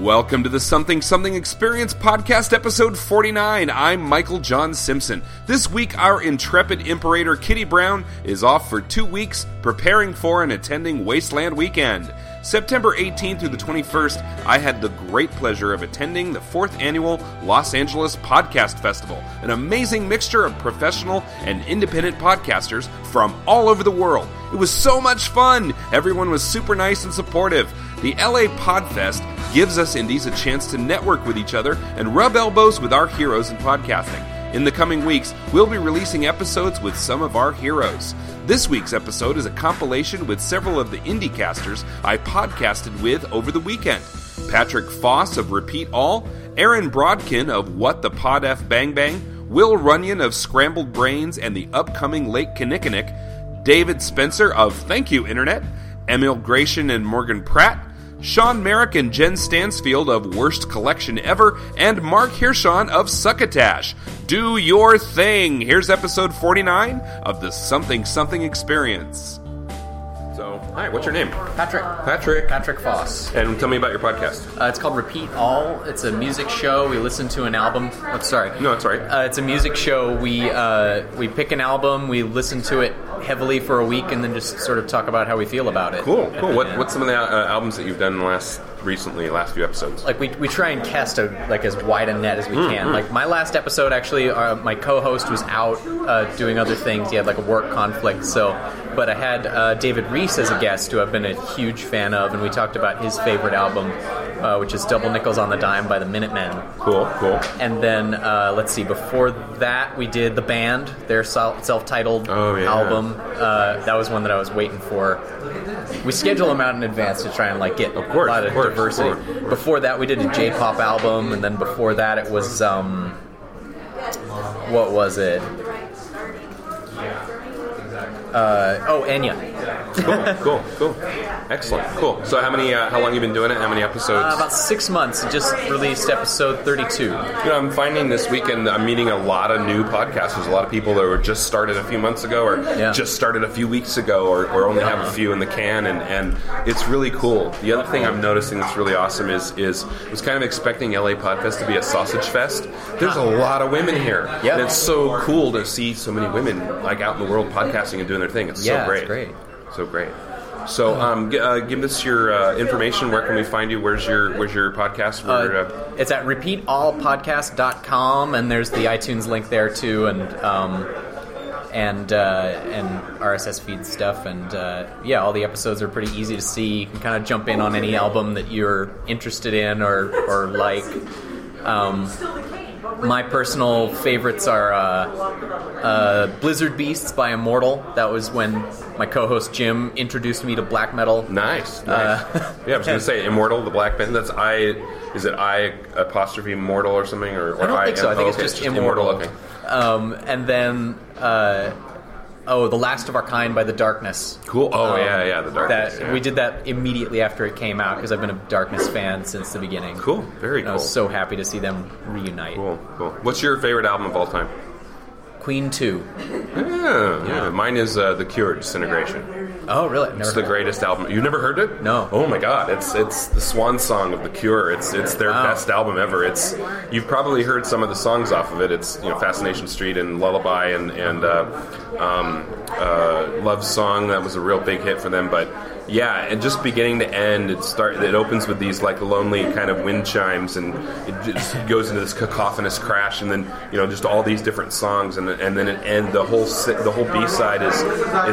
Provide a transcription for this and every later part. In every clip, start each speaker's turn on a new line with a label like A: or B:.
A: Welcome to the Something Something Experience Podcast, episode 49. I'm Michael John Simpson. This week, our intrepid Imperator Kitty Brown is off for two weeks preparing for and attending Wasteland Weekend. September 18th through the 21st, I had the great pleasure of attending the fourth annual Los Angeles Podcast Festival, an amazing mixture of professional and independent podcasters from all over the world. It was so much fun! Everyone was super nice and supportive. The LA Podfest gives us indies a chance to network with each other and rub elbows with our heroes in podcasting. In the coming weeks, we'll be releasing episodes with some of our heroes. This week's episode is a compilation with several of the indie casters I podcasted with over the weekend Patrick Foss of Repeat All, Aaron Brodkin of What the Pod F Bang Bang, Will Runyon of Scrambled Brains and the upcoming Lake Kinnickinnick, David Spencer of Thank You Internet, Emil Gratian and Morgan Pratt, Sean Merrick and Jen Stansfield of Worst Collection Ever, and Mark Hirschon of Succotash. Do your thing. Here's episode 49 of the Something Something Experience. So, hi, what's your name?
B: Patrick.
A: Patrick.
B: Uh, Patrick Foss.
A: And tell me about your podcast.
B: Uh, it's called Repeat All. It's a music show. We listen to an album. Oh, sorry.
A: No, it's all right.
B: Uh, it's a music show. We uh, we pick an album. We listen to it heavily for a week, and then just sort of talk about how we feel about it.
A: cool, cool. What,
B: Yeah.
A: what's some of the uh, albums that you've done last recently, last few episodes?
B: Like we, we try and cast a like as wide a net as
A: Hmm,
B: we can. Like my last episode, actually, uh, my co-host was out uh, doing other things. He had like a work conflict, so. But I had uh, David Reese as a guest, who I've been a huge fan of, and we talked about his favorite album, uh, which is Double Nickels on the Dime by the Minutemen.
A: Cool, cool.
B: And then uh, let's see. Before that, we did the band, their sel- self-titled
A: Oh, yeah.
B: album. Uh, that was one that I was waiting for. We schedule them out in advance to try and like get
A: Of course,
B: a lot of
A: of course, of
B: diversity.
A: course, of course.
B: Before that, we did a J-pop album, and then before that, it was um, what was it? Uh, oh, Enya.
A: Cool, cool, cool. Excellent, cool. So, how many, uh, how long you been doing it? How many episodes?
B: Uh, about six months. it Just released episode thirty-two.
A: You know, I'm finding this weekend I'm meeting a lot of new podcasters, a lot of people that were just started a few months ago or
B: Yeah. Uh-huh.
A: just started a few weeks ago or, or only have a few in the can and, and it's really cool. The other thing I'm noticing that's really awesome is is I was kind of expecting LA Podfest to be a sausage fest. There's a lot of women here.
B: Yeah.
A: And it's so cool to see so many women like out in the world podcasting and doing their thing. It's
B: Yeah,
A: so
B: it's
A: great.
B: great.
A: So great. So um, g- uh, give us your uh, information. Where can we find you? Where's your Where's your podcast? Where, uh,
B: Uh, it's at repeatallpodcast.com, and there's the iTunes link there too, and um, and uh, and RSS feed stuff, and uh, yeah, all the episodes are pretty easy to see. You can kind of jump in on any album that you're interested in or or like. Um, my personal favorites are uh, uh, Blizzard Beasts by Immortal. That was when my co-host Jim introduced me to black metal.
A: Nice,
B: Uh,
A: nice. yeah, I was going to say Immortal, the Black Band. That's I. Is it I apostrophe mortal or something? Or, or
B: I don't think so. I
A: am-
B: think
A: oh,
B: it's
A: okay,
B: just immortal.
A: Okay.
B: Um, and then, uh, oh, the last of our kind by the darkness.
A: Cool. Oh
B: Um,
A: yeah, yeah. The dark.
B: That we did that immediately after it came out because I've been a darkness fan since the beginning.
A: Cool. Very
B: And I
A: cool.
B: was so happy to see them reunite.
A: cool. Cool. What's your favorite album of all time?
B: Queen two.
A: Yeah, yeah. Mine is uh, The Cure, Disintegration.
B: Oh, really? Never
A: It's the greatest album. You've never heard it?
B: No.
A: Oh my God! It's it's the swan song of The Cure. It's it's their
B: Wow.
A: best album ever. It's you've probably heard some of the songs off of it. It's you know Fascination Street and Lullaby and and uh, um, uh, Love Song. That was a real big hit for them. But yeah, and just beginning to end, it start it opens with these like lonely kind of wind chimes and it just goes into this cacophonous crash and then you know just all these different songs and and then it end the whole si- the whole B side is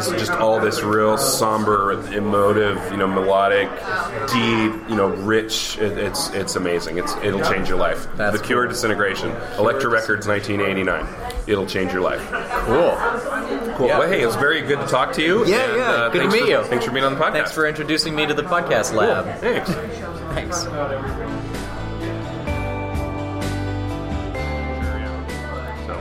A: is just all this real somber, emotive, you know, melodic, deep, you know, rich. It, it's it's amazing. It's it'll change your life.
B: That's
A: the Cure, Disintegration, Elektra Records, 1989. It'll change your life.
B: Cool.
A: Cool.
B: Yeah.
A: Well, hey, it's very good to talk to you. uh,
B: Yeah, yeah. Good to
A: thanks
B: meet
A: for,
B: you.
A: Thanks for being on the podcast.
B: Thanks for introducing me to the podcast lab.
A: Thanks.
B: Thanks.
A: So,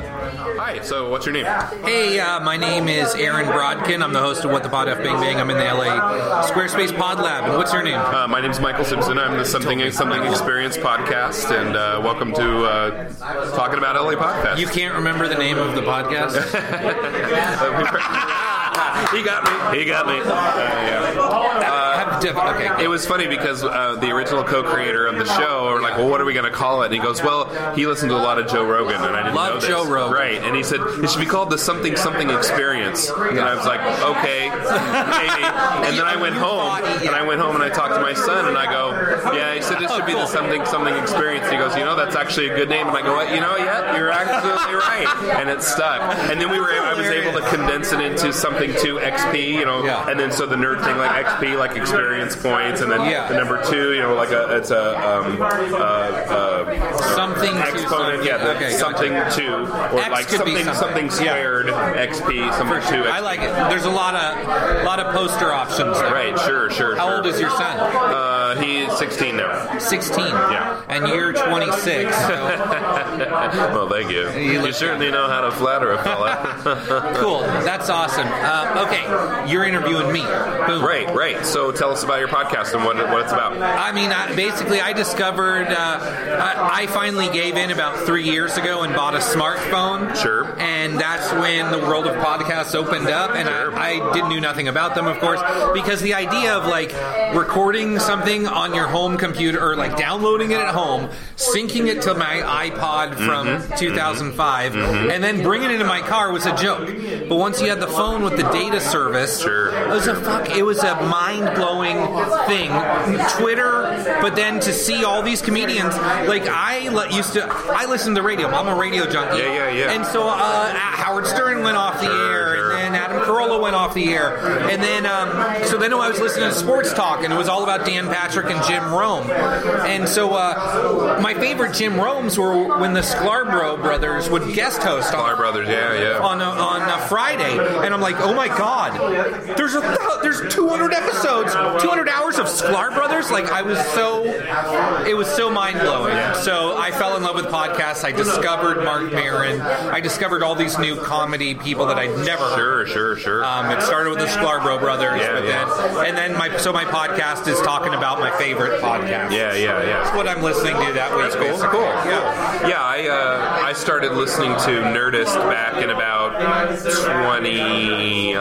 A: Hi. So, what's your name?
C: Hey, uh, my name is Aaron Brodkin. I'm the host of What the Pod F Bang Bang. I'm in the LA Squarespace Pod Lab. And what's your name?
D: Uh, my name's Michael Simpson. I'm the Something Something Experience podcast, and uh, welcome to uh, talking about LA podcast.
C: You can't remember the name of the podcast?
A: he got me. He got me. Uh, yeah. Uh,
C: Have- Diff- okay.
A: It was funny because uh, the original co-creator of the show were like, "Well, what are we going to call it?" And he goes, "Well, he listened to a lot of Joe Rogan, and I didn't
C: Love
A: know this."
C: Joe Rogan.
A: right? And he said it should be called the Something Something Experience, and I was like, "Okay, maybe." And then I went home, and I went home and I talked to my son, and I go, "Yeah," he said, "This should be
C: Oh.
A: the Something Something Experience." He goes, "You know, that's actually a good name," and I go, "What? You know, yeah, you're absolutely right," and it stuck. And then we were, I was able to condense it into something to XP, you know,
C: Yeah.
A: and then so the nerd thing like XP, like experience points, and then
C: Yeah.
A: the number two, you know, like a it's a um, uh, uh,
C: Something to
A: exponent,
C: something.
A: yeah, the
C: Okay, gotcha.
A: something two or
C: X
A: like
C: could be
A: something
C: something.
A: something squared XP, something two.
C: I like it. There's a lot of lot of poster options. there.
A: Right, sure, sure.
C: How
A: sure.
C: old is your son?
A: Uh, he's 16 now.
C: 16.
A: Yeah.
C: And you're 26. So
A: well, thank you.
C: You
A: You,
C: look-
A: certainly know how to flatter a fella.
C: cool. That's awesome. Uh, okay, you're interviewing me. Boom.
A: right, right. So tell us about your podcast and what, what it's about.
C: I mean, I, basically, I discovered uh, I, I finally gave in about three years ago and bought a smartphone.
A: Sure.
C: And that's when the world of podcasts opened up, and
A: Sure.
C: I, I did knew nothing about them, of course, because the idea of like recording something on your home computer or like downloading it at home, syncing it to my iPod from
A: Mm-hmm.
C: 2005, and then bringing it in my car was a joke. But once you had the phone with the data service,
A: Sure.
C: it was a fuck. It was a mind blowing thing. Twitter, but then to see all these comedians, like I li- used to, I listened to radio. I'm a radio junkie.
A: Yeah, yeah, yeah.
C: And so uh, Howard Stern went off the
A: Sure,
C: air,
A: sure.
C: and then Adam Carolla went off the air, and then um, so then I was listening to sports talk, and it was all about Dan Patrick and Jim Rome, and so uh, my favorite Jim Romes were when the Scarborough brothers would guest host on
A: Fire Brothers, yeah, yeah.
C: on a, on a Friday, and I'm like, oh my god, there's a thou- there's 200 episodes, 200 hours of Sklar Brothers. Like I was so, it was so mind blowing. So I fell in love with podcasts. I discovered Mark Maron. I discovered all these new comedy people that I'd never heard.
A: Sure, sure, sure.
C: Um, it started with the Scarborough brothers,
A: Yeah,
C: but then and then my so my podcast is talking about my favorite podcast.
A: yeah, yeah, yeah.
C: What I'm listening to that week. That's
A: Cool, cool. Yeah, I uh, I started listening to Nerdist back in about 2011-ish,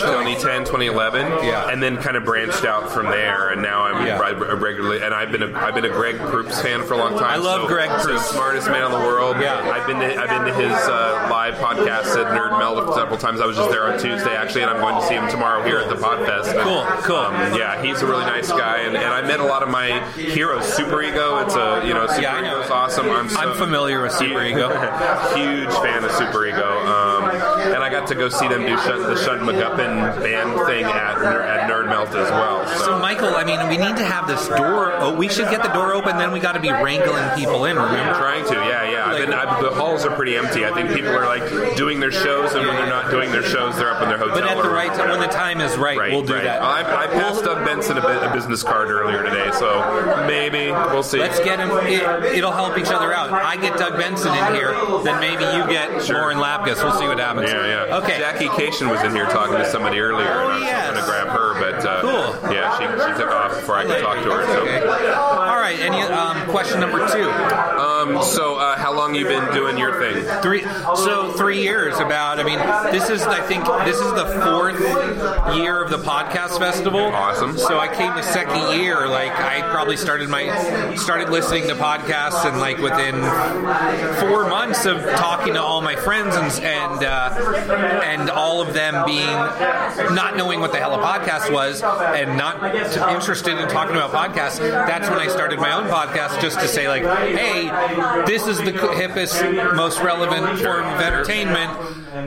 A: 2010, 2011.
C: Yeah.
A: And then kind of branched out from there, and now I'm
C: Yeah.
A: I- I regularly, and I've been a, I've been a Greg Proops fan for a long time.
C: I love
A: so-
C: Greg
A: so
C: Proops.
A: smartest man in the world.
C: Yeah.
A: I've been to, I've been to his uh, live podcast at Nerd Meld several times. I was just there on Tuesday actually, and I'm going to see him tomorrow here at the Podfest.
C: Cool, cool.
A: Um, yeah, he's a really nice guy, and, and I met a lot of my heroes. Super Ego, it's a you know Super
C: Yeah, I know.
A: Ego's awesome. I'm, so,
C: I'm familiar with Super Ego.
A: huge fan of Super Ego, um, and I got to go see them do Shunt, the Shunt McGuppin band thing at Ner- at Nerd Melt as well.
C: So,
A: So
C: Michael, I mean, we need to have this door. Oh, we should get the door open. Then we got to be wrangling people in.
A: I'm
C: Remember?
A: trying to, yeah, yeah. I've been, I've, the halls are pretty empty. I think people are like doing their shows, and when they're not doing their shows, they're up in their hotel.
C: But at the
A: room.
C: right time, when the time is right,
A: Right,
C: we'll do
A: right.
C: that.
A: I, I passed up Benson a, bu- a business card earlier today, so maybe we'll see.
C: Let's get him. It, it'll help each other out. I get Doug Benson in here, then maybe you get Lauren Lapkus. We'll see what happens.
A: Yeah, yeah.
C: Okay.
A: Jackie Cation was in here talking to somebody earlier, and I was
C: Yes.
A: going to grab her, but uh,
C: Cool.
A: yeah, she, she took off before I could talk to her. So,
C: Okay. All right. Any um, question number two?
A: um, so uh, how long you been doing your thing?
C: Three. So three years. About. I mean, this is. I think this is the fourth year of the podcast festival.
A: Awesome.
C: So I came the second year. Like I probably started my started listening to podcasts, and like within four months of talking to all my friends and and uh, and all of them being not knowing what the hell a podcast was and not interested in talking about podcasts. That's when I started my own podcast, just to say like, hey, this is the hippest, most relevant form of entertainment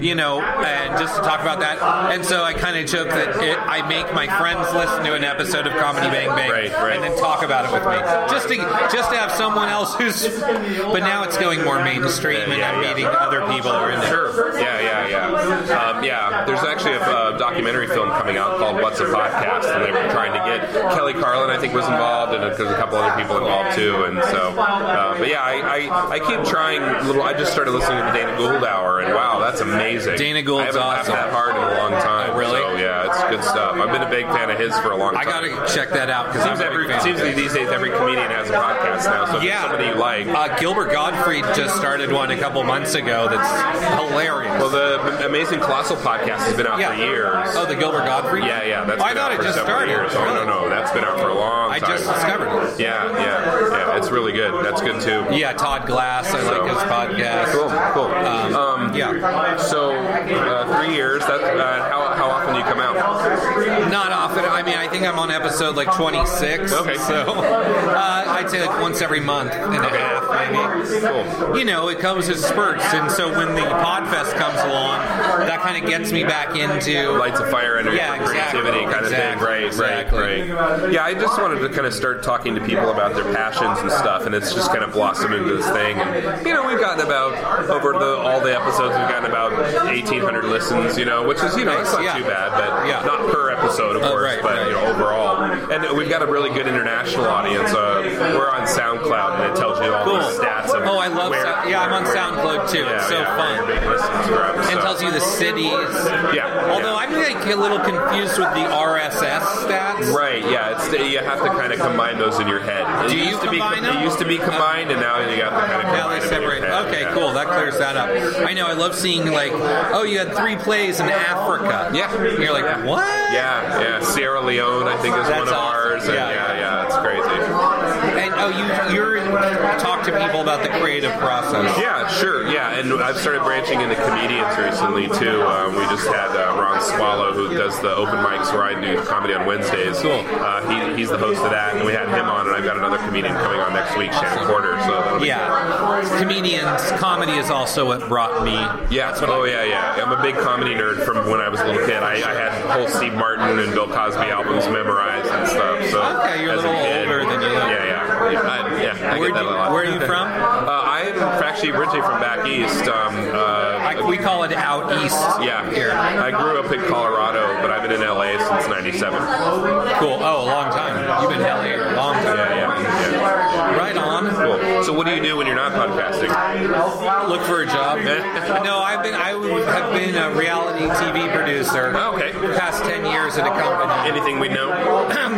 C: you know, and just to talk about that. And so I kind of joke that it, I make my friends listen to an episode of Comedy Bang Bang
A: Right, right.
C: and then talk about it with me, just to just to have someone else who's. But now it's going more mainstream, and
A: Yeah,
C: I'm
A: yeah.
C: meeting other people who are in there.
A: Sure. Yeah, yeah, yeah. Um, yeah, there's actually a uh, documentary film coming out called What's a Podcast, and they were trying to get Kelly Carlin, I think, was involved, and there's a couple other people involved too. And so, uh, but yeah, I, I, I keep trying little. I just started listening to the Dana Gould Hour, and wow, that's amazing.
C: Dana Gould's
A: I haven't laughed
C: awesome. Oh,
A: that hard in a long time.
C: really?
A: So, yeah, it's good stuff. I've been a big fan of his for a long time.
C: I gotta check that out because I'm
A: Seems,
C: a big
A: every,
C: fan.
A: seems like these days every comedian has a podcast now. So if there's
C: yeah,
A: somebody you like.
C: Uh, Gilbert Gottfried just started one a couple months ago. That's hilarious.
A: well, the Amazing Colossal podcast has been out
C: yeah.
A: for years.
C: Oh, the Gilbert Gottfried.
A: yeah, yeah. That's
C: Oh, I
A: been
C: thought it
A: out for
C: just
A: several
C: started.
A: Years. Oh, no,
C: Really?
A: no, that's been out for a long
C: I
A: time.
C: just discovered it.
A: Yeah, yeah, yeah. It's really good. That's good too.
C: Yeah, Todd Glass. I like his podcast.
A: Cool, cool. Um,
C: yeah.
A: So uh, three years. That uh, how how often do you come out?
C: Not often. I mean, I think I'm on episode like 26.
A: Okay.
C: So uh, I'd say like once every month and a half, maybe.
A: Cool.
C: You know, it comes in spurts, and so when the Podfest comes along, that kind of gets me back into
A: Lights of fire, energy,
C: Yeah,
A: for
C: exactly.
A: creativity, kind
C: Exactly.
A: of thing. Right,
C: Exactly.
A: right, right. Yeah, I just wanted to kind of start talking to people about their passions and stuff, and it's just kind of blossomed into this thing. And you know, we've gotten about over the all the episodes, we've gotten about eighteen hundred listens. You know, which is you know it's not
C: Yeah.
A: too bad, but
C: Yeah.
A: not per episode, of
C: Oh,
A: course,
C: right,
A: but
C: right.
A: you know overall. And we've got a really good international audience. Uh, we're on SoundCloud, and it tells you all
C: Cool.
A: the stats. Of
C: Oh, I love.
A: where-
C: Sound- yeah, I'm on SoundCloud too.
A: Yeah,
C: it's so
A: yeah,
C: fun.
A: Big listens for us,
C: And
A: so.
C: tells you the cities.
A: Yeah.
C: Although
A: yeah.
C: I'm like a little confused with the RSS stats.
A: Right, yeah, it's you have to kind of combine those in your head. It
C: Do you
A: used to be
C: combine them?
A: It used to be combined, and now you got to kind
C: Now
A: of combine
C: they
A: them in your
C: separate.
A: head,
C: Okay,
A: yeah.
C: cool. That clears that up. I know. I love seeing like, oh, you had three plays in Africa.
A: Yeah.
C: And you're like, what?
A: Yeah, yeah. Sierra Leone, I think, is
C: That's
A: one of
C: awesome.
A: ours. and
C: Yeah.
A: yeah, yeah, it's crazy.
C: And oh, you you're talk to people about the creative process.
A: Yeah, sure. Yeah, and I've started branching into comedians recently too. Um, we just had uh, Ron Swallow, who does the open mics where I do comedy on Wednesdays. Cool. Uh, he, he's the host of that, and we had him on, and I've got another comedian coming on next week, Shannon Porter. So that'll be
C: Yeah. Comedians, comedy is also what brought me.
A: Yeah, oh yeah, yeah. I'm a big comedy nerd from when I was a little kid. I, I had whole Steve Martin and Bill Cosby albums memorized and stuff. So
C: Okay, you're a
A: as
C: little
A: kid-
C: older than you look.
A: Yeah, yeah, yeah. I, yeah, I
C: Where
A: get that
C: do-
A: a lot.
C: where are you from?
A: uh, I'm actually originally from back east. Um, uh,
C: I, we call it out east.
A: yeah,
C: Here.
A: I grew up in Colorado, but I've been in LA since '97.
C: Cool. Oh, a long time. You've been in LA a long time.
A: Yeah, yeah, yeah.
C: Right on.
A: Cool. So, what do you do when you're not podcasting?
C: Look for a job. no, I've been. I have been a reality TV producer.
A: Oh, Okay.
C: The past ten years at a company.
A: Anything we know?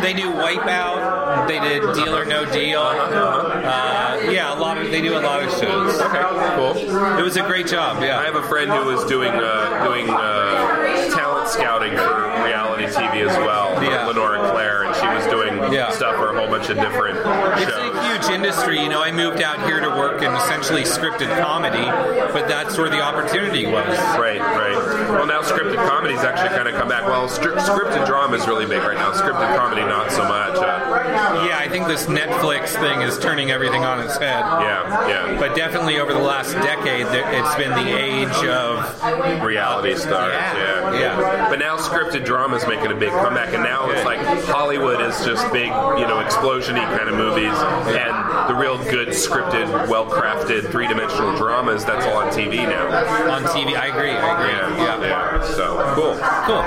C: they do Wipeout. They did Deal or No Deal. Uh, yeah, a lot of they do a lot of shows.
A: Okay, cool.
C: It was a great job.
A: I
C: Yeah.
A: have a friend who was doing uh, doing uh, talent scouting for reality TV as well.
C: Yeah.
A: Lenora Claire, and she was doing
C: Yeah.
A: stuff for a whole bunch of different
C: It's
A: shows.
C: a huge industry, you know. I moved out here to work in essentially scripted comedy, but that's where the opportunity was.
A: Right, right. Well, now scripted comedy's actually kind of come back. Well, stri- scripted drama is really big right now. Scripted comedy, not so much. Uh,
C: Yeah, I think this Netflix thing is turning everything on its head.
A: yeah, yeah.
C: But definitely over the last decade, th- it's been the age of
A: reality stars.
C: Yeah,
A: Yeah.
C: yeah.
A: But now scripted drama's making a big comeback, and now it's like Hollywood is just big, you know, explosiony kind of movies, and the real good scripted, well-crafted, three-dimensional dramas that's all on TV now.
C: on TV. I agree. I agree.
A: Yeah, yeah. So cool.
C: Cool.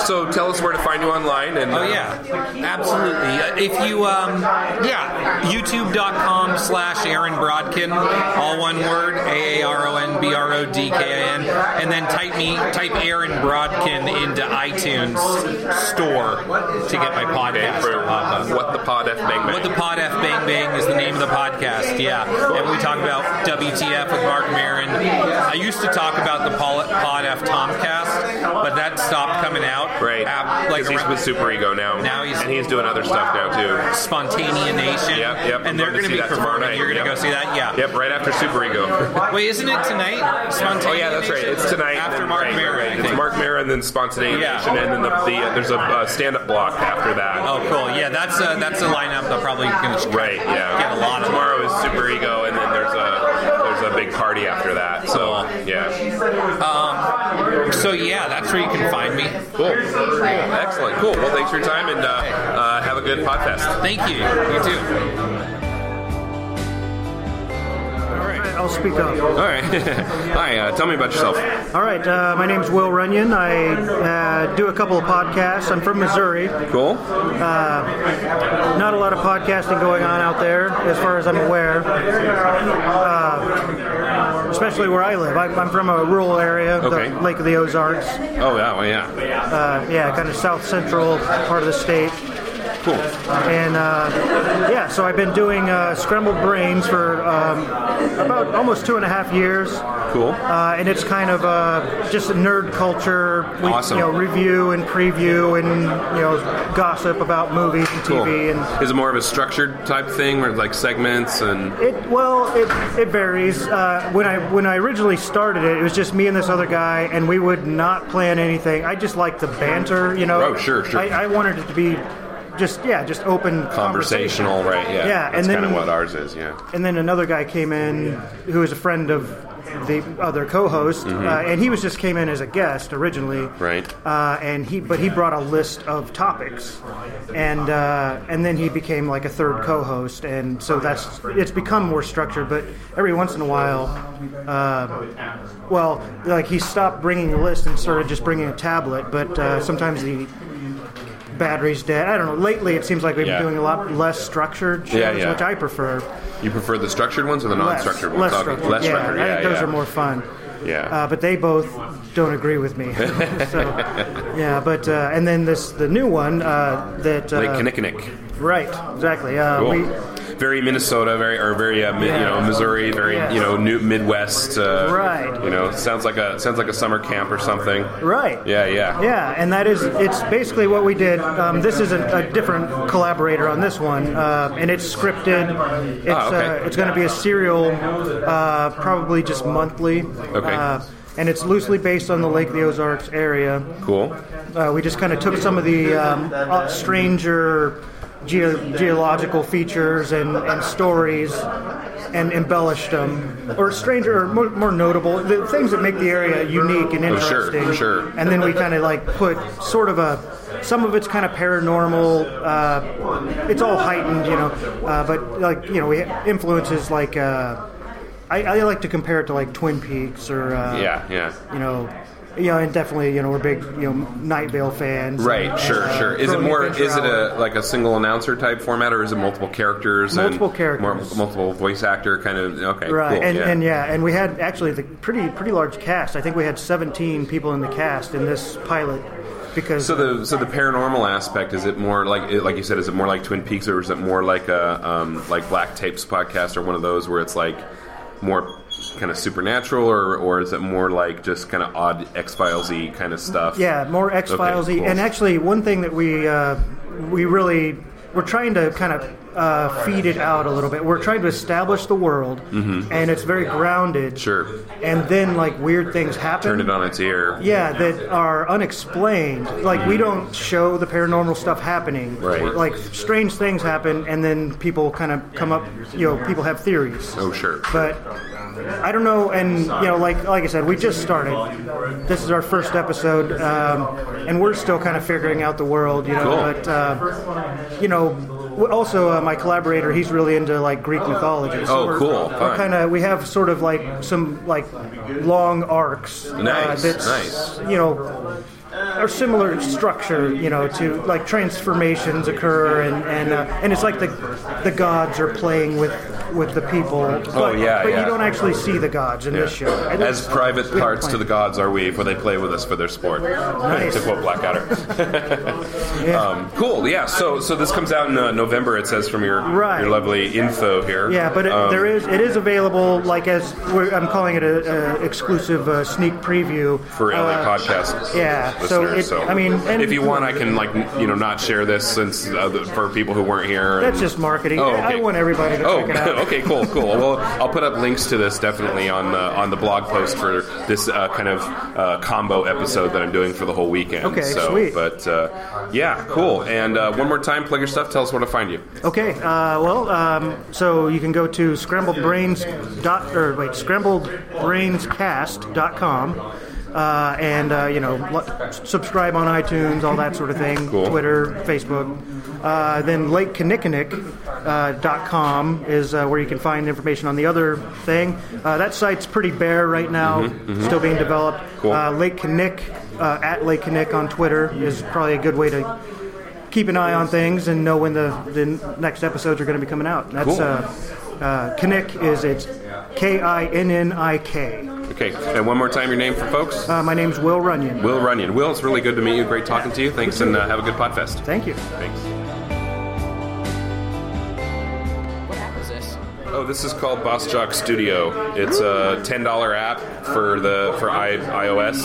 A: So tell us where to find you online, and
C: Oh
A: uh,
C: yeah, absolutely. Uh, If you, um, yeah, youtube.com slash Aaron Brodkin, all one word, A A R O N B R O D K I N, and then type me, type Aaron Brodkin into iTunes store to get my
A: okay,
C: podcast.
A: for
C: to pop up.
A: what the pod F Bang Bang.
C: What the Pod F Bang Bang is the name of the podcast, yeah. And we talk about WTF with Mark Marin. I used to talk about the Pol- Pod F Tomcast, but that stopped coming out.
A: Right,
C: Ab- like
A: 'Cause he's
C: around-
A: with Super Ego now.
C: Now he's-
A: and he's doing other stuff now too.
C: Spontanea Nation.
A: Yep, yep.
C: And they're
A: I'm gonna
C: going to
A: see
C: be
A: that tomorrow
C: performing.
A: night,
C: You're going to
A: yep.
C: go see that? Yeah.
A: Yep, right after Super Ego.
C: Wait, isn't it tonight? Spontanea
A: Oh yeah, that's right.
C: Nation?
A: It's tonight
C: After
A: then-
C: Mark
A: right,
C: Maron,
A: right.
C: I
A: It's
C: think.
A: Mark Maron, and then spontaneity
C: Yeah.
A: Nation, and then the, the uh, there's a uh, stand-up block after that.
C: Oh, cool. Yeah, that's a, that's a lineup that probably going to
A: Right. Yeah.
C: Get a lot of-
A: Tomorrow is Super Ego, and then there's a there's a big party after that. So yeah.
C: Um, So yeah, that's where you can find me.
A: Cool. Excellent. Cool. Well, thanks for your time, and uh, uh, have a good podcast.
C: Thank you. You too. All right.
E: right, I'll speak up.
A: All right. Hi. Uh, tell me about yourself.
E: All right, uh, my name's Will Runyon. I uh, do a couple of podcasts. I'm from Missouri. Uh,
A: Cool.
E: Not a lot of podcasting going on out there, as far as I'm aware, uh, especially where I live. I, I'm from a rural area,
A: Okay.
E: the Lake of the Ozarks.
A: Oh yeah. Well, yeah.
E: Uh, yeah, kind of south central part of the state.
A: Cool.
E: And uh, yeah, so I've been doing uh, Scrambled Brains for um, about almost two and a half years.
A: Cool.
E: Uh, and it's kind of uh, just nerd culture. We,
A: Awesome.
E: You know, review and preview and you know gossip about movies and
A: Cool.
E: TV and.
A: Is it more of a structured type thing, where like segments and
E: It, well, it, it varies. Uh, when I when I originally started it, it was just me and this other guy, and we would not plan anything. I just liked the banter, you know.
A: Oh, sure, sure.
E: I, I wanted it to be just yeah, just open conversation.
A: conversational, right? Yeah.
E: Yeah,
A: That's
E: and then-
A: kind of what ours is. Yeah.
E: and then another guy came in who was a friend of the other co-host,
A: Mm-hmm.
E: uh, and he was just came in as a guest originally,
A: Right.
E: Uh, and he, but he brought a list of topics, and uh, and then he became like a third co-host, and so that's it's become more structured. But every once in a while, uh, well, like he stopped bringing a list and started just bringing a tablet, but uh, sometimes the battery's dead. I don't know. Lately, it seems like we've
A: Yeah.
E: been doing a lot less structured shows,
A: Yeah, yeah.
E: which I prefer.
A: You prefer the structured ones or the non-structured
E: Less
A: ones? Okay,
E: structured.
A: Less
E: yeah,
A: structured.
E: I
A: Yeah,
E: think those
A: yeah.
E: are more fun.
A: Yeah.
E: Uh, but they both don't agree with me. so, yeah, but uh, and then this the new one uh, that uh,
A: like Kinnikinnick.
E: right exactly. Uh,
A: Cool.
E: we,
A: very Minnesota, very or very uh, mi- you know
E: Yeah.
A: Missouri, very
E: Yes.
A: you know new Midwest. Uh,
E: Right.
A: You know, sounds like a sounds like a summer camp or something.
E: right.
A: Yeah, yeah.
E: Yeah, and that is, it's basically what we did. Um, this is a, a different collaborator on this one, uh, and it's scripted. It's,
A: Oh, okay.
E: uh, it's going to be a serial, uh, probably just monthly.
A: Okay.
E: Uh, and it's loosely based on the Lake of the Ozarks area.
A: Cool.
E: Uh, we just kind of took some of the um, uh, stranger geo geological features and, and stories and embellished them, or stranger, or more, more notable, the things that make the area unique and
A: Oh, sure,
E: interesting.
A: sure.
E: And then we kind of like put sort of a. Some of it's kind of paranormal. Uh, it's all heightened, you know. Uh, but like you know, we influences like uh, I, I like to compare it to like Twin Peaks or uh,
A: Yeah, yeah.
E: you know, you know, and definitely, you know, we're big, you know, Night Vale fans.
A: Right,
E: And,
A: sure,
E: uh,
A: sure. Is it
E: Throwing
A: more?
E: Adventure
A: Is it
E: Hour.
A: a like a single announcer type format, or is it multiple characters?
E: Multiple
A: and
E: characters.
A: more- multiple voice actor kind of. Okay,
E: Right,
A: cool,
E: and,
A: yeah.
E: and yeah, and we had actually the pretty pretty large cast. I think we had 17 people in the cast in this pilot because
A: So the so the paranormal aspect is it more like it, like you said is it more like Twin Peaks or is it more like a um, like Black Tapes podcast or one of those where it's like more kind of supernatural or or is it more like just kind of odd X Files y kind of stuff?
E: Yeah, more X Files.
A: Okay, cool.
E: And actually, one thing that we uh, we really we're trying to kind of uh, feed it out a little bit. We're trying to establish the world,
A: Mm-hmm.
E: and it's very grounded.
A: Sure.
E: And then like weird things happen.
A: Turn it on its ear.
E: Yeah, that are unexplained. Like we don't show the paranormal stuff happening.
A: Right.
E: Like strange things happen, and then people kind of come up. You know, people have theories.
A: Oh sure.
E: But I don't know, and you know, like like I said, we just started. This is our first episode, um, and we're still kind of figuring out the world. You know,
A: Cool.
E: but uh, you know, w- also uh, my collaborator, he's really into like Greek mythology. So
A: Oh,
E: we're,
A: cool.
E: We're
A: Fine.
E: kind of we have sort of like some like long arcs. uh,
A: Nice,
E: that's,
A: nice.
E: You know. Or similar structure, you know, to like transformations occur, and and uh, and it's like the the gods are playing with with the people.
A: Oh,
E: but,
A: yeah,
E: but
A: yeah.
E: you don't actually see the gods in
A: Yeah.
E: this show. At
A: As
E: least-
A: private
E: we
A: parts
E: don't
A: to the gods are we, for they play with us for their sport. to quote Blackadder.
E: Yeah.
A: um, cool. Yeah. So so this comes out in uh, November. It says from your
E: Right.
A: your lovely info here.
E: yeah, but it,
A: Um,
E: there is it is available like as we're, I'm calling it a, a exclusive uh, sneak preview
A: for LA
E: Uh,
A: podcast.
E: yeah, so
A: listeners,
E: it- I mean, and-
A: if you want, I can like n- you know not share this since uh, the- for people who weren't here.
E: That's
A: and-
E: just marketing.
A: Oh,
E: I-
A: okay.
E: I want everybody to
A: Oh,
E: check it out.
A: okay, cool, cool. Well, I'll put up links to this definitely on the on the blog post for this uh, kind of uh, combo episode that I'm doing for the whole weekend.
E: Okay,
A: so,
E: sweet.
A: But uh, yeah, cool. And uh, one more time, plug your stuff. Tell us where to find you.
E: Okay, uh, well, um, so you can go to scrambledbrains dot or wait scrambledbrainscast.com. uh, and uh, you know lo- subscribe on iTunes, all that sort of thing.
A: Cool.
E: Twitter, Facebook. Uh, then LakeKinnickinnick.com uh, is uh, where you can find information on the other thing. Uh, that site's pretty bare right now, still being developed.
A: Mm-hmm, Cool.
E: Uh, Lake Kinnick, uh, at Lake Kinnick on Twitter is probably a good way to keep an eye on things and know when the, the next episodes are going to be coming out. That's
A: Cool.
E: uh, uh, Kinnick is it's K I N N I K.
A: Okay, and one more time, your name for folks.
E: Uh, my name's Will Runyon.
A: Will Runyon. Will, it's really good to meet you. Great talking to you. Thanks, and uh, have a good podfest.
E: Thank you.
A: Thanks.
F: What app is this?
A: Oh, this is called Boss Jock Studio. It's a ten dollar app for the for I, iOS,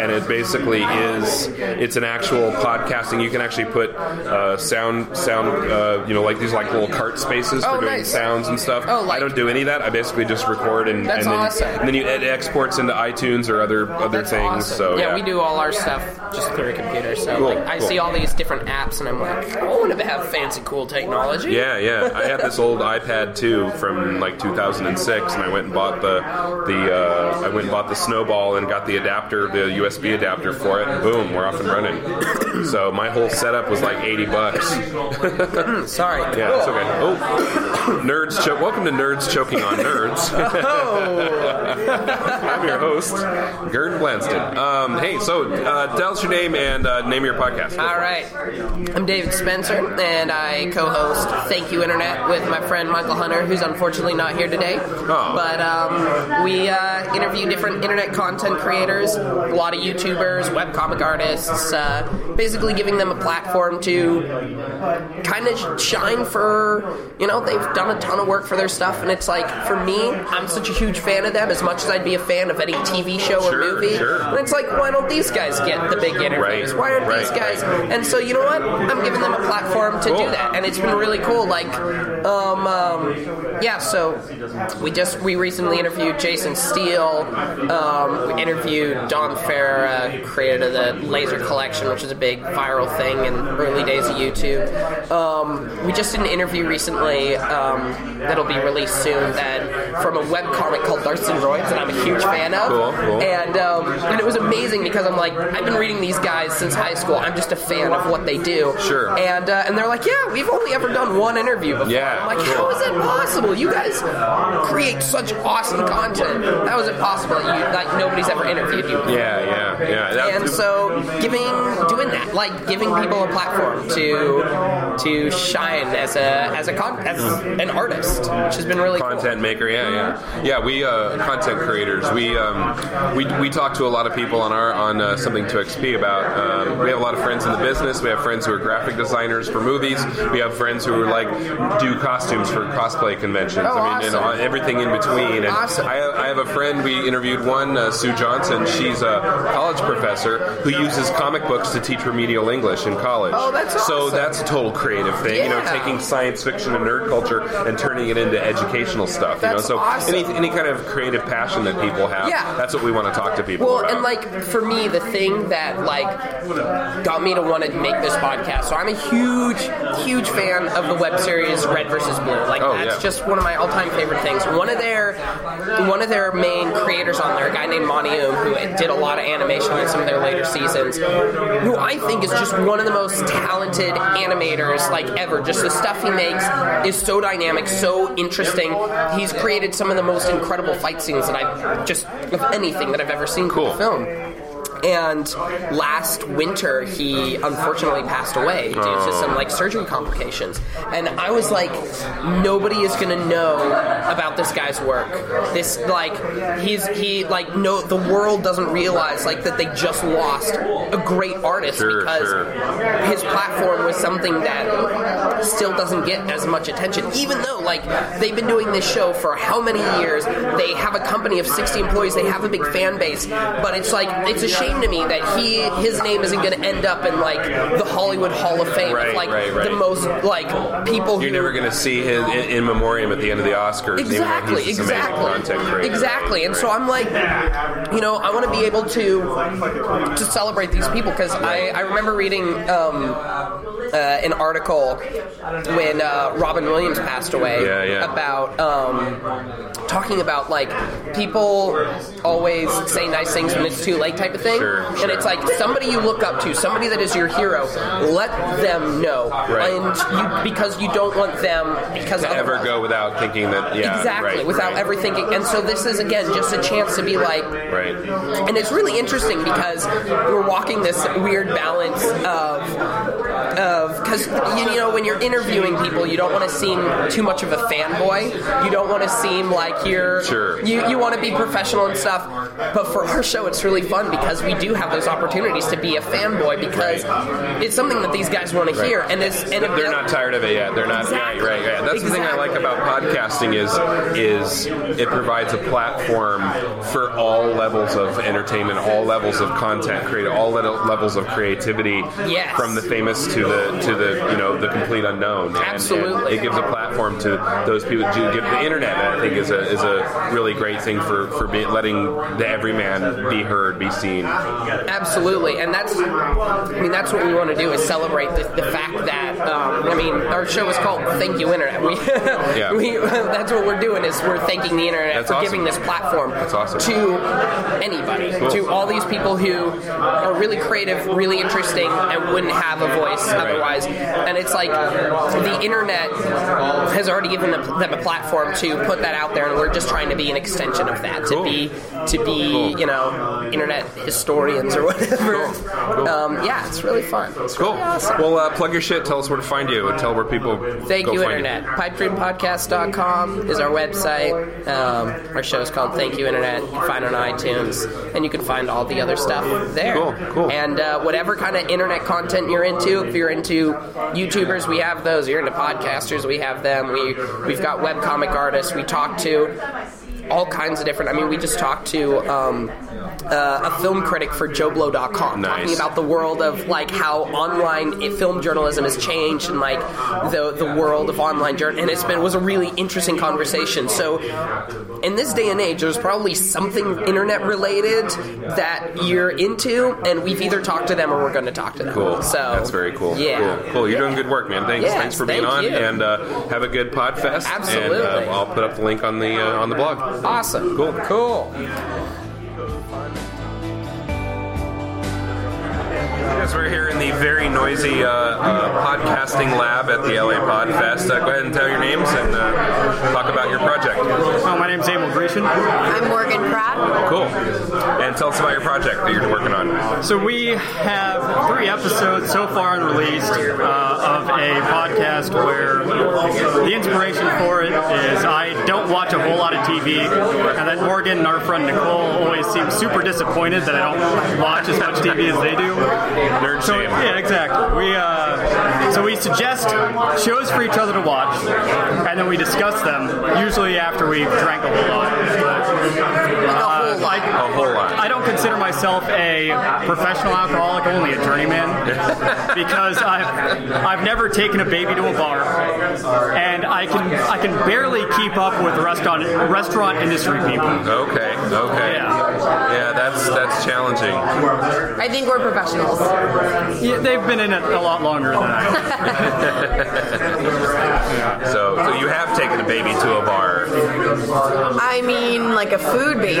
A: and it basically is it's an actual podcasting. You can actually put uh, sound sound uh, you know like these like little cart spaces
F: Oh,
A: for doing
F: nice.
A: sounds and stuff.
F: Oh, like-
A: I don't do any of that. I basically just record and
F: That's
A: and then,
F: awesome.
A: and then you it exports into iTunes or other other
F: That's
A: things.
F: awesome.
A: So
F: yeah, we do all our stuff just through a computer. So
A: Cool,
F: like, I
A: cool.
F: see all these different apps, and I'm like, I want to have fancy, cool technology.
A: Yeah, yeah. I had this old iPad too from like 2006, and I went and bought the the uh, I went and bought the Snowball and got the adapter, the USB adapter for it. And boom, we're off and running. so my whole setup was like 80 bucks.
F: Hmm, sorry.
A: Yeah, that's okay. Oh, nerds! Cho- Welcome to Nerds Choking on Nerds. I'm your host, Gern Blanston. Um, hey, so uh, tell us your name and uh, name of your podcast.
F: All right. I'm David Spencer, and I co host Thank You Internet with my friend Michael Hunter, who's unfortunately not here today.
A: Oh.
F: But um, we uh, interview different internet content creators, a lot of YouTubers, webcomic artists, uh, basically giving them a platform to kind of shine for you know they've done a ton of work for their stuff and it's like for me i'm such a huge fan of them as much as i'd be a fan of any tv show
A: Sure,
F: or movie
A: sure.
F: and it's like why don't these guys get the big interviews
A: Right,
F: why aren't
A: right,
F: these guys and so you know what i'm giving them a platform to
A: Cool.
F: do that and it's been really cool like um, um yeah so we just we recently interviewed jason steele um, we interviewed don farah creator of the laser collection which is a big viral thing in early days of youtube um, we just did an interview recently um, that'll be released soon that from a webcomic called Darts and Droids that I'm a huge fan of
A: Cool, cool.
F: and um, and it was amazing because I'm like I've been reading these guys since high school. I'm just a fan of what they do.
A: Sure.
F: And uh, and they're like, yeah, we've only ever done one interview before.
A: Yeah,
F: I'm like,
A: cool.
F: how is that possible? You guys create such awesome content. How is it possible that you like nobody's ever interviewed you?
A: Yeah, yeah, yeah. That-
F: And so giving doing that, like giving people a platform to to shine as a as a con- as an artist, which has been really cool.
A: content maker yeah yeah yeah we uh, content creators we um, we we talk to a lot of people on our on uh, something to xp about um, we have a lot of friends in the business we have friends who are graphic designers for movies we have friends who are like do costumes for cosplay conventions
F: Oh,
A: i mean and
F: awesome.
A: all- everything in between and
F: Awesome.
A: I, have, I have a friend we interviewed one uh, sue johnson she's a college professor who uses comic books to teach remedial english in college
F: Oh, that's
A: so
F: awesome.
A: that's a total creative thing you know
F: Yeah.
A: taking science fiction and nerd culture and turning it into educational stuff. you know,
F: That's
A: so
F: awesome.
A: any any kind of creative passion that people have,
F: Yeah.
A: that's what we want to talk to people
F: Well,
A: about.
F: and like for me, the thing that like got me to want to make this podcast. So I'm a huge, huge fan of the web series Red versus Blue. Like
A: Oh,
F: that's
A: yeah.
F: just one of my all-time favorite things. One of their, one of their main creators on there, a guy named Monty Um, who did a lot of animation on some of their later seasons, who I think is just one of the most talented animators like ever. Just the stuff he makes is so dynamic, so interesting. He's created some of the most incredible fight scenes that I've just of anything that I've ever seen
A: Cool.
F: the film. And last winter, he unfortunately passed away due to some like surgery complications. And I was like, nobody is gonna know about this guy's work. This like, he's he like no, the world doesn't realize like that they just lost a great artist
A: Sure,
F: because
A: sure.
F: his platform was something that still doesn't get as much attention, even though like they've been doing this show for how many years? They have a company of sixty employees. They have a big fan base, but it's like it's a shame to me that he his name isn't going to end up in like the Hollywood Hall of Fame,
A: Right,
F: like
A: right, right.
F: the most like people who
A: You're never going to see his in, in memoriam at the end of the Oscars, even though
F: Exactly,
A: he's this amazing content
F: exactly,
A: creator.
F: exactly. And so I'm like, you know, I want to be able to to celebrate these people because I, I remember reading um, uh, an article when uh, Robin Williams passed away
A: Yeah, yeah.
F: about um, talking about like people always say nice things when it's too late type of thing,
A: Sure,
F: and
A: sure.
F: it's like somebody you look up to, somebody that is your hero, let them know,
A: Right.
F: and you, because you don't want them because
A: to ever
F: otherwise-
A: go without thinking that yeah
F: exactly
A: right,
F: without
A: right,
F: ever thinking, and so this is again just a chance to be like.
A: right
F: And it's really interesting because we're walking this weird balance of of because you, you know when you're interviewing people, you don't want to seem too much of a fanboy. You don't want to seem like you're
A: Sure.
F: you you want to be professional and stuff. But for our show, it's really fun because we do have those opportunities to be a fanboy because it's something that these guys want to hear, and it's and
A: they're not tired of it yet. They're not
F: Exactly.
A: right, right, right. That's the thing I like about podcasting is is it provides a platform for all levels of entertainment, all levels of content created, all le- levels of creativity.
F: Yes.
A: From the famous to the to the you know the complete unknown. And- and
F: Absolutely.
A: it gives a platform to those people. To give the internet, I think, is a is a really great thing for for be, letting the everyman be heard, be seen.
F: Absolutely, and that's I mean that's what we want to do is celebrate the, the fact that um, I mean our show is called Thank You Internet. We,
A: Yeah.
F: we that's what we're doing is we're thanking the internet
A: That's
F: for
A: awesome.
F: giving this platform
A: That's awesome.
F: to anybody, to all these people who are really creative, really interesting, and wouldn't have a voice otherwise. And it's like the internet has already given them them a platform to put that out there, and we're just trying to be an extension of that, to be to be you know internet historians or whatever. Um, yeah, it's really fun. It's
A: Cool.
F: really awesome.
A: Well, uh, plug your shit. Tell us where to find you. and Tell where people.
F: Thank
A: go
F: you,
A: find
F: Internet. PipeDreamPodcast.com is our website. Um, our show is called Thank You, Internet. You can find it on iTunes, and you can find all the other stuff there.
A: Cool, cool.
F: And uh, whatever kind of internet content you're into, if you're into YouTubers, we have those. If you're into podcasters, we have them. We, we've got webcomic artists we talk to all kinds of different. I mean, we just talked to um, uh, a film critic for JoeBlow.com, talking
A: Nice.
F: about the world of like how online i- film journalism has changed and like the the world of online journal. And it's been was a really interesting conversation. So, in this day and age, there's probably something internet related that you're into, and we've either talked to them or we're going to talk to them.
A: Cool.
F: So
A: that's very cool.
F: Yeah.
A: Cool. Cool. You're doing good work, man. Thanks.
F: Yes,
A: Thanks for being
F: thank
A: on,
F: you.
A: and uh, have a good pod fest.
F: Absolutely.
A: And, uh, I'll put up the link on the uh, on the blog.
F: Awesome.
A: Cool.
F: Cool.
A: Yes, we're here in the very noisy uh, uh, podcasting lab at the LA Pod Fest. Uh, go ahead and tell your names and uh, talk about your project.
G: Oh, my name's Emil Grecian.
H: I'm Morgan Pratt.
A: Cool. And tell us about your project that you're working on.
G: So we have three episodes so far unreleased uh, of a podcast where the inspiration for it is I don't watch a whole lot of TV, and that Morgan and our friend Nicole always seem super disappointed that I don't watch as much TV as they do.
A: Nerd
G: So
A: shame.
G: yeah, exactly. We uh, so we suggest shows for each other to watch, and then we discuss them usually after we've drank a whole lot. Uh, like
A: A whole lot.
G: I don't consider myself a professional alcoholic, only a journeyman, because I've I've never taken a baby to a bar, and I can I can barely keep up with restaurant restaurant industry people.
A: Okay. Okay.
G: Yeah.
A: Yeah. That's that's challenging.
H: I think we're professionals.
G: Yeah, they've been in it a lot longer than I. have.
A: So so you have taken a baby to a bar.
H: I mean, like a food baby.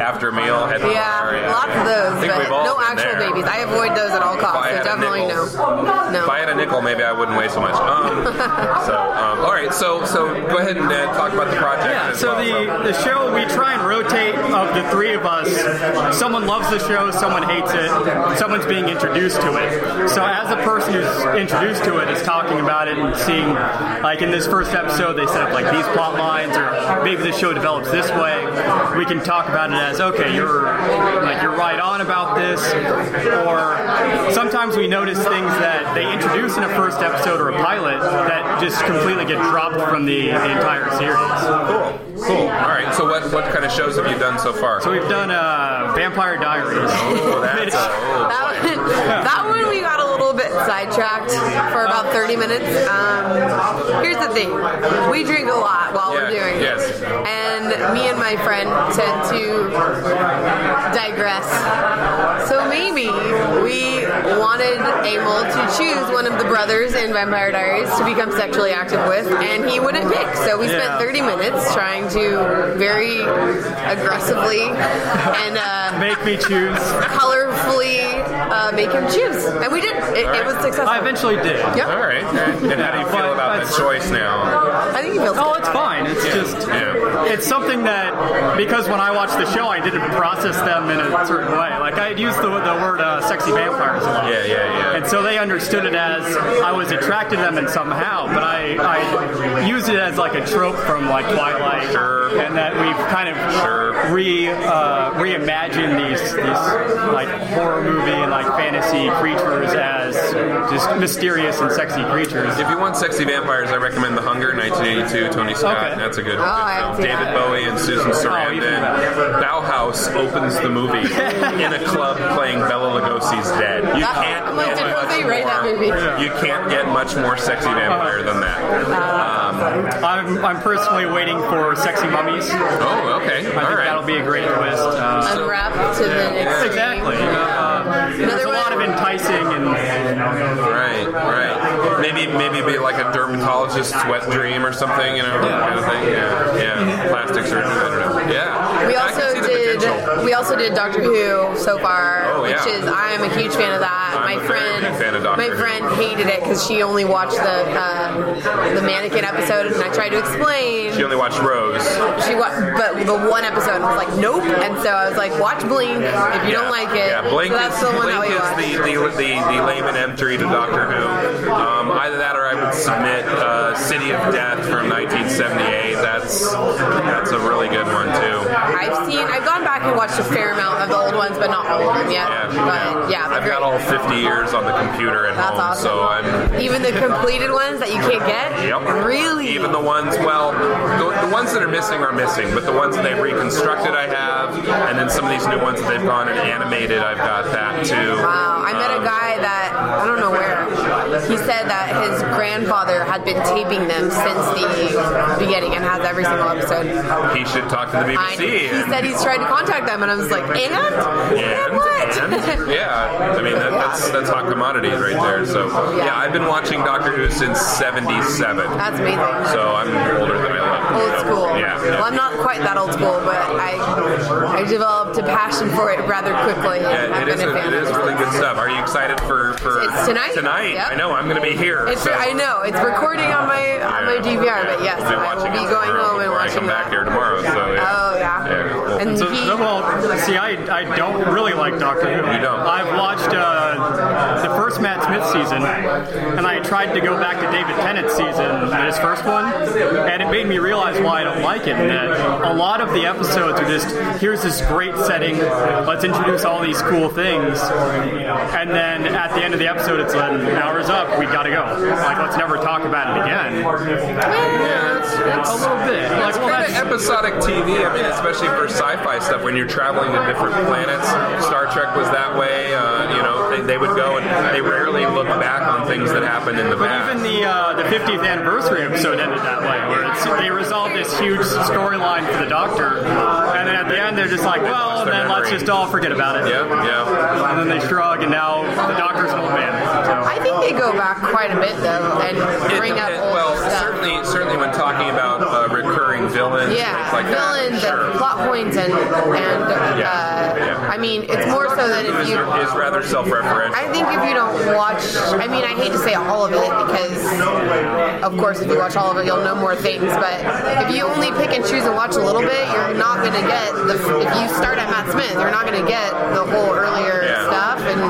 A: after a meal. Had
H: Yeah, lots of those,
A: think
H: but
A: we've all
H: no
A: been
H: actual
A: there.
H: babies. I avoid those at all
A: I
H: costs.
A: had
H: So
A: a
H: definitely no.
A: Nichols-
H: No.
A: If I had a nickel, maybe I wouldn't weigh so much. Um, so, um, all right. So, so go ahead and uh, talk about the project.
G: Yeah,
A: as
G: so
A: well.
G: the, the show, we try and rotate of the three of us. Someone loves the show, someone hates it, someone's being introduced to it. So as a person who's introduced to it is talking about it and seeing, like in this first episode, they set up like these plot lines, or maybe the show develops this way. We can talk about it as, okay, you're like you're right on about this, or sometimes we notice things that they introduce in a first episode or a pilot that just completely get dropped from the, the entire series.
A: cool, cool. All right. So, what what kind of shows have you done so far?
G: So we've done uh, Vampire Diaries.
A: Oh, that's, uh, oh,
H: That one, that one we got a little bit sidetracked for about 30 minutes. Um, here's the one thing. We drink a lot while we're
A: Yeah,
H: doing it.
A: yes.
H: And me and my friend tend to digress. So maybe we wanted Emil to choose one of the brothers in Vampire Diaries to become sexually active with, and he wouldn't pick. So we
G: Yeah.
H: spent 30 minutes trying to very aggressively and uh,
G: Make me choose.
H: colorfully uh, make him choose. And we did. It, it was successful.
G: I eventually did.
H: Yep.
A: All right. And how do you feel about that choice now?
H: I think he feels
G: Oh,
H: good.
G: it's fine. It's just
A: Yeah.
G: it's something that because when I watched the show, I didn't process them in a certain way. Like I had used the, the word uh, "sexy vampires" a lot.
A: Yeah, yeah, yeah.
G: And so they understood it as I was attracted to them in somehow, but I, I used it as like a trope from like Twilight,
A: Sure.
G: and that we've kind of
A: Sure.
G: re uh, reimagined these these like horror movie and like fantasy creatures as just mysterious and sexy creatures.
A: If you want sexy vampires, I recommend The Hunger, 1982, Tony Scott.
G: Okay.
A: That's a good
H: Oh, I
A: one.
H: haven't seen
A: David
H: that.
A: Bowie and
H: Oh,
A: Susan
G: even
A: Sarandon. Bauhaus opens the movie in a club playing Bella Lugosi's Dead. You
H: That-
A: can't
H: I'm like,
A: get
H: did
A: much
H: Jose write that
A: more-
H: movie? Yeah.
A: You can't get much more sexy vampire than that. Um,
G: I'm, I'm personally waiting for Sexy Mummies. I
A: oh, okay. All
G: think
A: right.
G: that'll be a great twist. Uh,
H: Unwrapped to the next
G: exactly. Uh, there's a lot of enticing and
A: Right, right. Maybe, maybe be like a dermatologist's wet dream or something, you know, yeah. kind of thing. Yeah, yeah. Plastic surgery. I don't know. Yeah.
H: We
A: I can
H: also
A: see the
H: did
A: potential.
H: we also did Doctor Who so far,
A: Oh, yeah.
H: which is I'm a huge fan of that.
A: I'm
H: Uh, my
A: a very
H: friend,
A: big fan of Doctor
H: my
A: Who.
H: friend hated it because she only watched the uh, the mannequin episode, and I tried to explain.
A: She only watched Rose.
H: She wa- but the one episode and was like, nope. And so I was like, watch Blink if you don't like it.
A: Yeah, Blink
H: so that's
A: is,
H: the one
A: Blink
H: that we
A: is
H: watched.
A: the, the, the, the layman entry to Doctor Who. Um, either that or I would submit uh, City of Death from 1978. That's that's a really good one, too.
H: I've seen, I've gone back and watched a fair amount of the old ones, but not all of them yet. but yeah, they're
A: I've
H: great.
A: got all 50 years on the computer at
H: That's
A: home,
H: awesome.
A: so I'm
H: Even the completed ones that you can't get.
A: Yep.
H: Really.
A: Even the ones, well, the, the ones that are missing are missing, but the ones that they've reconstructed, I have, and then some of these new ones that they've gone and animated, I've got that too.
H: Wow, I met a
A: Um,
H: guy that I don't know where. He said that his grandfather had been taping them since the beginning and has every single episode.
A: He should talk to the BBC.
H: I, he
A: and-
H: said he's tried to contact them, and I was like, and and
A: And,
H: what?
A: and- yeah, I mean that, that's that's hot commodities right there. So yeah, I've been watching Doctor Who since '77.
H: That's amazing.
A: So I'm older than I look.
H: Old
A: so,
H: school.
A: Yeah.
H: Well, I'm not quite that old school, but I I developed a passion for it rather quickly. and
A: Yeah,
H: I've
A: it is,
H: been a fan
A: it is
H: ever
A: really
H: since.
A: good stuff. Are you excited for, for
H: It's tonight?
A: Tonight,
H: Yep.
A: I know I'm going to be here.
H: It's,
A: so-
H: I know it's recording on my on my DVR, but yes,
A: we'll be
H: I will
A: watching
H: be
A: it
H: going
A: tomorrow
H: home and
A: before I
H: watching
A: come
H: that.
A: back here tomorrow. So yeah.
H: Oh yeah.
A: Yeah.
H: And
G: So,
H: he,
G: well, see, I, I don't really like Doctor Who.
A: You don't?
G: I've watched uh, the first Matt Smith season, and I tried to go back to David Tennant's season, his first one, and it made me realize why I don't like it. That a lot of the episodes are just here's this great setting, let's introduce all these cool things, and then at the end of the episode, it's like hours up, we gotta go. Like let's never talk about it again. a little bit. Like, well,
A: Kind
G: that's
A: of episodic TV. I mean, especially for sci-fi stuff, when you're traveling to different planets. Star Trek was that way. Uh, you know, they, they would go and they rarely look back on things that happened in the
G: But
A: past.
G: even the uh, the 50th anniversary episode ended that way, where it's, they resolved this huge storyline for the Doctor, and then at the end they're just like, well,
A: lost their
G: then let's
A: memory.
G: just all forget about it.
A: yeah, yeah.
G: And then they shrug, and now the Doctor's an old man.
H: I think they go back quite a bit though and
A: It-
H: bring up
A: it-
H: old
A: well,
H: stuff.
A: certainly, certainly when talking about uh, recurring villains,
H: yeah,
A: things like
H: villains
A: that,
H: and plot points and and uh,
A: Yeah, yeah.
H: I mean it's more so that
A: Who
H: if
A: is,
H: you
A: is rather self-referential.
H: I think if you don't watch, I mean, I hate to say all of it because, of course, if you watch all of it, you'll know more things. But if you only pick and choose and watch a little bit, you're not going to get the. If you start at Matt Smith, you're not going to get the whole earlier
A: Yeah.
H: stuff. And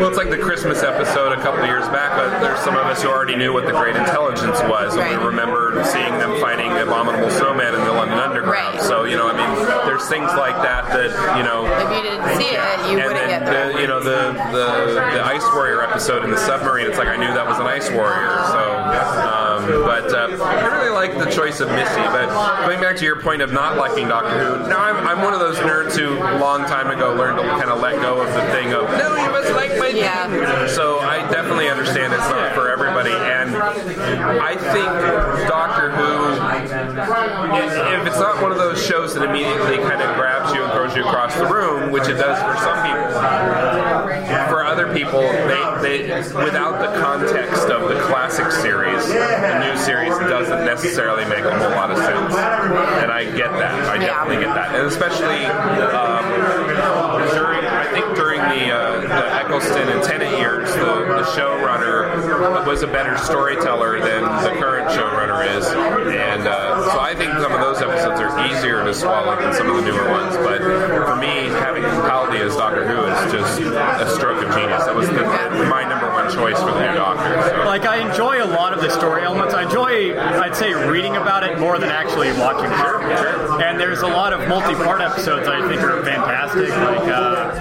A: Well, it's like the Christmas episode a couple of years back, but there's some of us who already knew what the Great Intelligence was, and
H: Right.
A: we remember seeing them fighting the Abominable Snowman in the London Underground.
H: Right.
A: So, you know, I mean, there's there's things like that that you know.
H: If you didn't see it, you
A: and
H: wouldn't
A: then
H: get that.
A: the, you know the, the the ice warrior episode in the submarine. It's like I knew that was an ice warrior. So, um, but uh, I really like the choice of Missy. But going back to your point of not liking Doctor Who, now I'm, I'm one of those nerds who a long time ago learned to kind of let go of the thing of no, you must like my
H: Yeah.
A: so I definitely understand it's not for everybody, and I think Doctor Who, if if it's not one of those shows that immediately kind of grabs you and throws you across the room, which it does for some people, for other people, they, they without the context of the classic series, the new series doesn't necessarily make a whole lot of sense, and I get that. I
H: Yeah.
A: definitely get that, and especially. Um, during, I think during the, uh, the Eccleston and Tennant years, the, the showrunner was a better storyteller than the current showrunner is. And uh, so I think some of those episodes are easier to swallow than some of the newer ones. But for me, having Capaldi as Doctor Who is just a stroke of genius. That was the, my number one choice for the new Doctor. So.
G: Like I enjoy a lot of the story elements. I enjoy, I'd say, reading about it more than actually watching it. And there's a lot of multi-part episodes I think are fantastic. Like uh,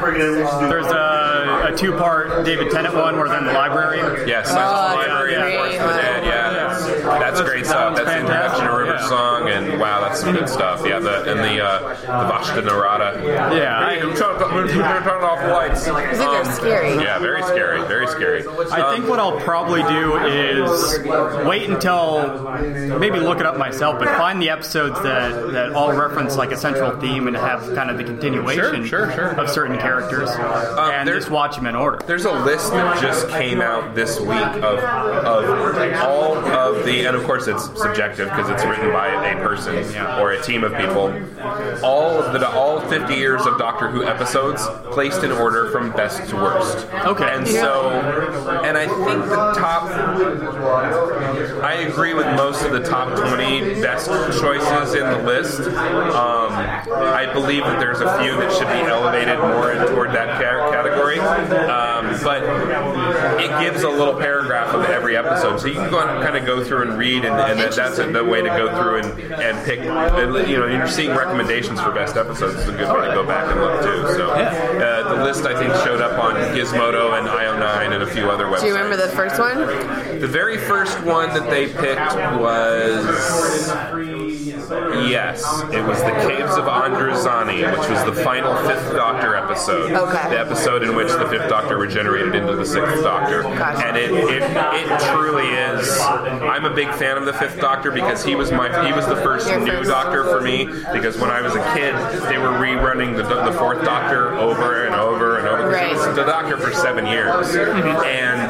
G: there's a, a two-part David Tennant one where they're in the library.
A: Yes, Silence
H: Oh,
A: of the Library and
H: great.
A: Force of the Dead. Yeah, that's, that's great stuff. That's the introduction to River's
G: Yeah.
A: song, and wow, that's some good stuff. Yeah, the and the uh, the Vashta Narada.
G: Yeah, I-
A: Hey, I'm trying to I'm trying to turn off the lights.
H: Because if they're scary.
A: Um, Yeah, very scary, very scary.
G: I think what I'll probably do is wait until maybe look it up myself, but find the episodes that, that all reference like a central theme and have kind of the continuation
A: Sure, sure, sure.
G: of certain characters, and
A: Um, there-
G: just watch them in order.
A: There's a list that just came out this week of, of all of the, and of course it's subjective because it's written by a person or a team of people. All of the all 50 years of Doctor Who episodes placed in order from best to worst.
G: Okay.
A: And so, and I think the top, I agree with most of the top 20 best choices in the list. Um, I believe that there's a few that should be elevated more in- toward that ca- category. Um, but it gives a little paragraph of every episode. So you can go and kind of go through and read, and, and that, that's a, the way to go through and, and pick. You know, you're seeing recommendations for best episodes. It's a good way to go back and look, too. So uh, the list, I think, showed up on Gizmodo and IO9 and a few other websites.
H: Do you remember the first one?
A: The very first one that they picked was. Yes, it was The Caves of Androzani, which was the final Fifth Doctor episode.
H: Okay.
A: The episode in which the Fifth Doctor regenerated into the Sixth Doctor.
H: Gotcha.
A: And it, it, it truly is. I'm a big fan of the Fifth Doctor because he was my he was the first
H: Your
A: new
H: first.
A: Doctor for me because when I was a kid they were rerunning the, the Fourth Doctor over and over and over. 'cause he
H: Right. Mm-hmm.
A: was the Doctor for seven years, and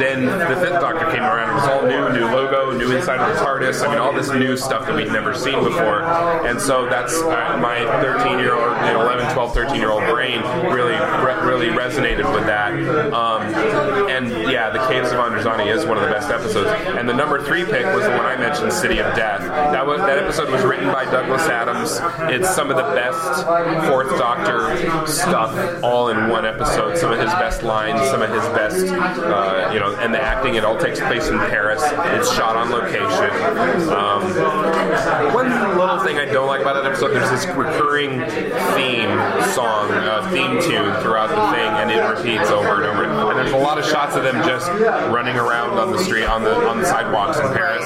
A: then the fifth Doctor came around. It was all new, new logo, new inside of the TARDIS. I mean, all this new stuff that we'd never seen before. And so that's uh, my 13 year old, you know, 11, 12, 13 year old brain really, re- really resonated with that. Um, and yeah, the Caves of Androzani is one of the best episodes. And the number three pick was the one I mentioned, City of Death. That was that episode was written by Douglas Adams. It's some of the best Fourth Doctor stuff all in one episode. Some of his best lines, some of his best, uh, you know, and the acting. It all takes place in Paris. It's shot on location. Um, one little thing I don't like about that episode, there's this recurring theme song, uh, theme tune throughout the thing, and it repeats over and over. And there's a lot of shots of them just running around on the street, on the on the sidewalks in Paris.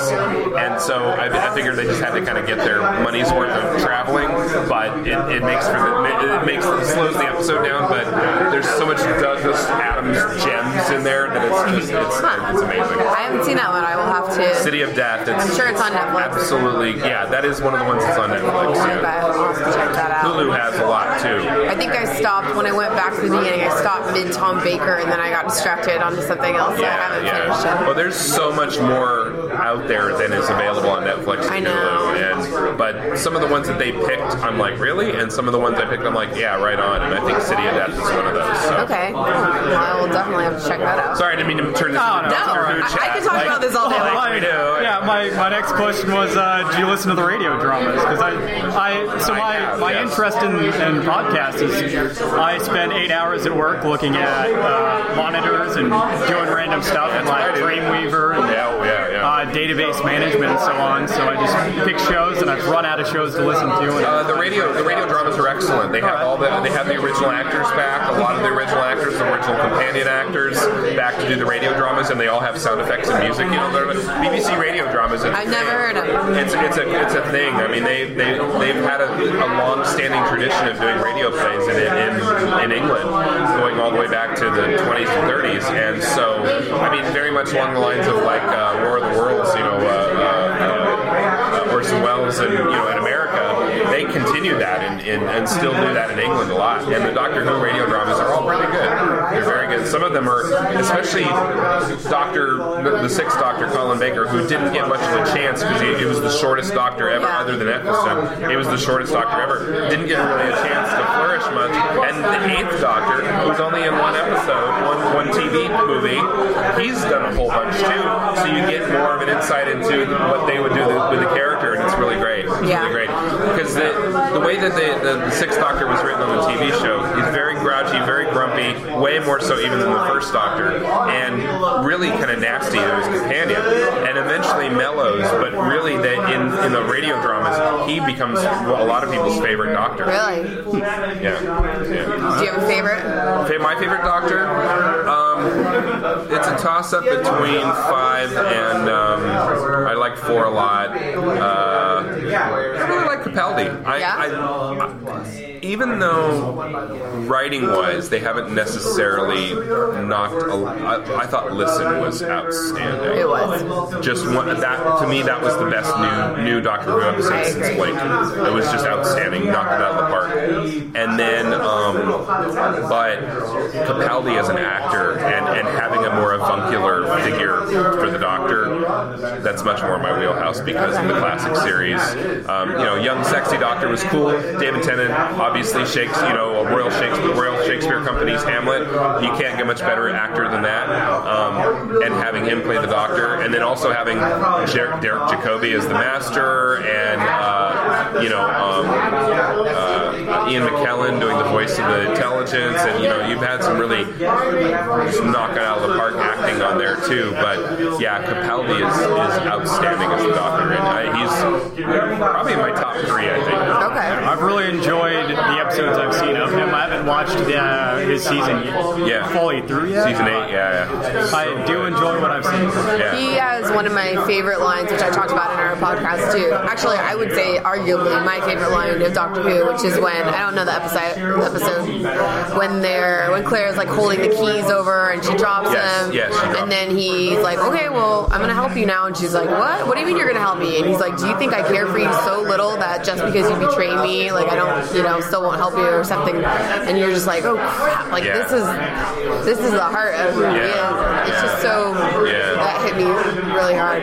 A: And so I, I figured they just had to kind of get their money's worth of traveling, but it, it makes for the, it makes it slows the episode down. But there's so much Douglas Adams gems in there that it's just it's, it's amazing.
H: I haven't seen that one. I will have to.
A: City of Death. It's,
H: I'm sure it's on Netflix.
A: Absolutely, yeah. That is one of the ones that's on Netflix.
H: Okay,
A: Yeah.
H: I'll have to check that out.
A: Hulu has a lot too.
H: I think I stopped when I went back to the beginning. I stopped mid Tom Baker, and then I got distracted onto something else. so I
A: Yeah,
H: haven't
A: yeah. Well,
H: finished it.
A: there's so much more out there than is available on Netflix
H: I
A: and
H: know.
A: Hulu. And but some of the ones that they picked, I'm like, really? And some of the ones I picked, I'm like, yeah, right on. And I think City of Death is one of those. So.
H: Okay, cool. Well, I will definitely have to check that out.
A: Sorry, I didn't mean to turn this.
G: Oh,
A: into
H: No,
G: no.
A: Doctor Who
H: I, I
A: chat,
H: could talk
A: like-
H: about this all day long.
A: like oh, we do.
G: yeah, my, my next question was, uh, do you listen to the radio dramas? Because I, I so
A: I
G: my,
A: have,
G: my
A: yes.
G: interest in, in podcasts is I spend eight hours at work looking at uh, monitors and doing random stuff and like Dreamweaver and
A: Yeah, oh, yeah, yeah.
G: uh, database management and so on. So I just pick shows and I've run out of shows to listen to. And
A: Uh, the radio, the radio dramas are excellent. They have all the, they have the original actors back, a lot of the original actors, the original companion actors back to do the radio dramas, and they all have sound effects and music. You know, they're like- BBC radio dramas. is a
H: I've never
A: thing.
H: heard of them.
A: It's it's a it's a thing. I mean, they they they've had a, a long-standing tradition of doing radio plays in, in in England, going all the way back to the 20s and 30s. And so, I mean, very much along the lines of like uh, War of the Worlds, you know, uh, uh, uh, Orson Welles, and you know, in America, they continued that and, and, and still do that in England a lot. And the Doctor Who radio dramas are all really good. They're very good. Some of them are, especially Doctor, the, the sixth Doctor, Colin Baker, who didn't get much of a chance because he, he was the shortest Doctor ever, other than Eccleston. He was the shortest Doctor ever. Didn't get really a chance to flourish much. And the eighth Doctor, who's only in one episode, one, one TV movie, he's done a whole bunch too. So you get more of an insight into what they would do with the character, and it's really great. It's
H: Yeah.
A: really great because the, the way that the, the, the Sixth Doctor was written on the TV show, he's very grouchy, very grumpy, way more so even than the First Doctor, and really kind of nasty to his companion, and eventually mellows. But really, the, in in the radio dramas, he becomes a lot of people's favorite Doctor.
H: Really?
A: Yeah. yeah.
H: Do you have a favorite?
A: Okay, my favorite Doctor. Um, it's a toss-up between five and um, I like four a lot. Uh, I really like Capaldi. I,
H: Yeah?
A: I, I, even though writing-wise they haven't necessarily knocked. A, I, I thought Listen was outstanding.
H: It was.
A: Just one, that to me that was the best new new Doctor Who
H: I
A: episode since
H: agree.
A: Blink. It was just outstanding, knocked it out of the park. And then, um, but Capaldi as an actor and, and having a more avuncular figure for the Doctor, that's much more my wheelhouse because of the classic series. Um, you know, young sexy Doctor was cool. David Tennant, obviously Shakespeare, you know, Royal Shakespeare, Royal Shakespeare Company's Hamlet. You can't get much better actor than that. Um, and having him play the Doctor, and then also having Jer- Derek Jacobi as the Master, and uh, you know um, uh, Ian McKellen doing the voice of the Intelligence, and you know you've had some really just knock it out of the park acting on there too. But yeah, Capaldi is, is outstanding as the Doctor, and I, he's probably in my top three, I think.
H: Okay.
G: I've really enjoyed the episodes I've seen of him. I haven't watched the, uh, his season yet,
A: Yeah.
G: fully through yet.
A: Season eight, yeah. yeah.
G: I do enjoy what I've seen.
A: Yeah.
H: He has one of my favorite lines, which I talked about in our podcast too. Actually, I would say arguably my favorite line of Doctor Who, which is when I don't know the episode, episode when they're when Claire's like holding the keys over and she drops
A: Yes,
H: them,
A: yes, she drops
H: and then he's like, "Okay, well, I'm gonna help you now," and she's like, "What? What do you mean you're gonna help me?" And he's like, "Do you think I care for you so little that just because you betray me, like I don't, you know, still won't help you or something?" And you're just like, "Oh crap! Like
A: Yeah.
H: this is this is the heart of who he
A: Yeah.
H: is. It's just
A: Yeah.
H: so."
A: Yeah.
H: That hit me really hard.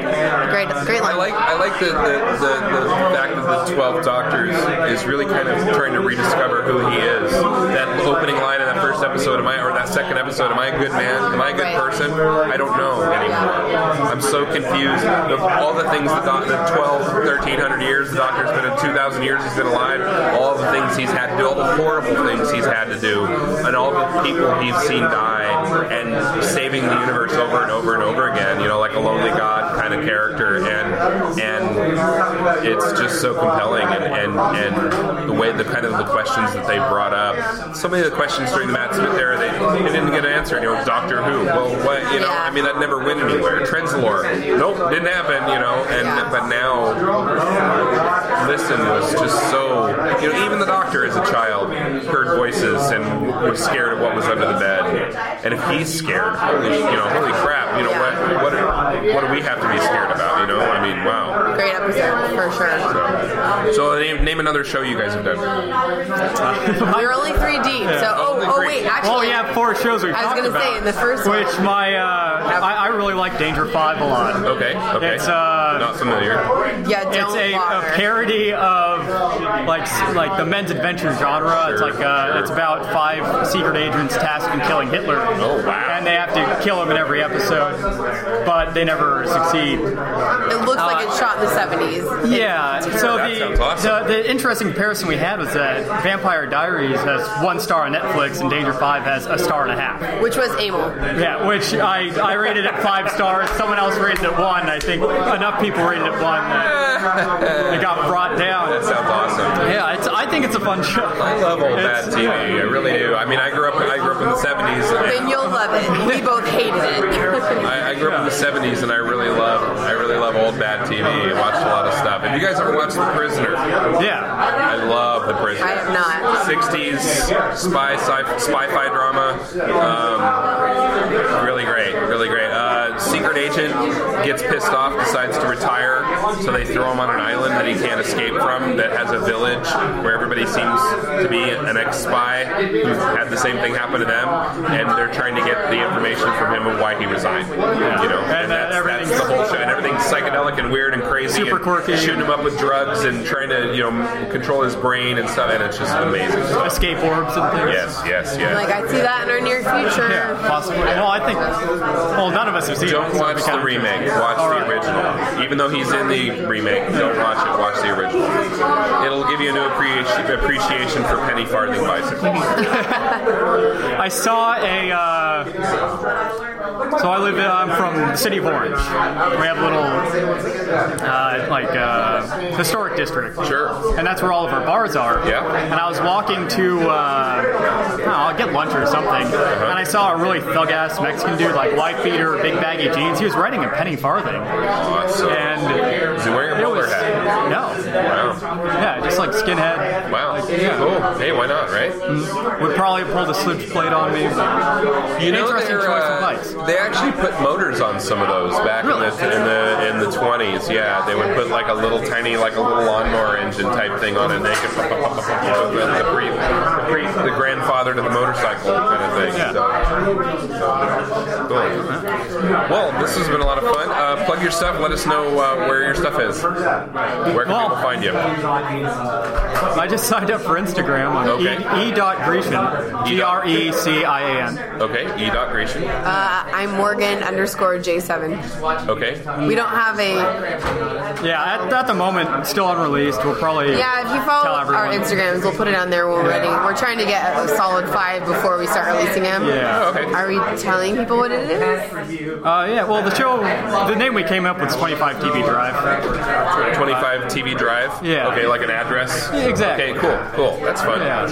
H: Great, great line.
A: I like I like the, the, the, the fact that the Twelve Doctors is really kind of trying to rediscover who he is. That opening line in that first episode, am I or that second episode, am I a good man? Am I a good
H: Right.
A: person? I don't know anymore. I'm so confused. Of all the things the doc, the 12, 1300 years the Doctor's been in, 2,000 years he's been alive, all the things he's had to do, all the horrible things he's had to do, and all the people he's seen die, and saving the universe over and over and over again. You know, like a lonely god kind of character, and and it's just so compelling, and and, and the way the kind of the questions that they brought up. So many of the questions during the Matt Smith era, they, they didn't get answered. You know, Doctor Who. Well, what you know? I mean, that never went anywhere. Trenzalore. Nope, didn't happen. You know, and but now, listen was just so. You know, even the Doctor as a child heard voices and was scared of what was under the bed. And if he's scared, holy, you know, holy crap. You know what? What? are- What do we have to be scared about? You know, I mean, wow.
H: great episode for sure.
A: So, so uh, name, name another show you guys have done.
H: We're only three deep, so oh, oh wait, actually,
G: Oh yeah, four shows we
H: I was
G: talked
H: gonna
G: about.
H: say, in the first one-
G: which my uh, I, I really like Danger Five a lot.
A: Okay, okay.
G: It's, uh,
A: Not familiar.
H: yeah, don't
G: It's a, a
H: water.
G: parody of like s- like the men's adventure genre. It's like uh, it's about five secret agents tasked with killing Hitler.
A: Oh, wow.
G: And they have to kill him in every episode, but they never succeed.
H: it looks like it's shot in the seventies.
G: Yeah. So
A: That sounds
G: the,
A: awesome.
G: the the interesting comparison we had was that Vampire Diaries has one star on Netflix and Danger Five has a star and a half.
H: Which was Amel.
G: Yeah, which I, I I rated it five stars. Someone else rated it one. I think enough people rated it one that it got brought down.
A: Sounds awesome.
G: Yeah, it's, I think it's a fun show. I
A: love old bad TV. I really do. I mean, I grew up. I grew up in the seventies.
H: Then you'll love it. We both hated it.
A: I, I grew up in the seventies, and I really love. I really love old bad TV. I watched a lot of stuff. Have you guys ever watched The Prisoner?
G: Yeah.
A: I love The Prisoner.
H: I have not.
A: Sixties spy sci spy fi drama. Um, really great. Really great. Uh, secret agent gets pissed off, decides to retire, so they throw him on an island that he can't escape from that has a village where everybody seems to be an ex-spy who's had the same thing happen to them, and they're trying to get the information from him of why he resigned. You know, and,
G: And that
A: that's, that's the
G: everything's-
A: whole show. And everything's psychedelic and weird and crazy,
G: Super
A: and
G: quirky.
A: shooting him up with drugs and trying to you know control his brain and stuff. And it's just amazing. stuff.
G: Escape orbs and things.
A: Yes, yes, yes.
H: Like I see that in our near future.
G: Yeah, possibly. Well, I think. Well, none of us have seen it.
A: Don't
G: so
A: watch
G: we kinda-
A: the remake. Watch
G: All
A: the
G: right.
A: original. Even though he's in the remake, don't watch it. Watch the original. It'll give you a new appreci- appreciation for penny farthing bicycles.
G: I saw a. Uh, so I live. I'm from the city of Orange. We have a little, uh, like, uh, historic district.
A: Sure.
G: And that's where all of our bars are.
A: Yeah.
G: And I was walking to, uh, I don't know, I'll get lunch or something,
A: Uh-huh.
G: and I saw a really thug ass Mexican dude, like wide feeder, big baggy jeans. He was riding a penny farthing.
A: Awesome.
G: And
A: Is he wearing a
G: it
A: bowler
G: was.
A: hat?
G: No.
A: Wow.
G: Yeah, just like skinhead.
A: Wow. Cool. Hey, why not, right?
G: Would probably pull the sludge plate on me.
A: You know,
G: Interesting
A: they're,
G: choice
A: uh,
G: of lights.
A: They actually put motors on some of those back in the in the in the twenties. Yeah, they would put like a little tiny, like a little lawnmower engine type thing on it. And they could you know, the, the, pre, the, pre, the grandfather to the motorcycle kind of thing.
G: Yeah.
A: So, so, cool. Well, this has been a lot of fun. Uh, plug your stuff. Let us know uh, where your stuff is. Where can
G: Well-
A: people find you?
G: I just signed up for Instagram on
A: Okay.
G: e, e dot Grecian. G R E C I A N.
A: Okay, E. Dot Grecian.
H: Uh, I'm Morgan underscore J7.
A: Okay,
H: We don't have a.
G: Yeah, at, at the moment, still unreleased. We'll probably
H: Yeah, if you follow
G: tell everyone.
H: our Instagrams, we'll put it on there. We're ready. We're trying to get a solid five before we start releasing them.
G: Yeah.
A: Oh, okay.
H: Are we telling people what it is?
G: Uh, yeah, well, the show, the name we came up with is 25 TV Drive.
A: 25 TV Drive.
G: E. Yeah.
A: Okay, like an address.
G: Yeah, exactly.
A: Okay, cool, cool. That's fun.
G: Yeah.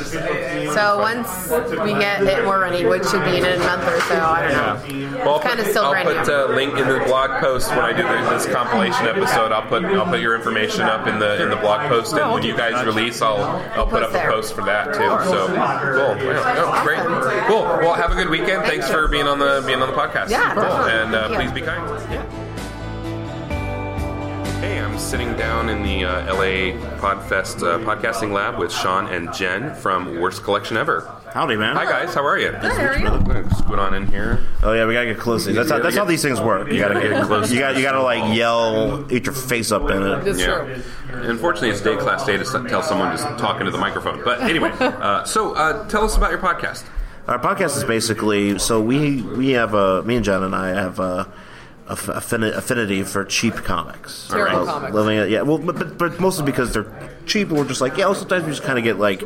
H: So once we get it, we're ready, which should be in a month or so. I don't know.
A: Well, I'll
H: It's kinda
A: put-
H: still
A: I'll
H: brand
A: put a link in the blog post when I do the- this compilation episode. I'll put I'll put your information up in the in the blog post, and when you guys release, I'll I'll put up a post for that too. So cool, yeah. Oh, great, cool. Well, have a good weekend. Thanks for being on the being on the podcast.
H: Yeah,
A: cool.
H: definitely.
A: and uh,
H: Thank you.
A: please be kind. Hey, I'm sitting down in the uh, LA Podfest uh, podcasting lab with Sean and Jen from Worst Collection Ever.
I: Howdy, man.
A: Hi guys, how are you?
H: Sorry.
A: Scoot on in here.
I: Oh yeah, we gotta get close. That's how that's how these things work. You gotta get close. You got you gotta like yell, eat your face up in it.
F: That's
A: Yeah.
F: true.
A: Unfortunately, it's day class day to s- tell someone just talking to the microphone. But anyway, uh, so uh, tell us about your podcast.
I: Our podcast is basically so we we have a me and John and I have a, a f- affini- affinity for cheap comics.
F: Terrible
I: Well,
F: comics.
I: Living it, yeah. Well, but, but but mostly because they're cheap, and we're just like yeah. well, sometimes we just kind of get like.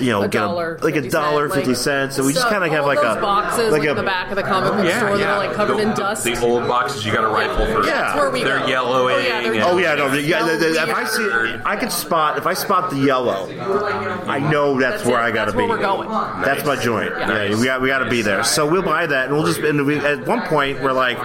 I: You know,
F: A
I: get
F: dollar,
I: a, like a
F: 50
I: dollar
F: cent, like-
I: fifty cents, so we just kind of have
F: all
I: like
F: those
I: a
F: boxes
I: like
F: like
I: a
F: in the back of the comic book store that are like covered
A: Oh, the,
F: in dust.
A: The old boxes you got to rifle for.
I: Yeah.
F: That's where we
A: They're
F: go.
A: yellowing
F: Oh yeah, they're
A: and-
I: Oh yeah, no, yeah.
F: No,
I: the- the-
F: we
I: if I
F: are-
I: see, I can spot. If I spot the yellow, I
A: Mm-hmm.
I: know that's,
F: That's
I: where
F: it.
I: I gotta
F: That's where
I: be.
F: we're going.
I: That's my joint. Yeah, we got we gotta be there. So we'll buy that, and we'll just. And we, at one point, we're like,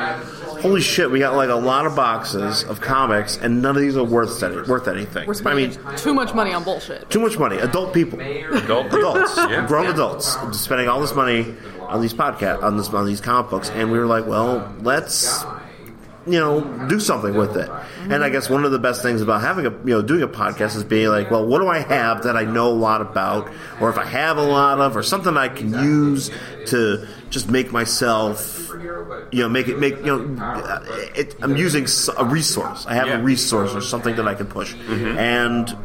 I: "Holy shit, we got like a lot of boxes of comics, and none of these are worth any, worth anything."
F: We're
I: I mean,
F: spending too much money on bullshit.
I: too much money. Adult people,
A: Adult people.
I: adults,
A: Yeah.
I: grown adults, spending all this money on these podcast on this on these comic books, and we were like, well, let's you know do something with it. And I guess one of the best things about having a you know doing a podcast is being like, well, what do I have that I know a lot about, or if I have a lot of, or something I can use to just make myself. You know, make it make you know. uh, It, I'm using s- a resource. I have
A: Yeah.
I: a resource or something that I can push, and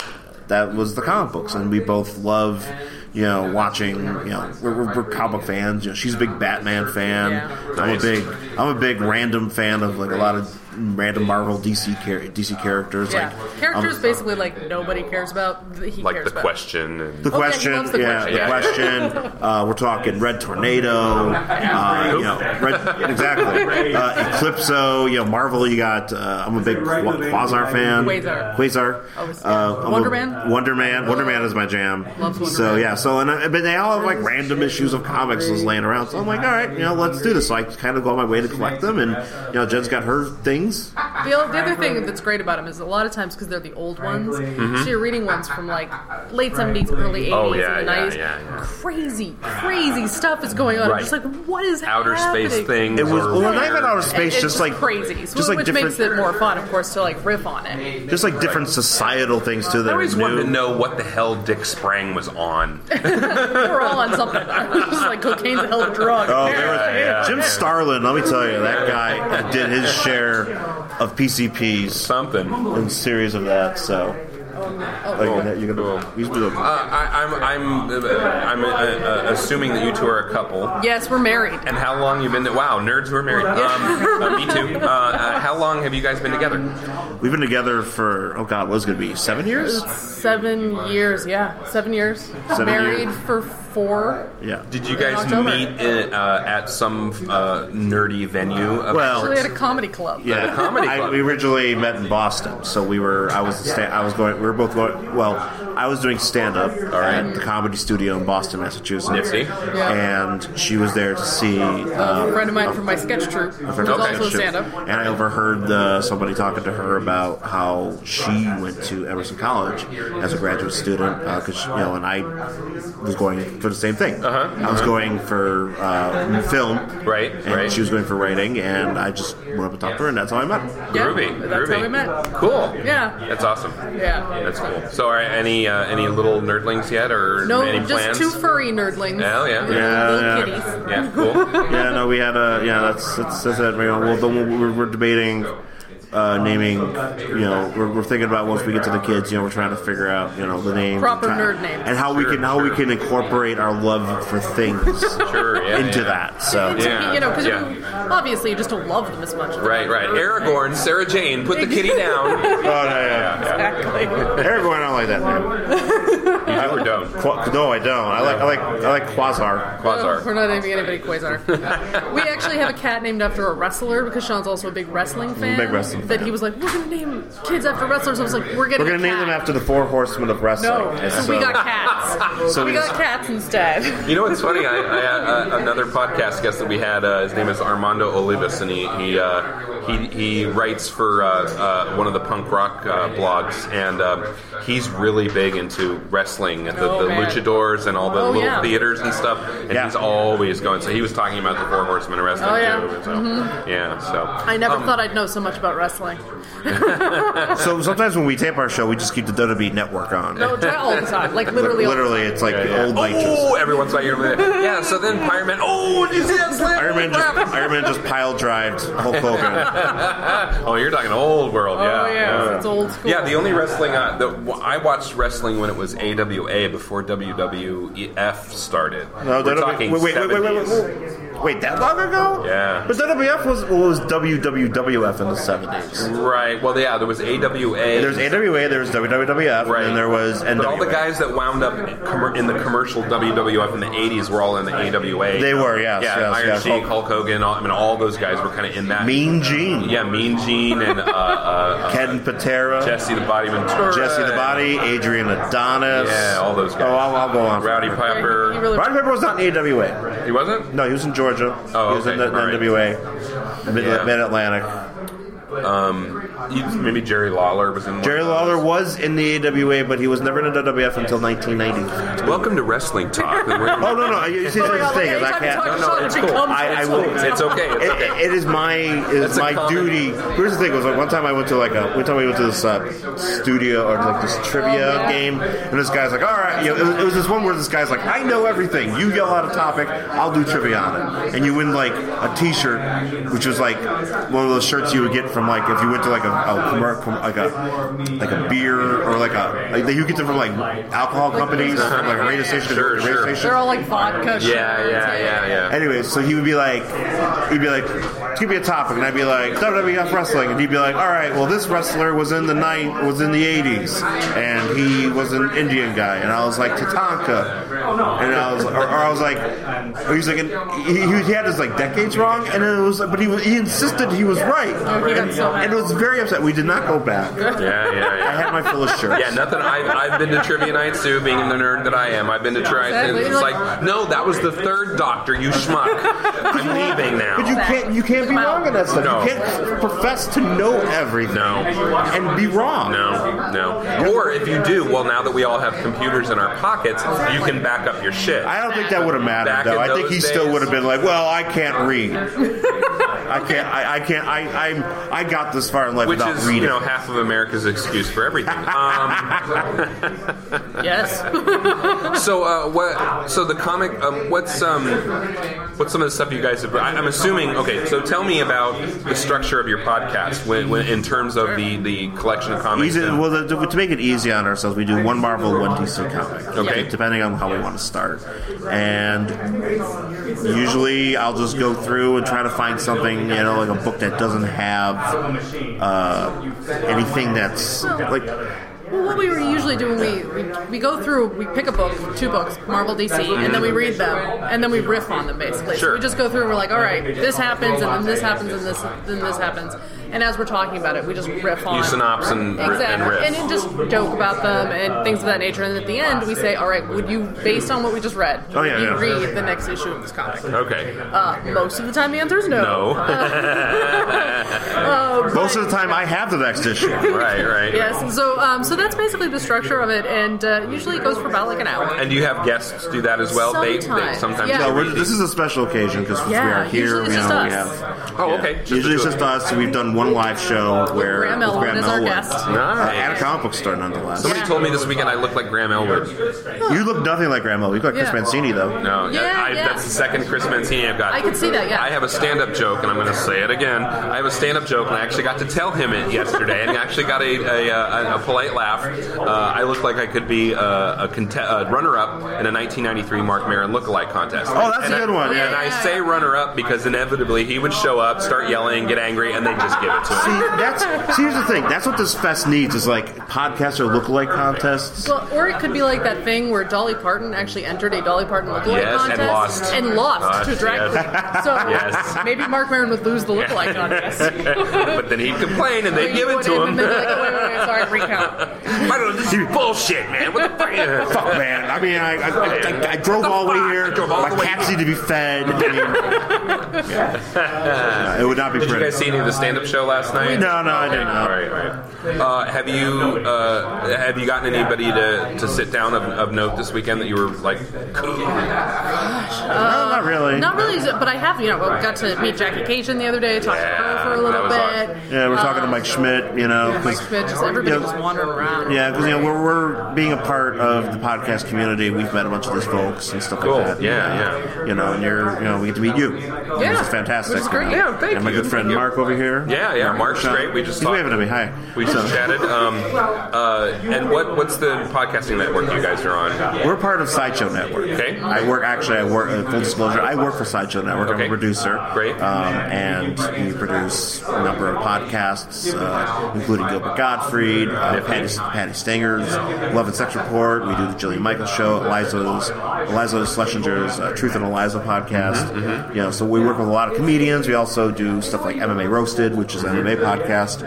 I: that was the comic books, and we both love, you know, watching. You know, we're, we're, we're comic book fans. You know, she's a big Batman fan. I'm a big, I'm a big random fan of like a lot of random Marvel DC char- DC characters.
J: Yeah.
I: Like
J: Characters
I: um,
J: basically like nobody cares about. that He
A: like
J: cares
A: the
J: about.
A: question and
I: The
J: Oh, yeah, he
I: question,
J: loves the
I: yeah,
J: question.
I: the question. Uh, we're talking Red Tornado, uh, you know, Red, exactly. Uh, Eclipso, you know, Marvel. You got. Uh, I'm a big Qua- Quasar fan.
J: Quasar.
I: Quasar.
J: Always.
I: Uh, I'm
J: Wonder
I: a-
J: Man?
I: Wonder Man. Wonder Man is my jam.
J: Loves Wonder
I: so
J: Man.
I: yeah. So and I, but they all have like random issues of comics just laying around. So I'm like, all right, you know, let's do this. So I kind of go on my way to collect them, and you know, Jen's got her things.
J: The, o- the other thing that's great about them is a lot of times because they're the old ones, so you're reading ones from like late '70s, early '80s,
A: Mm-hmm. Oh, yeah,
J: and the
A: yeah,
J: '90s.
A: yeah, yeah.
J: Crazy, crazy stuff is going on. I'm
A: Right.
J: just like, what is
A: outer
J: happening?
A: space things.
I: It was
A: or
I: well, not
A: weird-
I: even out of space,
J: It's
I: just like
J: crazy, so,
I: just like
J: which
I: different,
J: makes it more fun, of course, to like riff on it.
I: just like different societal things too. That
A: I always
I: are new.
A: wanted to know what the hell Dick Sprang was on.
J: We're all on something. just like cocaine's a hell of a drug.
I: Oh, there was,
A: yeah,
I: Jim
A: yeah.
I: Starlin. Let me tell you, that guy did his share of PCPs
A: Something. Oh,
I: and series of that. So, like, you're gonna, he's been
A: Uh,
I: a-
A: I, I'm I'm uh, I'm uh, uh, assuming that you two are a couple.
J: yes, we're married.
A: And how long you been? To, wow, nerds were married. Um, uh, me too. Uh, uh, how long have you guys been together?
I: we've been together for oh god, what's it gonna be seven years?
J: Seven years, yeah, seven years.
I: Seven
J: married
I: years.
J: for four.
I: Yeah.
A: Did you
J: In
A: guys
J: October.
A: meet in, uh, at some uh, nerdy venue? Of
I: Well,
J: Actually, at a comedy club.
I: Yeah,
A: At a comedy
I: I-
A: club.
I: we originally met in Boston, so we were. I was. Sta- I was going. We were both going. Well, I was doing stand up at the
J: Mm.
I: comedy studio in Boston, Massachusetts,
A: Nifty.
I: and she was there to see.
J: A
I: Um,
J: friend of mine from my sketch troupe who's
I: friend of mine,
J: also a
I: she-
J: stand-up.
I: And I overheard the, somebody talking to her about how she went to Emerson College as a graduate student because you know, and I was going for the same thing.
J: Uh-huh.
I: I was going for uh, film,
A: Right,
I: And
A: right.
I: she was going for writing, and I just went up and talked to her, and that's how I met.
J: Yeah,
A: Groovy.
J: that's
A: groovy.
J: how we met.
A: Cool.
J: Yeah.
A: That's awesome.
J: Yeah.
A: That's cool. So, are any uh, any little nerdlings yet, or
J: No,
A: any
J: just
A: plans?
J: two furry nerdlings.
A: Oh, yeah.
J: Little,
I: Yeah,
J: little
I: yeah.
J: kitties.
A: yeah. Cool.
I: Yeah, no, we had a yeah. That's that's, that's it. You know, well, then we're, we're debating. Uh, naming, you know, we're, we're thinking about once we get to the kids. You know, we're trying to figure out, you know, the name,
J: Proper
I: and
J: nerd names.
I: and how we can how we can incorporate our love for things
A: Sure, yeah,
I: into
A: yeah.
I: that. So
J: It's like,
A: Yeah,
J: you know, because
A: yeah.
J: obviously you just don't love them as much. as
A: Right. Right. Aragorn, Sarah Jane, put the kitty down.
I: Oh, yeah,
J: Exactly.
I: yeah. Aragorn, I don't like that name.
A: You or don't.
I: Qua- no, I don't. I like I like I like Quasar.
J: No, we're
A: Quasar.
J: not naming anybody Quasar. we actually have a cat named after a wrestler because Sean's also a big wrestling fan.
I: Big wrestling
J: That
I: fan.
J: he was like, we're going to name kids after wrestlers. I was like, we're getting
I: We're gonna
J: a
I: name
J: cat."
I: them after the four horsemen of wrestling.
J: No,
I: And
J: so we got cats.
I: So
J: we
I: we-
J: got cats instead.
A: You know what's funny? I, I, uh, another podcast guest that we had, uh, his name is Armando Olivas, and he he uh, he, he writes for uh, uh, one of the punk rock uh, blogs, and um, he's really big into wrestling, the,
J: Oh,
A: the
J: man.
A: luchadors and all the
J: Oh,
A: little
J: yeah.
A: theaters and stuff. And
I: Yeah.
A: he's always going. So he was talking about the Four Horsemen of Wrestling
J: Oh, yeah.
A: too. and So, Yeah. So
J: I never thought I'd know so much about wrestling.
I: So sometimes when we tape our show, we just keep the WWE network on.
J: No, it's all the time. Like literally, all the
I: Literally, it's like
A: Yeah.
I: old night.
A: Oh, everyone's like, yeah. So then Pyroman. Oh, did you see that slam?
I: Iron Man just Iron Man just pile drived Hulk Hogan.
A: Oh, you're talking old world.
J: Oh
A: yeah.
J: yeah, it's old school.
A: Yeah, the only wrestling uh, the, w- I watched wrestling when it was AWA before WWF started.
I: No,
A: We're
I: WWE
A: talking
I: wait, wait, wait, wait, wait,
A: 70s.
I: wait, wait, that long ago?
A: Yeah.
I: But WWF was well, it was WWWF in the seventies.
A: Right. Well, yeah, there was AWA.
I: There's AWA, there was WWF,
A: Right.
I: and then there was NWA.
A: but all the guys that wound up in commer- in the commercial WWF in the 80s were all in the AWA.
I: They were, yes,
A: Yeah,
I: yes,
A: Iron
I: yes.
A: Sheik,
I: Hulk-
A: Hulk Hogan, all, I mean, all those guys were kind of in that.
I: Mean Gene,
A: Yeah, Mean Gene and uh, uh,
I: Ken Patera, Jesse,
A: Jesse the Body Ventura.
I: the Body, Adrian Adonis.
A: Yeah, all those guys.
I: Oh, I'll, I'll go on.
A: Rowdy
J: He
A: Piper.
J: really-
I: Roddy Piper was not in AWA.
A: He wasn't?
I: No, he was in Georgia.
A: Oh,
I: he was in
A: okay,
I: the
A: all right.
I: NWA, Mid
A: Yeah.
I: Atlantic.
A: You- Maybe Jerry Lawler was in. one
I: Jerry
A: of those.
I: Lawler was in the AWA, but he was never in the WWF until 1990.
A: Welcome to wrestling talk.
I: Oh no, no! You see, that's the thing is I can't.
A: No, no, it's cool.
I: I, I will.
A: It's okay. It's
I: It-
A: okay.
I: it is my is
A: It's a
I: my
A: common-
I: duty. Here's the thing: was like one time I went to like a one time we went to this uh, studio or like this trivia game, and this guy's like, "All right," you know, it, was, it was this one where this guy's like, "I know everything. You yell out a topic, I'll do trivia on it," and you win like a T-shirt, which was like one of those shirts you would get from like if you went to like a, a commer- com- like a like a beer or like a like that you get them from like alcohol companies, from, like a radio station,
A: Sure,
I: radio
A: sure.
I: station.
J: They're all like vodka.
A: Yeah,
J: shots,
A: yeah, yeah, yeah.
I: Anyway, so he would be like, he'd be like, give me a topic, and I'd be like WWF wrestling, and he'd be like, all right, well this wrestler was in the night was in the '80s, and he was an Indian guy, and I was like Tatanka,
J: Oh,
I: and I was or, or I was like, or he's like an, he, he had his like decades wrong, and it was but he was, he insisted he was right,
A: Oh,
J: he got
I: and,
J: so mad.
I: and it was very upset. We did not go back.
A: Yeah, yeah,
I: I
A: yeah.
I: had my full of shirts.
A: Yeah, nothing. I, I've been to trivia nights too, being the nerd that I am. I've been to trivia nights. and It's like, no, that was the third doctor, you schmuck. I'm leaving
I: But you
A: now.
I: can't you can't be wrong in that stuff.
A: No.
I: You can't profess to know everything
A: No.
I: and be wrong.
A: No, no. Or if you do, well, now that we all have computers in our pockets, you can back up your shit.
I: I don't think that would have mattered
A: Back in
I: though. I think he
A: those
I: still
A: days-
I: would have been like, "Well, I can't read. I can't. I, I can't. I I'm, I got this far in life
A: Which
I: without
A: is,
I: reading."
A: you know, half of America's excuse for everything. Um,
J: Yes.
A: so, uh, what? So the comic. Um, what's um, what's some of the stuff you guys have? I, I'm assuming. Okay, so tell me about the structure of your podcast when, when, in terms of the, the collection of comics.
I: Easy,
A: and-
I: well, the, to make it easy on ourselves, we do one Marvel, one DC comic.
A: Okay.
I: Depending on how we want to start. And usually I'll just go through and try to find something, you know, like a book that doesn't have uh, anything that's like.
J: Well, what we were usually doing, we, we we go through, we pick a book, two books, Marvel, DC, and then we read them, and then we riff on them basically. So
A: Sure.
J: we just go through and we're like, all right, this happens, and then this happens, and this then this happens, and as we're talking about it, we just riff on.
A: you synopse and, ri- and
J: Exactly,
A: riff.
J: and, just joke about them and things of that nature. And at the end, we say, "All right, would you, based on what we just read,
I: Oh, yeah,
J: would you
I: yeah.
J: read the next issue of this comic?"
A: okay.
J: Uh, most of the time, the answer is
A: No.
J: no.
I: Most of the time I have the next issue.
A: right, right.
J: Oh. Yes, and so um, so that's basically the structure of it, and uh, usually it goes for about like an hour.
A: And do you have guests do that as well? They, they
J: Sometimes,
A: sometimes.
J: yeah.
I: No,
A: They
I: we're,
A: read
I: this is a special occasion because we
J: Yeah,
I: are here.
J: usually it's
I: you know,
J: just
I: we
J: us.
I: have.
A: Oh,
I: yeah.
A: okay. Just the
I: Usually it's
A: two
I: just us. We've done one live show where
J: Graham
I: with
J: Elwood is our
I: Elwood.
J: guest.
I: Uh,
A: Nice.
I: at a comic book store, nonetheless.
A: Somebody told me this weekend I look like Graham Elwood.
I: You look nothing like Grandma. You look like Chris
J: Yeah.
I: Mancini, though.
A: No,
J: Yeah,
A: I,
J: yeah.
A: that's the second Chris Mancini I've got.
J: I can see that, yeah.
A: I have a stand-up joke, and I'm going to say it again. I have a stand-up joke, and I actually got to tell him it yesterday, and I actually got a a, uh, a, a polite laugh. Uh, I look like I could be uh, a, a, cont- a runner-up in a 1993 Mark Maron lookalike contest.
I: Oh, that's
A: And
I: a
A: I-
I: good one, yeah.
A: And I say runner-up because inevitably he would show up, start yelling, get angry, and they just give it to him.
I: See, that's see, here's the thing. That's what this fest needs is like podcasts or lookalike contests.
J: Well, or it could be like that thing where Dolly Parton actually entered a Dolly Parton lookalike
A: Yes, and
J: contest
A: lost.
J: and lost
A: Gosh,
J: to a drag
A: yes.
J: queen. So
A: Yes.
J: maybe Mark Maron would lose the lookalike contest.
A: but then he'd complain, and they'd
J: You
A: give it
J: would
A: to
J: have
A: him.
J: been like, "Oh, wait, wait, wait, sorry, recount.
A: I don't know. This is bullshit, man. What the fuck?
I: Fuck, man. I mean, I, I, I, I drove all the way here.
A: I drove all
I: My
A: the way
I: cats
A: here.
I: need to be fed. I mean, yeah. No, it would not be
A: Did you
I: pretty.
A: guys see any of the stand-up show last night?
I: No, no, I didn't.
A: All right, all right. Uh, have you uh, have you gotten anybody to, to sit down of, of note this weekend that you were like, cool?
I: No, not really.
J: Not really, but I have, you know, I got to meet Jackie Cation the other day, talked to her for a
A: Yeah,
J: little
A: that was
J: bit. Uh,
I: Yeah, we're talking to Mike Schmidt. You know,
J: Mike
I: 'cause-
J: Schmidt, just everybody
I: Yeah.
J: was wandering around.
I: Yeah, because you know we're, we're being a part of the podcast community. We've met a bunch of those folks and stuff
A: Cool.
I: like that.
A: Yeah,
I: And, uh,
A: yeah.
I: You know, and you're you know we get to meet you.
J: Yeah,
I: which is fantastic.
J: which is great.
I: you know.
A: Yeah, thank
I: And my
A: you.
I: good friend
A: Thank you.
I: Mark over here.
A: Yeah, yeah, Mark's great. We just
I: he's
A: talked.
I: waving at me. Hi.
A: We just
I: So,
A: chatted. Um, uh, and what what's the podcasting network you guys are on?
I: We're part of Sideshow Network.
A: Okay.
I: I work actually. I work. Uh, full disclosure. I work for Sideshow Network.
A: Okay.
I: I'm a producer.
A: Great.
I: Um, and we produce a number of podcasts, uh, including Gilbert Gottfried, uh, Patty, Patty Stanger's Love and Sex Report. We do the Jillian Michaels Show, Eliza's, Eliza Schlesinger's uh, Truth and Eliza podcast.
A: Mm-hmm,
I: You know, so we work with a lot of comedians. We also do stuff like MMA Roasted, which is an MMA podcast.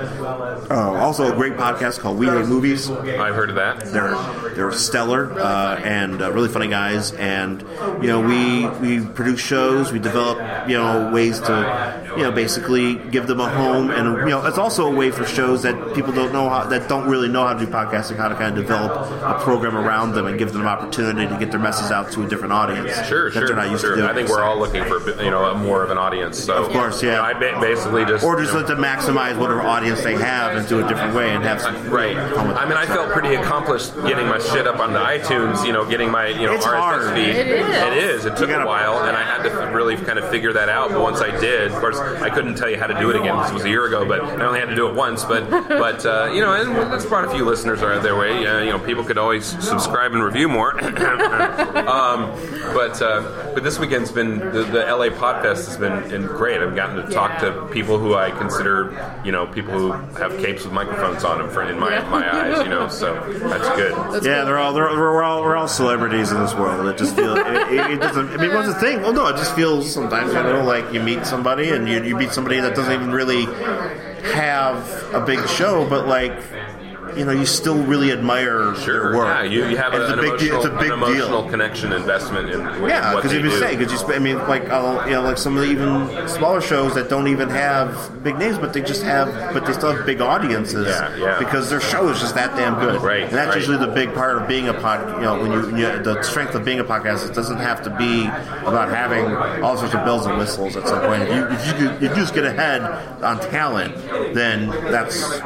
I: Uh, also, a great podcast called We Hate Movies.
A: I've heard of that.
I: They're they're stellar uh, and uh, really funny guys, and you know we we produce shows, we develop you know ways to you know basically give them a home, and you know it's also a way for shows that people don't know how that don't really know how to do podcasting, how to kind of develop a program around them and give them an opportunity to get their message out to a different audience
A: Sure,
I: that
A: sure,
I: they're not used to
A: sure.
I: doing.
A: I think we're all looking for you know more of an audience. So
I: Of course, yeah.
A: I ba- basically just
I: or just
A: you know,
I: let them maximize whatever audience they have and do a different way and have some
A: Right.
I: fun with
A: I mean, I
I: it.
A: felt pretty accomplished getting my shit up onto iTunes. You know, getting my you know
I: It's
A: RSS
I: hard.
A: feed.
J: It is.
A: It is. It took
I: gotta-
A: a while, and I had to f- really kind of figure that out. But once I did, of course, I couldn't tell you how to do it again. This was a year ago, but I only had to do it once. But but uh, you know, and That's brought a few listeners out their way. Uh, you know, people could always subscribe and review more. um, but uh, but this weekend's been the, the LA Podfest has been, been great. I've gotten to talk
J: Yeah.
A: to people who I consider you know people who have capes with microphones on them for, in my
J: Yeah.
A: my eyes. You know, so that's good.
J: That's
I: yeah,
J: cool.
I: they're all they're, we're all we're all celebrities in this world. It just feels it, it, it doesn't. I mean, what's the thing? Well, no, it just feels sometimes you know like you meet somebody and you you meet somebody that doesn't even really have a big show, but like you know you still really admire
A: Sure.
I: their work.
A: Yeah, you, you have
I: And it's
A: an,
I: a big deal.
A: emotional,
I: It's a big
A: an emotional
I: deal.
A: connection investment in, in
I: Yeah,
A: what
I: because
A: they
I: if you
A: do.
I: say, because you, sp- I mean, like, I'll, you know, like some of the even smaller shows that don't even have big names, but they just have, but they still have big audiences.
A: Yeah, yeah.
I: Because their show is just that damn good.
A: Right,
I: And that's
A: right.
I: usually the big part of being a pod. You know, when you, when you the strength of being a podcast, it doesn't have to be about having all sorts of bells and whistles. At some point, if you, if you, could- you just get ahead on talent, then that's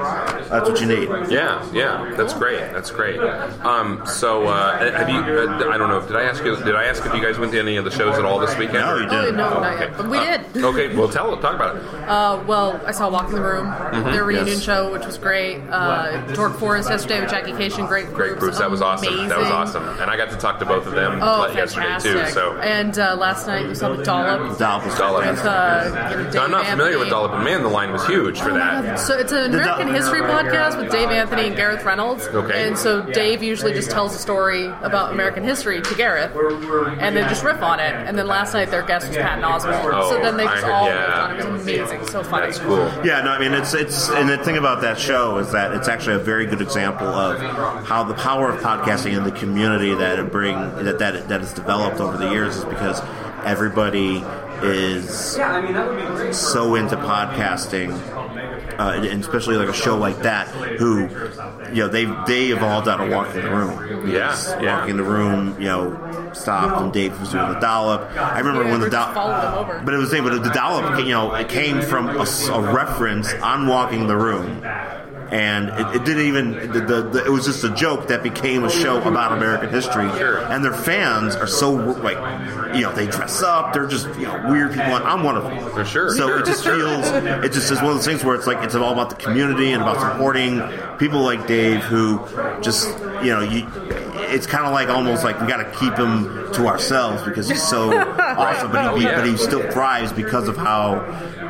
I: that's what you need.
A: Yeah, yeah, that's great. That's great. Um, so, uh, have you? Uh, I don't know. Did I ask you? Did I ask if you guys went to any of the shows at all this weekend?
I: No, you
J: Oh,
I: didn't.
J: no, not yet. But we
A: Uh,
J: did.
A: okay, well, tell talk about it.
J: Uh, well, I saw Walk in the Room,
A: Mm-hmm.
J: their reunion
I: yes.
J: show, which was great. Uh, Dork Forest yesterday with Jackie Cation, great groups.
A: Great Bruce, that was awesome. That was
J: amazing.
A: awesome, and I got to talk to both of them
J: Oh,
A: like, yesterday
J: fantastic.
A: too. So,
J: And uh, last night we saw the Dollop.
I: Dollop was
A: Dollop.
J: With, uh, Dave
A: I'm not familiar with
J: Anthony.
A: Dollop, but man, the line was huge for
J: Oh my
A: that.
J: God. So it's an American
I: Dollop.
J: history podcast with Dave Anthony and Gareth Reynolds.
A: Okay.
J: And so Dave usually just tells a story about American history to Gareth, and then just riff on it. And then last night their guest was Patton Oswalt.
A: Oh,
J: so then they
A: I
J: just
A: heard-
J: all
A: yeah.
J: riffed on it. It was amazing. So funny.
A: That's cool.
I: Yeah, no, I mean it's it's and the thing about that show is that it's actually a very good example of how the power of podcasting and the community that it bring that that that has developed over the years is because everybody is so into podcasting, uh, and- and especially like a show like that, who you know they they evolved out of walking the room. You know,
A: Yeah,
I: s-
A: yeah.
I: walking the room. You know, stopped and Dave was doing the dollop. I remember when the
J: Roots
I: dollop.
J: followed him over.
I: But it was but the dollop, you know, it came from a, s- a reference on walking the room, and it, it didn't even. The, the, the, it was just a joke that became a show about American history. And their fans are so like, you know, they dress up. They're just you know weird people, and I'm one of them.
A: For sure.
I: So
A: Sure.
I: it just feels. It just is one of those things where it's like it's all about the community and about supporting people like Dave who just you know you. It's kind of like almost like we got to keep him to ourselves because he's so Oh, awesome, but he, but he still thrives because of how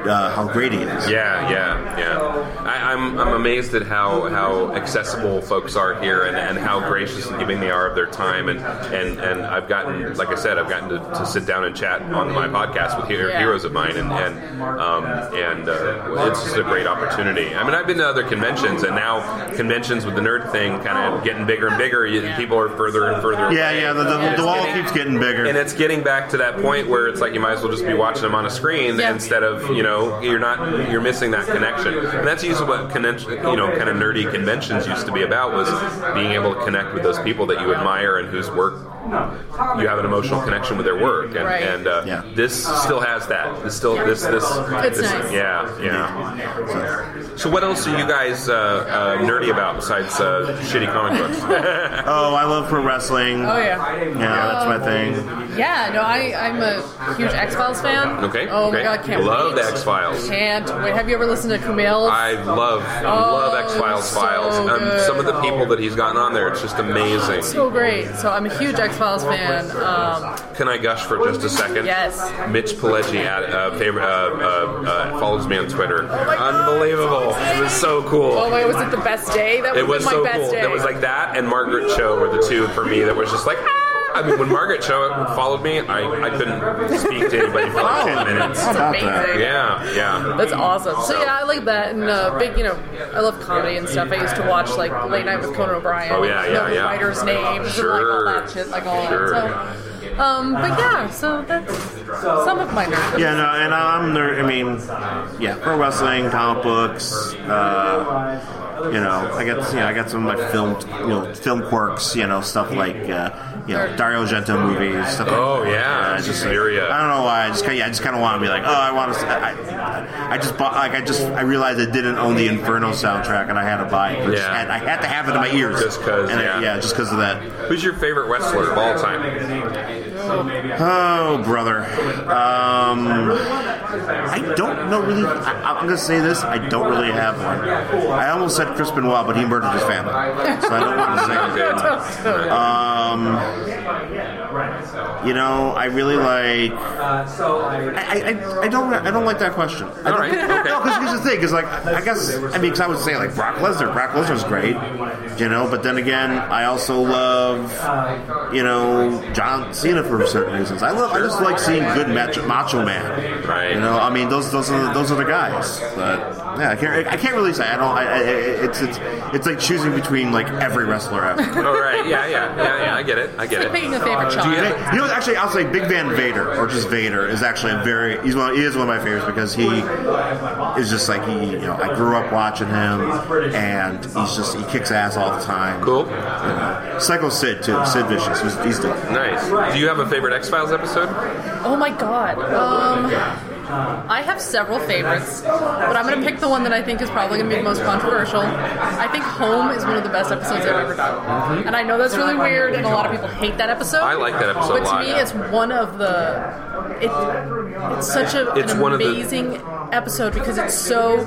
I: uh, how great he is.
A: Yeah, yeah, yeah. I, I'm I'm amazed at how how accessible folks are here, and, and how gracious and giving they are of their time, and and and I've gotten, like I said, I've gotten to, to sit down and chat on my podcast with hero,
J: Yeah.
A: heroes of mine, and and um, and uh, it's just a great opportunity. I mean, I've been to other conventions, and now conventions with the nerd thing kind of getting bigger and bigger. You, People are further and further.
I: Yeah,
A: away.
I: yeah. The, the, the wall keeps getting bigger.
A: And it's getting back to that point where it's like you might as well just be watching them on a screen
J: Yeah.
A: instead of you know you're not you're missing that connection. And that's usually what convention you know kind of nerdy conventions used to be about was being able to connect with those people that you admire and whose work you have an emotional connection with their work. And,
J: Right.
A: and uh,
I: Yeah.
A: this still has that. This still this this
J: It's
A: this-
J: nice.
A: yeah yeah. So what else are you guys uh, uh, nerdy about besides uh, shitty comic books?
I: oh, I love pro wrestling.
J: Oh yeah.
I: Yeah, that's my thing.
J: Yeah, no, I, I'm a huge X Files fan.
A: Okay,
J: Oh
A: okay.
J: my god, can't
A: Love
J: wait.
A: the X-Files.
J: Can't wait. Have you ever listened to Kumail?
A: I love love X Files
J: so
A: files. Um,
J: good.
A: some of the people that he's gotten on there, it's just amazing.
J: so great. So I'm a huge X Files fan. Um,
A: Can I gush for just a second?
J: Yes.
A: Mitch Pileggi at, uh, favorite, uh, uh, uh, follows me on Twitter. Unbelievable! It was so cool.
J: oh my, was it the best day? That
A: it
J: was
A: was
J: my
A: so
J: best
A: cool.
J: day.
A: It was like that and Margaret Cho were the two for me that was just like. "Ah!" I mean, when Margaret Cho followed me, I, I couldn't speak to anybody for like ten minutes.
I: Oh, How about that?
J: amazing.
A: Yeah, yeah.
J: That's awesome. So yeah, I like that, and uh, big, you know, I love comedy and stuff. I used to watch like Late Night with Conan O'Brien.
A: Oh, yeah,
J: you know,
A: yeah,
J: the
A: yeah.
J: Writers' names and like all that shit, like all
A: Sure.
J: that. So, um, but yeah, so that's some of my nerds.
I: Yeah, no, and I'm there. I mean, yeah, pro wrestling, comic books. Uh, you know, I got you know, I got some of my film, you know, film quirks. You know, stuff like uh, you know Dario Argento movies. Stuff like
A: Oh
I: Uh,
A: yeah,
I: it's just like-
A: Suspiria.
I: I don't know why. I just kind yeah, I just kind of want to be like, oh, I want to. I, I- I just bought like I just I realized I didn't own the Inferno soundtrack and I had to buy it. I just
A: Yeah.
I: had, I had to have it in my ears
A: Just 'cause,
I: And I-
A: yeah.
I: yeah, just because of that.
A: Who's your favorite wrestler of all time?
I: Oh, brother. Um, I don't know really. I, I'm going to say this. I don't really have one. I almost said Chris Benoit, but he murdered his family. So I don't want to say that. Um, you know, I really like. I, I- I, I don't I don't like that question. I don't, No, because here's the thing. Because like I guess I mean, because I would say like Brock Lesnar. Brock Lesnar's great, you know. But then again, I also love you know John Cena for certain reasons. I love I just like seeing good match, Macho Man.
A: Right.
I: You know, I mean those those are the, those are the guys. But yeah, I can't I can't really say I don't. I, I, it's it's it's like choosing between like every wrestler ever.
A: All right. Yeah, yeah, yeah, yeah. I get it. I get it. Uh,
J: Picking a favorite
A: Do you
J: child.
A: have-
I: You know, actually, I'll say Big Van Vader or just Vader is actually a very he's one he is one of my favorites because he is just like he you know I grew up watching him and he's just he kicks ass all the time.
A: Cool.
I: You know. Psycho Sid too, Sid Vicious. He's, he's dope.
A: Nice. Do you have a favorite X Files episode?
J: Oh my god. Um, I have several favorites, but I'm gonna pick the one that I think is probably gonna be the most controversial. I think Home is one of the best episodes I've ever done, and I know that's really weird, and a lot of people hate that episode.
A: I like that episode
J: but
A: a lot.
J: to me, it's one of the. It, it's such a,
A: It's
J: an
A: one of the-
J: amazing episode because it's so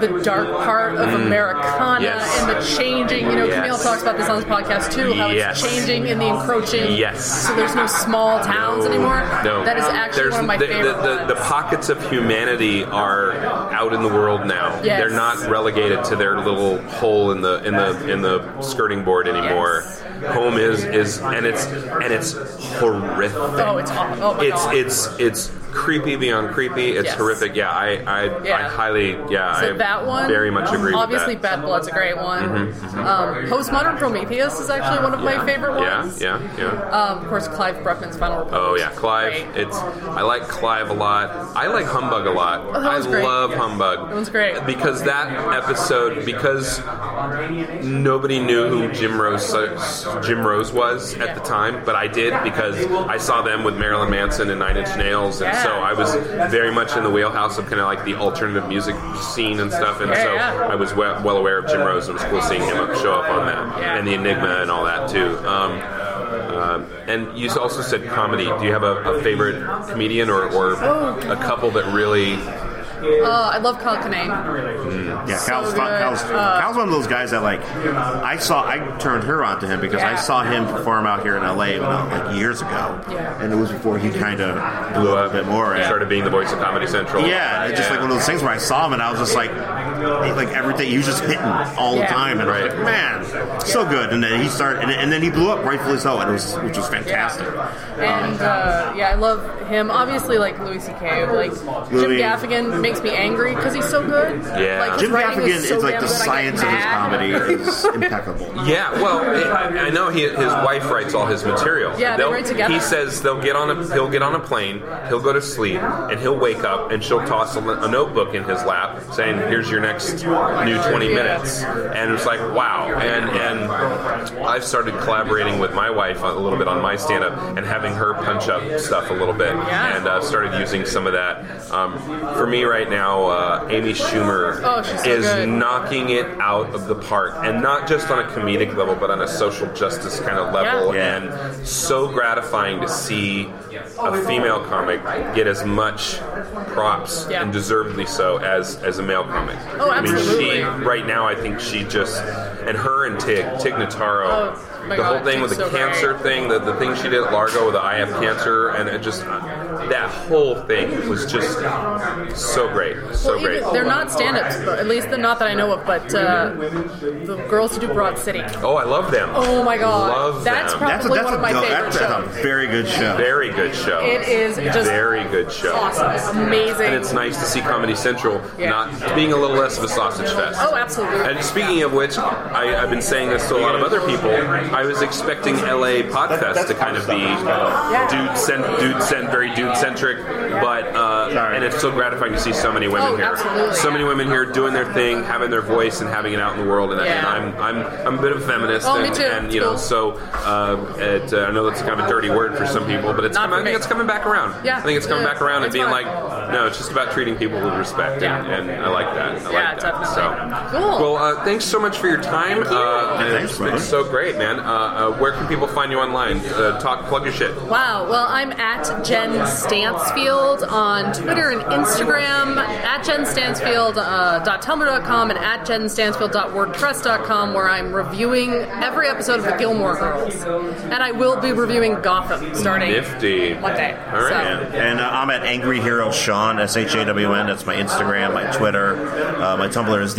J: the dark part of Americana
A: Mm. Yes.
J: and the changing. You know,
A: Yes.
J: Camille talks about this on his podcast too, how
A: Yes.
J: it's changing and the encroaching.
A: Yes.
J: So there's no small towns anymore.
A: No.
J: That is actually
A: There's-
J: one of my
A: the,
J: favorite
A: the, the, the
J: ones.
A: pockets of humanity are out in the world now.
J: Yes.
A: They're not relegated to their little hole in the in the in the skirting board anymore. Home is is and it's and it's horrific.
J: Oh, it's aw- oh my
A: it's
J: God.
A: it's it's creepy beyond creepy. It's
J: Yes.
A: horrific. Yeah, I I, I
J: Yeah.
A: highly yeah
J: so
A: I
J: that one,
A: very much agree.
J: Obviously,
A: with that. Mm-hmm.
J: Bad Blood's a great one. Um, Postmodern Prometheus is actually one of my favorite ones.
A: Yeah, yeah, yeah.
J: Um, of course, Clive Bruckman's Final Report.
A: Oh
J: is
A: yeah, Clive.
J: great.
A: It's I like Clive a lot. I like Humbug a lot.
J: Oh, that
A: I
J: one's great.
A: love Humbug.
J: That one's great.
A: because that episode because nobody knew who Jim Rose Jim Rose was at the time, but I did because I saw them with Marilyn Manson and Nine Inch Nails, and so I was very much in the wheelhouse of kind of like the alternative music scene and stuff, and so
J: Yeah, yeah.
A: I was well, well aware of Jim Rose, and it was cool seeing him up- show up on that and the Enigma and all that too. Um, um, and you also said comedy. Do you have a, a favorite comedian or, or a couple that really
J: Oh, I love Kyle Kinane.
I: Yeah,
J: So
I: Cal's,
J: good.
I: fun, Cal's,
J: Uh,
I: Cal's one of those guys that like I saw I turned her on to him because I
J: Yeah.
I: saw him perform out here in LA about like years ago,
J: Yeah.
I: and it was before he kind of blew up a bit more. and-
A: started being the voice of Comedy Central?
I: Yeah, it's just like one of those things where I saw him and I was just like, like everything he was just hitting all the
J: Yeah.
I: time, and I was
A: Right.
I: like, man, so good. And then he started, and, and then he blew up, rightfully so, and it was which was fantastic. Um,
J: And uh, yeah, I love him. Obviously, like Louis C.K. Like
I: Louis-
J: Jim Gaffigan makes me angry because he's so good.
A: Yeah.
J: like, his
I: Jim
J: writing
I: Gaffigan
J: so
I: is like
J: damn
I: the
J: good, I get
I: science of his
J: mad.
I: comedy is impeccable.
A: Yeah, well, I I know he, his wife writes all his material.
J: Yeah, they
A: They'll-
J: write together.
A: He says they'll get on a he'll get on a plane, he'll go to sleep, and he'll wake up, and she'll toss a, li- a notebook in his lap saying, "Here's your next new 20 minutes." And it's like, wow. And and I've started collaborating with my wife a little bit on my stand up and having her punch up stuff a little bit,
J: Yeah.
A: and uh, started using some of that. Um, for me right now, uh, Amy Schumer
J: Oh, she's so
A: is
J: good.
A: knocking it out of the park, and not just on a comedic level, but on a social justice kind of level.
I: Yeah.
A: And so gratifying to see a female comic get as much props
J: Yeah.
A: and deservedly so as as a male comic.
J: Oh,
A: I
J: absolutely.
A: mean, she right now, I think she just and her and Tig Tig Notaro,
J: Oh, my
A: the
J: God,
A: whole thing with
J: Tig's
A: the
J: so
A: cancer
J: great.
A: thing, the, the thing she did at Largo with the I have cancer, and it just that whole thing was just so great, so
J: Well,
A: great.
J: even- they're not stand-ups, but at least the, not that I know of. But uh, the girls who do Broad City.
A: Oh, I love them.
J: Oh my god,
A: Love
J: that's
A: them.
I: That's a,
J: probably
I: that's
J: one
I: a,
J: of my
I: go-
J: favorite
I: that's, that's
J: shows.
I: a very good show.
A: Very good show.
J: It is just
A: very good show.
J: awesome, amazing.
A: And it's nice to see Comedy Central
J: Yeah.
A: not being a little less of a sausage fest.
J: Oh, absolutely.
A: And speaking of which, I, I've been saying this to a lot of other people. I was expecting LA Podfest to kind of be dude send dude send very dude dude centric, but uh, and it's so gratifying to see so many women
J: Oh,
A: here.
J: absolutely,
A: so many
J: yeah.
A: women here doing their thing, having their voice, and having it out in the world. And, I,
J: Yeah.
A: and I'm I'm I'm a bit of a feminist,
J: Oh, me
A: and,
J: too.
A: and you
J: It's
A: know,
J: cool.
A: so uh, it, uh, I know that's kind of a dirty word for some people, but it's
J: Not
A: coming, I
J: for
A: think
J: me.
A: it's coming back around.
J: Yeah.
A: I think it's coming
J: Yeah.
A: back around and
J: It's
A: being
J: fine.
A: like, no, it's just about treating people with respect, and,
J: Yeah.
A: and I like that. I
J: Yeah,
A: like that.
J: definitely.
A: So
J: Cool.
A: Well, uh, thanks so much for your time. Uh,
I: Yeah, thanks,
A: it's
I: brother.
A: been so great, man. Uh, uh, where can people find you online? Uh, talk, plug your shit.
J: Wow. Well, I'm at Jen Stansfield on Twitter and Instagram, at Jen Stansfield, uh, dot tumblr.com and at Jen Stansfield.wordpress.com, where I'm reviewing every episode of The Gilmore Girls. And I will be reviewing Gotham starting
A: Nifty.
J: one day.
A: All right.
J: So-
I: And uh, I'm at Angry Hero Sean, S H A W N. That's my Instagram, my Twitter. Uh, my Tumblr is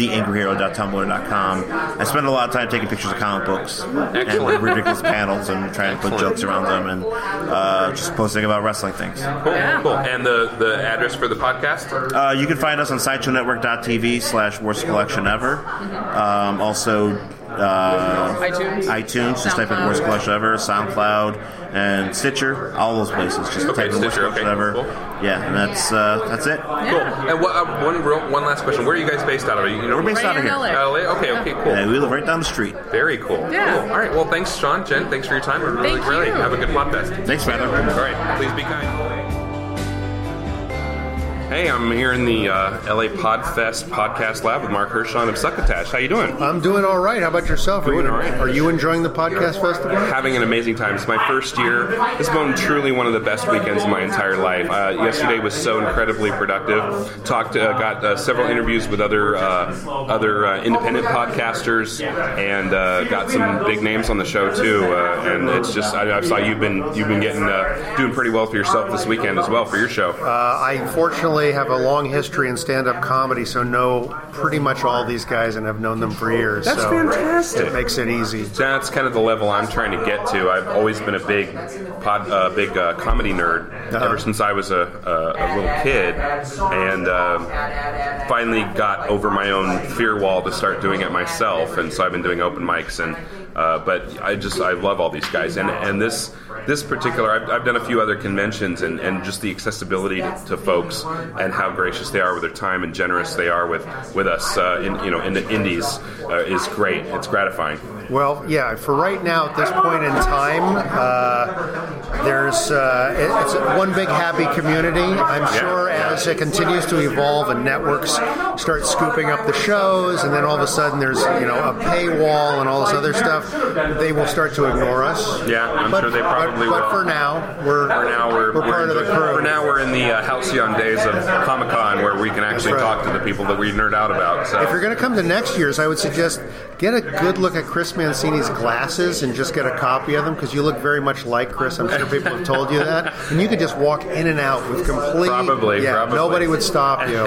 I: theangryhero.tumblr.com. I spend a lot of time taking pictures of comic books and like,
A: Excellent.
I: ridiculous panels and trying to put
A: Excellent.
I: jokes around them and uh, just posting about wrestling things.
A: Cool, cool. And the, the address for the podcast?
I: Uh, you can find us on SideshowNetwork.tv slash Worst Collection Ever. Um, also, uh,
J: iTunes.
I: iTunes, just type in
J: SoundCloud.
I: Worst Collection Ever, SoundCloud, and Stitcher, all those places. Just
A: Okay,
I: type in Worst
A: Stitcher,
I: Collection
A: okay,
I: Ever.
A: cool.
I: Yeah, and that's, uh, that's it.
A: Cool. And what, uh, one real, one last question. Where are you guys based out of? You know,
I: We're based
J: Right
I: out of
J: in
I: here.
J: LA.
A: out of LA? Okay, okay, cool.
I: Yeah, we live right down the street.
A: Very cool.
J: Yeah.
A: Cool. All right. Well, thanks, Sean, Jen. Thanks for your time. We really,
J: Thank
A: really
J: you.
A: have a good podcast.
I: Thanks, brother.
A: All right. Please be kind. Hey, I'm here in the uh, LA Podfest podcast lab with Mark Hershon of Succotash. How you doing?
K: I'm doing all right. How about yourself?
A: Doing
K: are, you,
A: all right.
K: are you enjoying the podcast festival?
A: Having an amazing time. It's my first year. This has been truly one of the best weekends of my entire life. Uh, yesterday was so incredibly productive. Talked, uh, got uh, several interviews with other uh, other uh, independent podcasters, and uh, got some big names on the show too. Uh, and it's just, I, I saw you've been you've been getting uh, doing pretty well for yourself this weekend as well for your show.
K: Uh, I fortunately have a long history in stand-up comedy, so know pretty much all these guys and have known them for years.
A: That's
K: so
A: fantastic.
K: It makes it easy.
A: that's kind of the level I'm trying to get to. I've always been a big pod, uh, big uh, comedy nerd ever since I was a, a, a little kid, and um, finally got over my own fear wall to start doing it myself. And so I've been doing open mics, and uh, but I just I love all these guys, and and this this particular I've, I've done a few other conventions and, and just the accessibility to, to folks and how gracious they are with their time and generous they are with with us uh, in you know in the indies uh, is great it's gratifying
K: Well, yeah. For right now, at this point in time, uh, there's uh, it- it's one big happy community. I'm sure as it continues to evolve and networks start scooping up the shows, and then all of a sudden there's you know a paywall and all this other stuff, they will start to ignore us.
A: Yeah, I'm
K: but,
A: sure they probably
K: but,
A: will.
K: But for now, we're
A: For now, we're,
K: we're part of the
A: enjoying-
K: crew.
A: For now, we're in the uh, halcyon days of Comic Con, where we can actually
K: right.
A: talk to the people that we nerd out about. So
K: If you're going to come to next year's, I would suggest get a good look at Chris Mancini's glasses and just get a copy of them because you look very much like Chris. I'm sure people have told you that, and you could just walk in and out with complete.
A: Probably,
K: yeah,
A: probably.
K: nobody would stop you.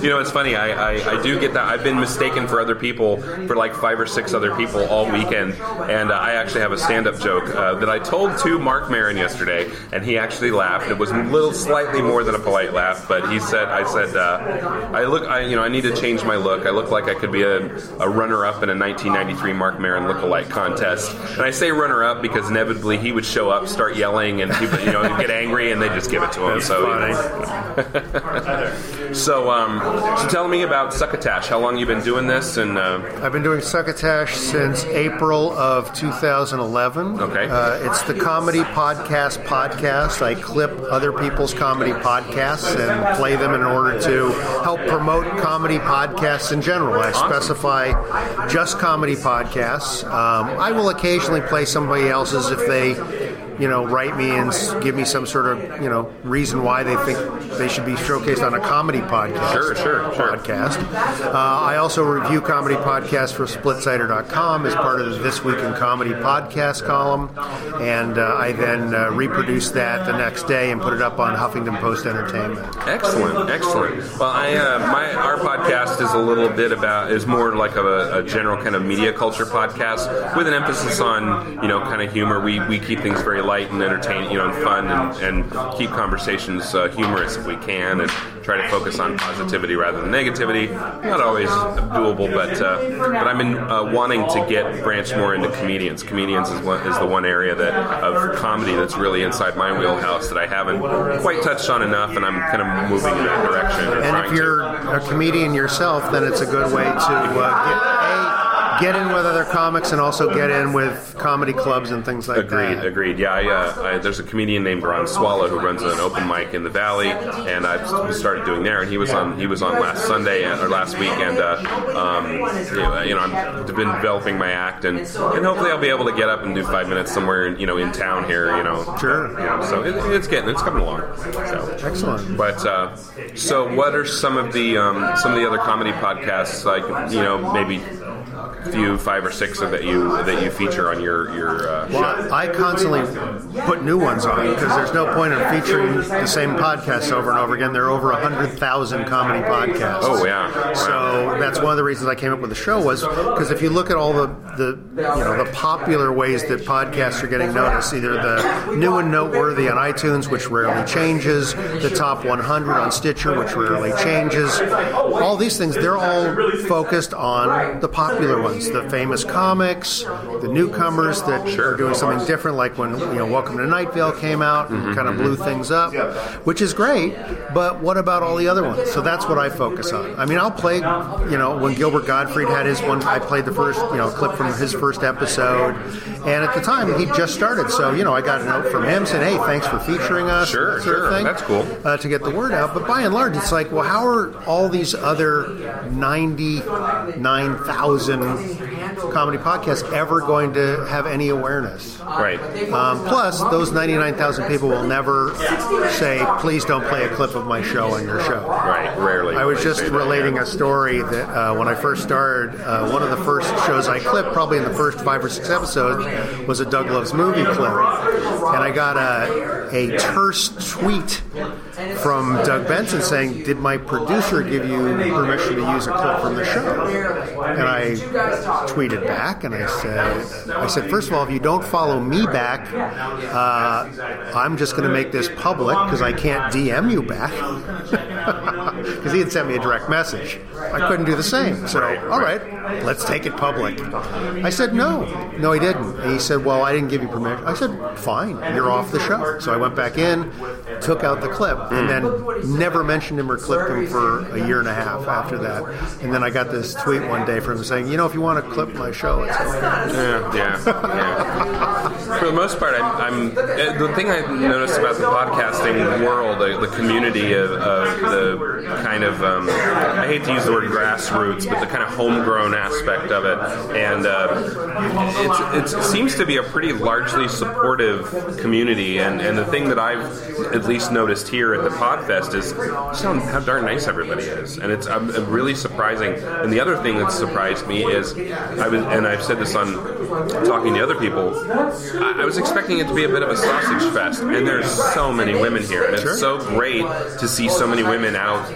A: you know, it's funny. I, I, I do get that. I've been mistaken for other people, for like five or six other people all weekend. And uh, I actually have a stand up joke uh, that I told to Mark Marin yesterday, and he actually laughed. It was a little slightly more than a polite laugh, but he said, I said, uh, I look, I, you know, I need to change my look. I look like I could be a, a runner up in a 1993 Mark Marin lookalike contest. And I say runner up because inevitably he would show up, start yelling, and people, you know, get angry, and they just give it to him. so, you know. So, um, so tell me about Succotash. How long you been doing this? And uh,
K: I've been doing Succotash since April of 2011.
A: Okay.
K: Uh, it's the comedy podcast podcast. I clip other people's comedy podcasts and play them in order to help promote comedy podcasts in general. I specify just comedy podcasts. Um, I will occasionally play somebody else's if they. You know, write me and s- give me some sort of you know reason why they think they should be showcased on a comedy podcast
A: sure, sure, sure.
K: podcast. Uh, I also review comedy podcasts for splitsider.com as part of the This Week in Comedy podcast column. And uh, I then uh, reproduce that the next day and put it up on Huffington Post Entertainment.
A: Excellent, excellent. Well, I uh, my our podcast is a little bit about is more like a, a general kind of media culture podcast with an emphasis on you know kind of humor. We we keep things very light and entertaining, you know, and fun, and, and keep conversations uh, humorous if we can, and try to focus on positivity rather than negativity. Not always doable, but uh, but I'm in, uh, wanting to get branch more into comedians. Comedians is one, is the one area that of comedy that's really inside my wheelhouse that I haven't quite touched on enough, and I'm kind of moving in that direction. or
K: And
A: trying
K: if
A: to.
K: you're a comedian yourself, then it's a good way to uh, get, a, get in with other comics and also get in with comedy clubs and things like
A: Agreed,
K: that.
A: agreed. Yeah, I, uh, I, there's a comedian named Ron Swallow who runs an open mic in the Valley, and I've started doing there. And he was on he was on last Sunday and, or last week, and uh, um, you know, you know I've been developing my act, and, and hopefully I'll be able to get up and do five minutes somewhere, you know, in town here, you know.
K: Sure.
A: You know, so it, it's getting it's coming along. So.
K: Excellent.
A: But uh, so, what are some of the um, some of the other comedy podcasts like you know maybe few five or six that you that you feature on your your uh, show?
K: Well, I constantly put new ones on because there's no point in featuring the same podcasts over and over again. There are over 100,000 comedy podcasts.
A: Oh yeah.
K: So that's one of the reasons I came up with the show was because if you look at all the, the you know the popular ways that podcasts are getting noticed, either the new and noteworthy on iTunes, which rarely changes, the top 100 on Stitcher, which rarely changes, all these things they're all focused on the popular ones, the famous comics, the newcomers that are doing something different, like when you know Welcome to Night Vale came out and kind of blew things up, which is great. But what about all the other ones? So that's what I focus on. I mean, I'll play, you know, when Gilbert Gottfried had his one, I played the first, you know, clip from his first episode. And at the time, he just started. So, you know, I got a note from him saying, hey, thanks for featuring us.
A: Sure,
K: that sort of
A: sure.
K: thing,
A: That's cool.
K: Uh, to get the word out. But by and large, it's like, well, how are all these other 99,000 comedy podcasts ever going to have any awareness?
A: Right.
K: Um, plus, those 99,000 people will never say, please don't play a clip of my show on your show.
A: Right. Rarely.
K: I was
A: They
K: just
A: say that,
K: relating
A: yeah.
K: a story that uh, when I first started, uh, one of the first shows I clipped, probably in the first five or six episodes, was a Doug Loves Movie clip. And I got a, a terse tweet from Doug Benson saying, Did my producer give you permission to use a clip from the show? And I tweeted back and I said, I said, First of all, if you don't follow me back, uh, I'm just going to make this public because I can't DM you back. because he had sent me a direct message. I couldn't do the same. So, all right, let's take it public. I said, no. No, he didn't. He said, well, I didn't give you permission. I said, fine, you're off the show. So I went back in, took out the clip, and then never mentioned him or clipped him for a year and a half after that. And then I got this tweet one day from him saying, you know, if you want to clip my show, it's okay.
A: Yeah, yeah, yeah. For the most part, I'm, I'm uh, the thing I've noticed about the podcasting world, uh, the community of, of the kind of um, I hate to use the word grassroots, but the kind of homegrown aspect of it, and uh, it's, it's, it seems to be a pretty largely supportive community. And, and the thing that I've at least noticed here at the Podfest is just how, how darn nice everybody is, and it's um, really surprising. And the other thing that surprised me is I was, and I've said this on talking to other people. I, I was expecting it to be a bit of a sausage fest, and there's so many women here, and it's so great to see so many women out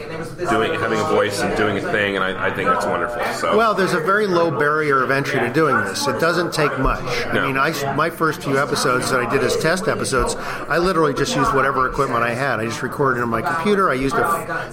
A: doing, having a voice and doing a thing, and I, I think that's wonderful. So
K: Well, there's a very low barrier of entry to doing this. It doesn't take much.
A: No.
K: I mean, I, my first few episodes that I did as test episodes, I literally just used whatever equipment I had. I just recorded on my computer. I used a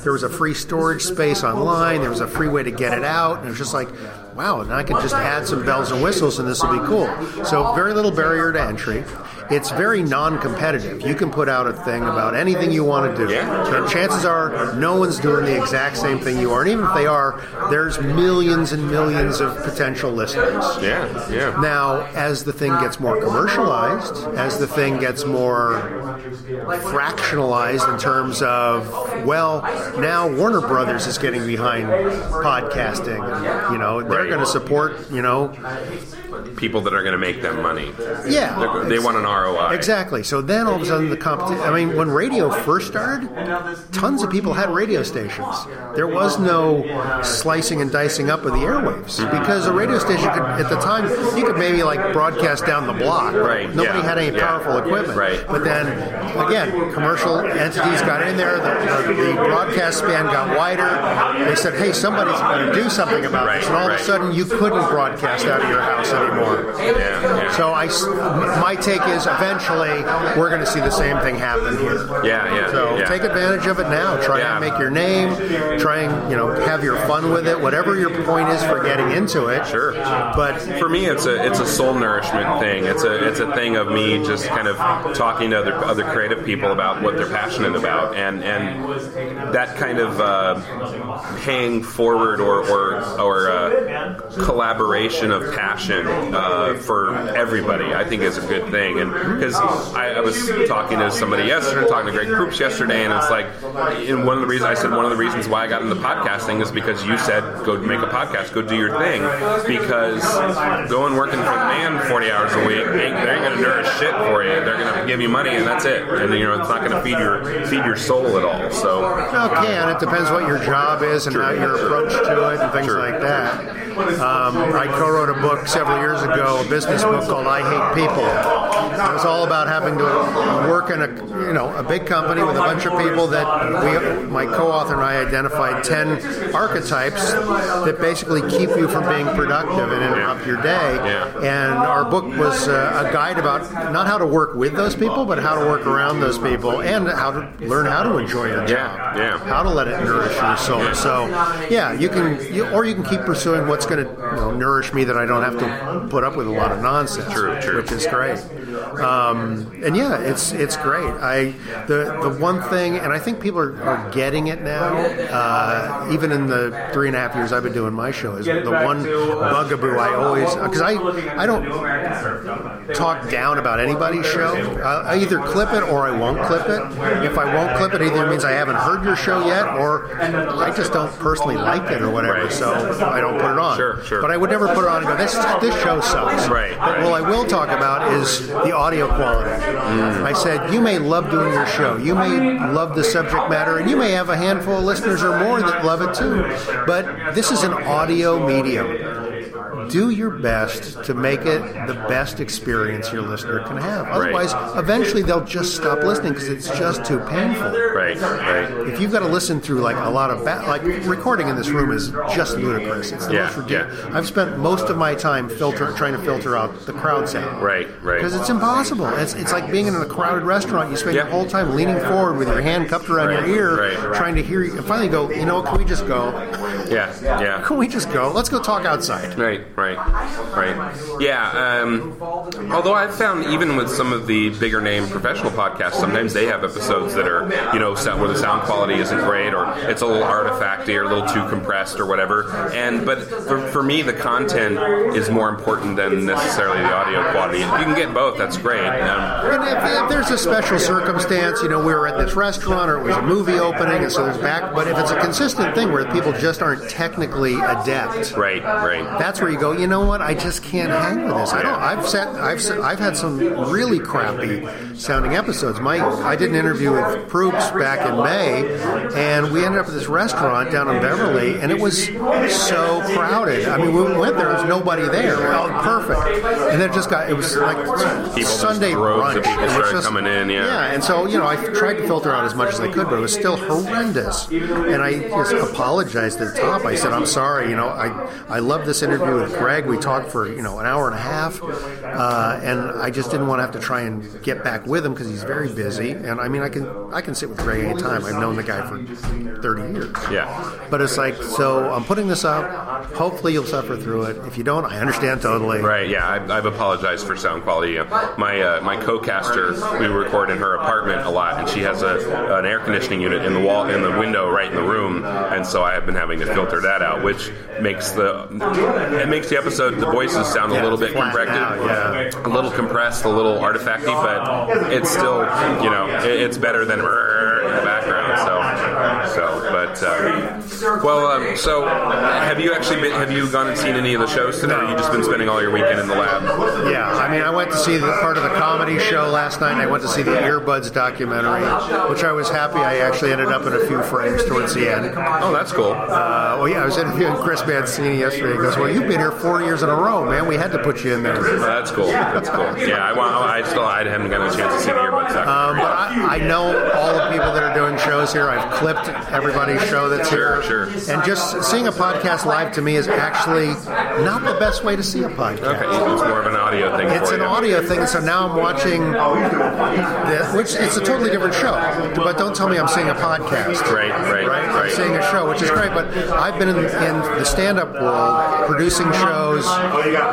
K: there was a free storage space online. There was a free way to get it out, and it was just like. Wow, and I could just add some bells and whistles and this will be cool. So, very little barrier to entry. It's very non competitive. You can put out a thing about anything you want to do. And chances are no one's doing the exact same thing you are. And even if they are, there's millions and millions of potential listeners.
A: yeah, yeah.
K: Now, as the thing gets more commercialized, as the thing gets more fractionalized in terms of, well, now Warner Brothers is getting behind podcasting. And, you know, they're
A: Right.
K: going to support, you know,
A: people that are going to make them money.
K: yeah.
A: They're- They want an ROI.
K: Exactly. So then all of a sudden the competition. I mean, when radio first started, tons of people had radio stations. There was no slicing and dicing up of the airwaves because a radio station could, at the time, you could maybe like broadcast down the block.
A: Right,
K: Nobody
A: yeah,
K: had any
A: yeah.
K: powerful equipment.
A: Right.
K: But then again, commercial entities got in there. The, the, the broadcast span got wider. They said, "Hey, somebody's going to do something about
A: Right,
K: this," and all
A: right.
K: of a sudden you couldn't broadcast out of your house anymore.
A: Yeah, yeah.
K: So I, s- m- my take is eventually we're going to see the same thing happen here.
A: Yeah, yeah,
K: So
A: yeah.
K: take advantage of it now. Try
A: Yeah.
K: and make your name. Try and you know have your fun with it. Whatever your point is for getting into it.
A: Sure.
K: But
A: For me, it's a it's a soul nourishment thing. It's a it's a thing of me just kind of talking to other other creative people about what they're passionate about, and and that kind of uh, paying forward or or or uh, collaboration of passion uh, for everybody, I think is a good thing. And because I, I was talking to somebody yesterday, talking to Greg Proops yesterday, and it's like, and one of the reasons I said one of the reasons why I got into podcasting is because you said go make a podcast, go do your thing, because going working for the man forty hours a week, ain't, they ain't gonna nourish shit for you. They're gonna give you money and that's it, and you know it's not gonna feed your feed your soul at all. So
K: Okay, and it depends what your job is and how your approach to it and things like that. Um, I co-wrote a book several years ago, a business book called "I Hate People." It was all about having to work in a you know a big company with a bunch of people that we, my co-author and I identified ten archetypes that basically keep you from being productive and interrupt your day. And our book was uh, a guide about not how to work with those people, but how to work around those people and how to learn how to enjoy your job
A: yeah, yeah.
K: how to let it nourish your soul. So, yeah, you can, you, or you can keep pursuing what's going to you know, nourish me that I don't have to put up with a lot of nonsense, which is great. Um, and yeah, it's it's great. I the the one thing, and I think people are, are getting it now. Uh, even in the three and a half years I've been doing my show, is the one bugaboo I always because I I don't talk down about anybody's show. I, I either clip it or I won't clip it. If I won't clip it, either means I haven't heard your show yet, or I just don't personally like it or whatever, so I don't put it on.
A: Sure, sure.
K: But I would never put it on and go, this, this show sucks.
A: Right,
K: But
A: right.
K: what I will talk about is the audio quality.
A: Mm.
K: I said, you may love doing your show, you may love the subject matter, and you may have a handful of listeners or more that love it too. But this is an audio medium. Do your best to make it the best experience your listener can have. Otherwise, eventually they'll just stop listening because it's just too painful
A: Right, right.
K: if you've got to listen through like a lot of ba- like recording in this room is just ludicrous. It's the
A: Yeah,
K: most ridiculous. I've spent most of my time filter trying to filter out the crowd sound.
A: Right, right.
K: Because it's impossible. It's, it's like being in a crowded restaurant. You spend
A: Yeah.
K: your whole time leaning forward with your hand cupped around
A: Right,
K: your ear,
A: right, right.
K: trying to hear. You. And finally, go. You know, what, can we just go?
A: Yeah, yeah.
K: Can we just go? Let's go talk outside.
A: Right, right, right. Yeah. Um, although I've found even with some of the bigger name professional podcasts, sometimes they have episodes that are you know set where the sound quality isn't great or it's a little artifacty or a little too compressed or whatever. And but for, for me, the content is more important than necessarily the audio quality. If you can get both, that's great. Um,
K: And if, if there's a special circumstance, you know, we were at this restaurant or it was a movie opening, and so there's back. But if it's a consistent thing where people just aren't technically adept,
A: right, right.
K: that's where you go. You know what? I just can't hang with this. I don't. I've sat. I've sat, I've had some really crappy sounding episodes. My I did an interview with Proops back in May, and we ended up at this restaurant down in Beverly, and it was so crowded. I mean, we went there. There was nobody there. Oh, perfect. And then it just got. It was like
A: just
K: Sunday
A: droves
K: brunch.
A: of people
K: It was
A: started
K: just-
A: coming in, yeah.
K: yeah, and so you know, I tried to filter out as much as I could, but it was still horrendous. And I just apologized at the top. I said, "I'm sorry." You know, I I love this interview with Greg. We talked for you know an hour and a half, uh, and I just didn't want to have to try and get back with him because he's very busy. And I mean, I can I can sit with Greg anytime. I've known the guy for 30 years.
A: Yeah.
K: But it's like, so I'm putting this up. Hopefully, you'll suffer through it. If you don't, I understand totally.
A: Right. Yeah, I, I've apologized for sound quality. Uh, My uh, my co-caster, we record in her apartment a lot, and she has a an air conditioning unit in the wall in the window right in the room, and so I have been having to filter that out, which makes the it makes the episode the voices sound a little bit
K: flat
A: compressed,
K: out, yeah.
A: a little compressed, a little artifacty, but it's still you know it, it's better than. "Rrrr" in the background. So, so, but uh, well, um, so have you actually been? Have you gone and seen any of the shows today? Or you just been spending all your weekend in the lab?
K: Yeah, I mean, I went to see the part of the comedy show last night. and I went to see the Earbuds documentary, which I was happy. I actually ended up in a few frames towards the end.
A: Oh, that's cool.
K: Uh, well, yeah, I was interviewing Chris Mancini yesterday. He goes, "Well, you've been here four years in a row, man. We had to put you in there."
A: Oh, that's cool. That's cool. Yeah, I want. I still. I haven't gotten a chance to see the earbuds.
K: Um,
A: documentary.
K: but I, I know all the people that are doing shows here. I've clipped everybody's show that's
A: Sure,
K: here.
A: sure.
K: And just seeing a podcast live to me is actually not the best way to see a podcast.
A: Okay, it's more of an audio thing. thing
K: It's
A: for
K: an
A: you.
K: audio thing, so now I'm watching the, which it's a totally different show. But don't tell me I'm seeing a podcast.
A: Right, right,
K: I'm
A: right.
K: seeing a show, which is great. But I've been in, in the stand-up world, producing shows,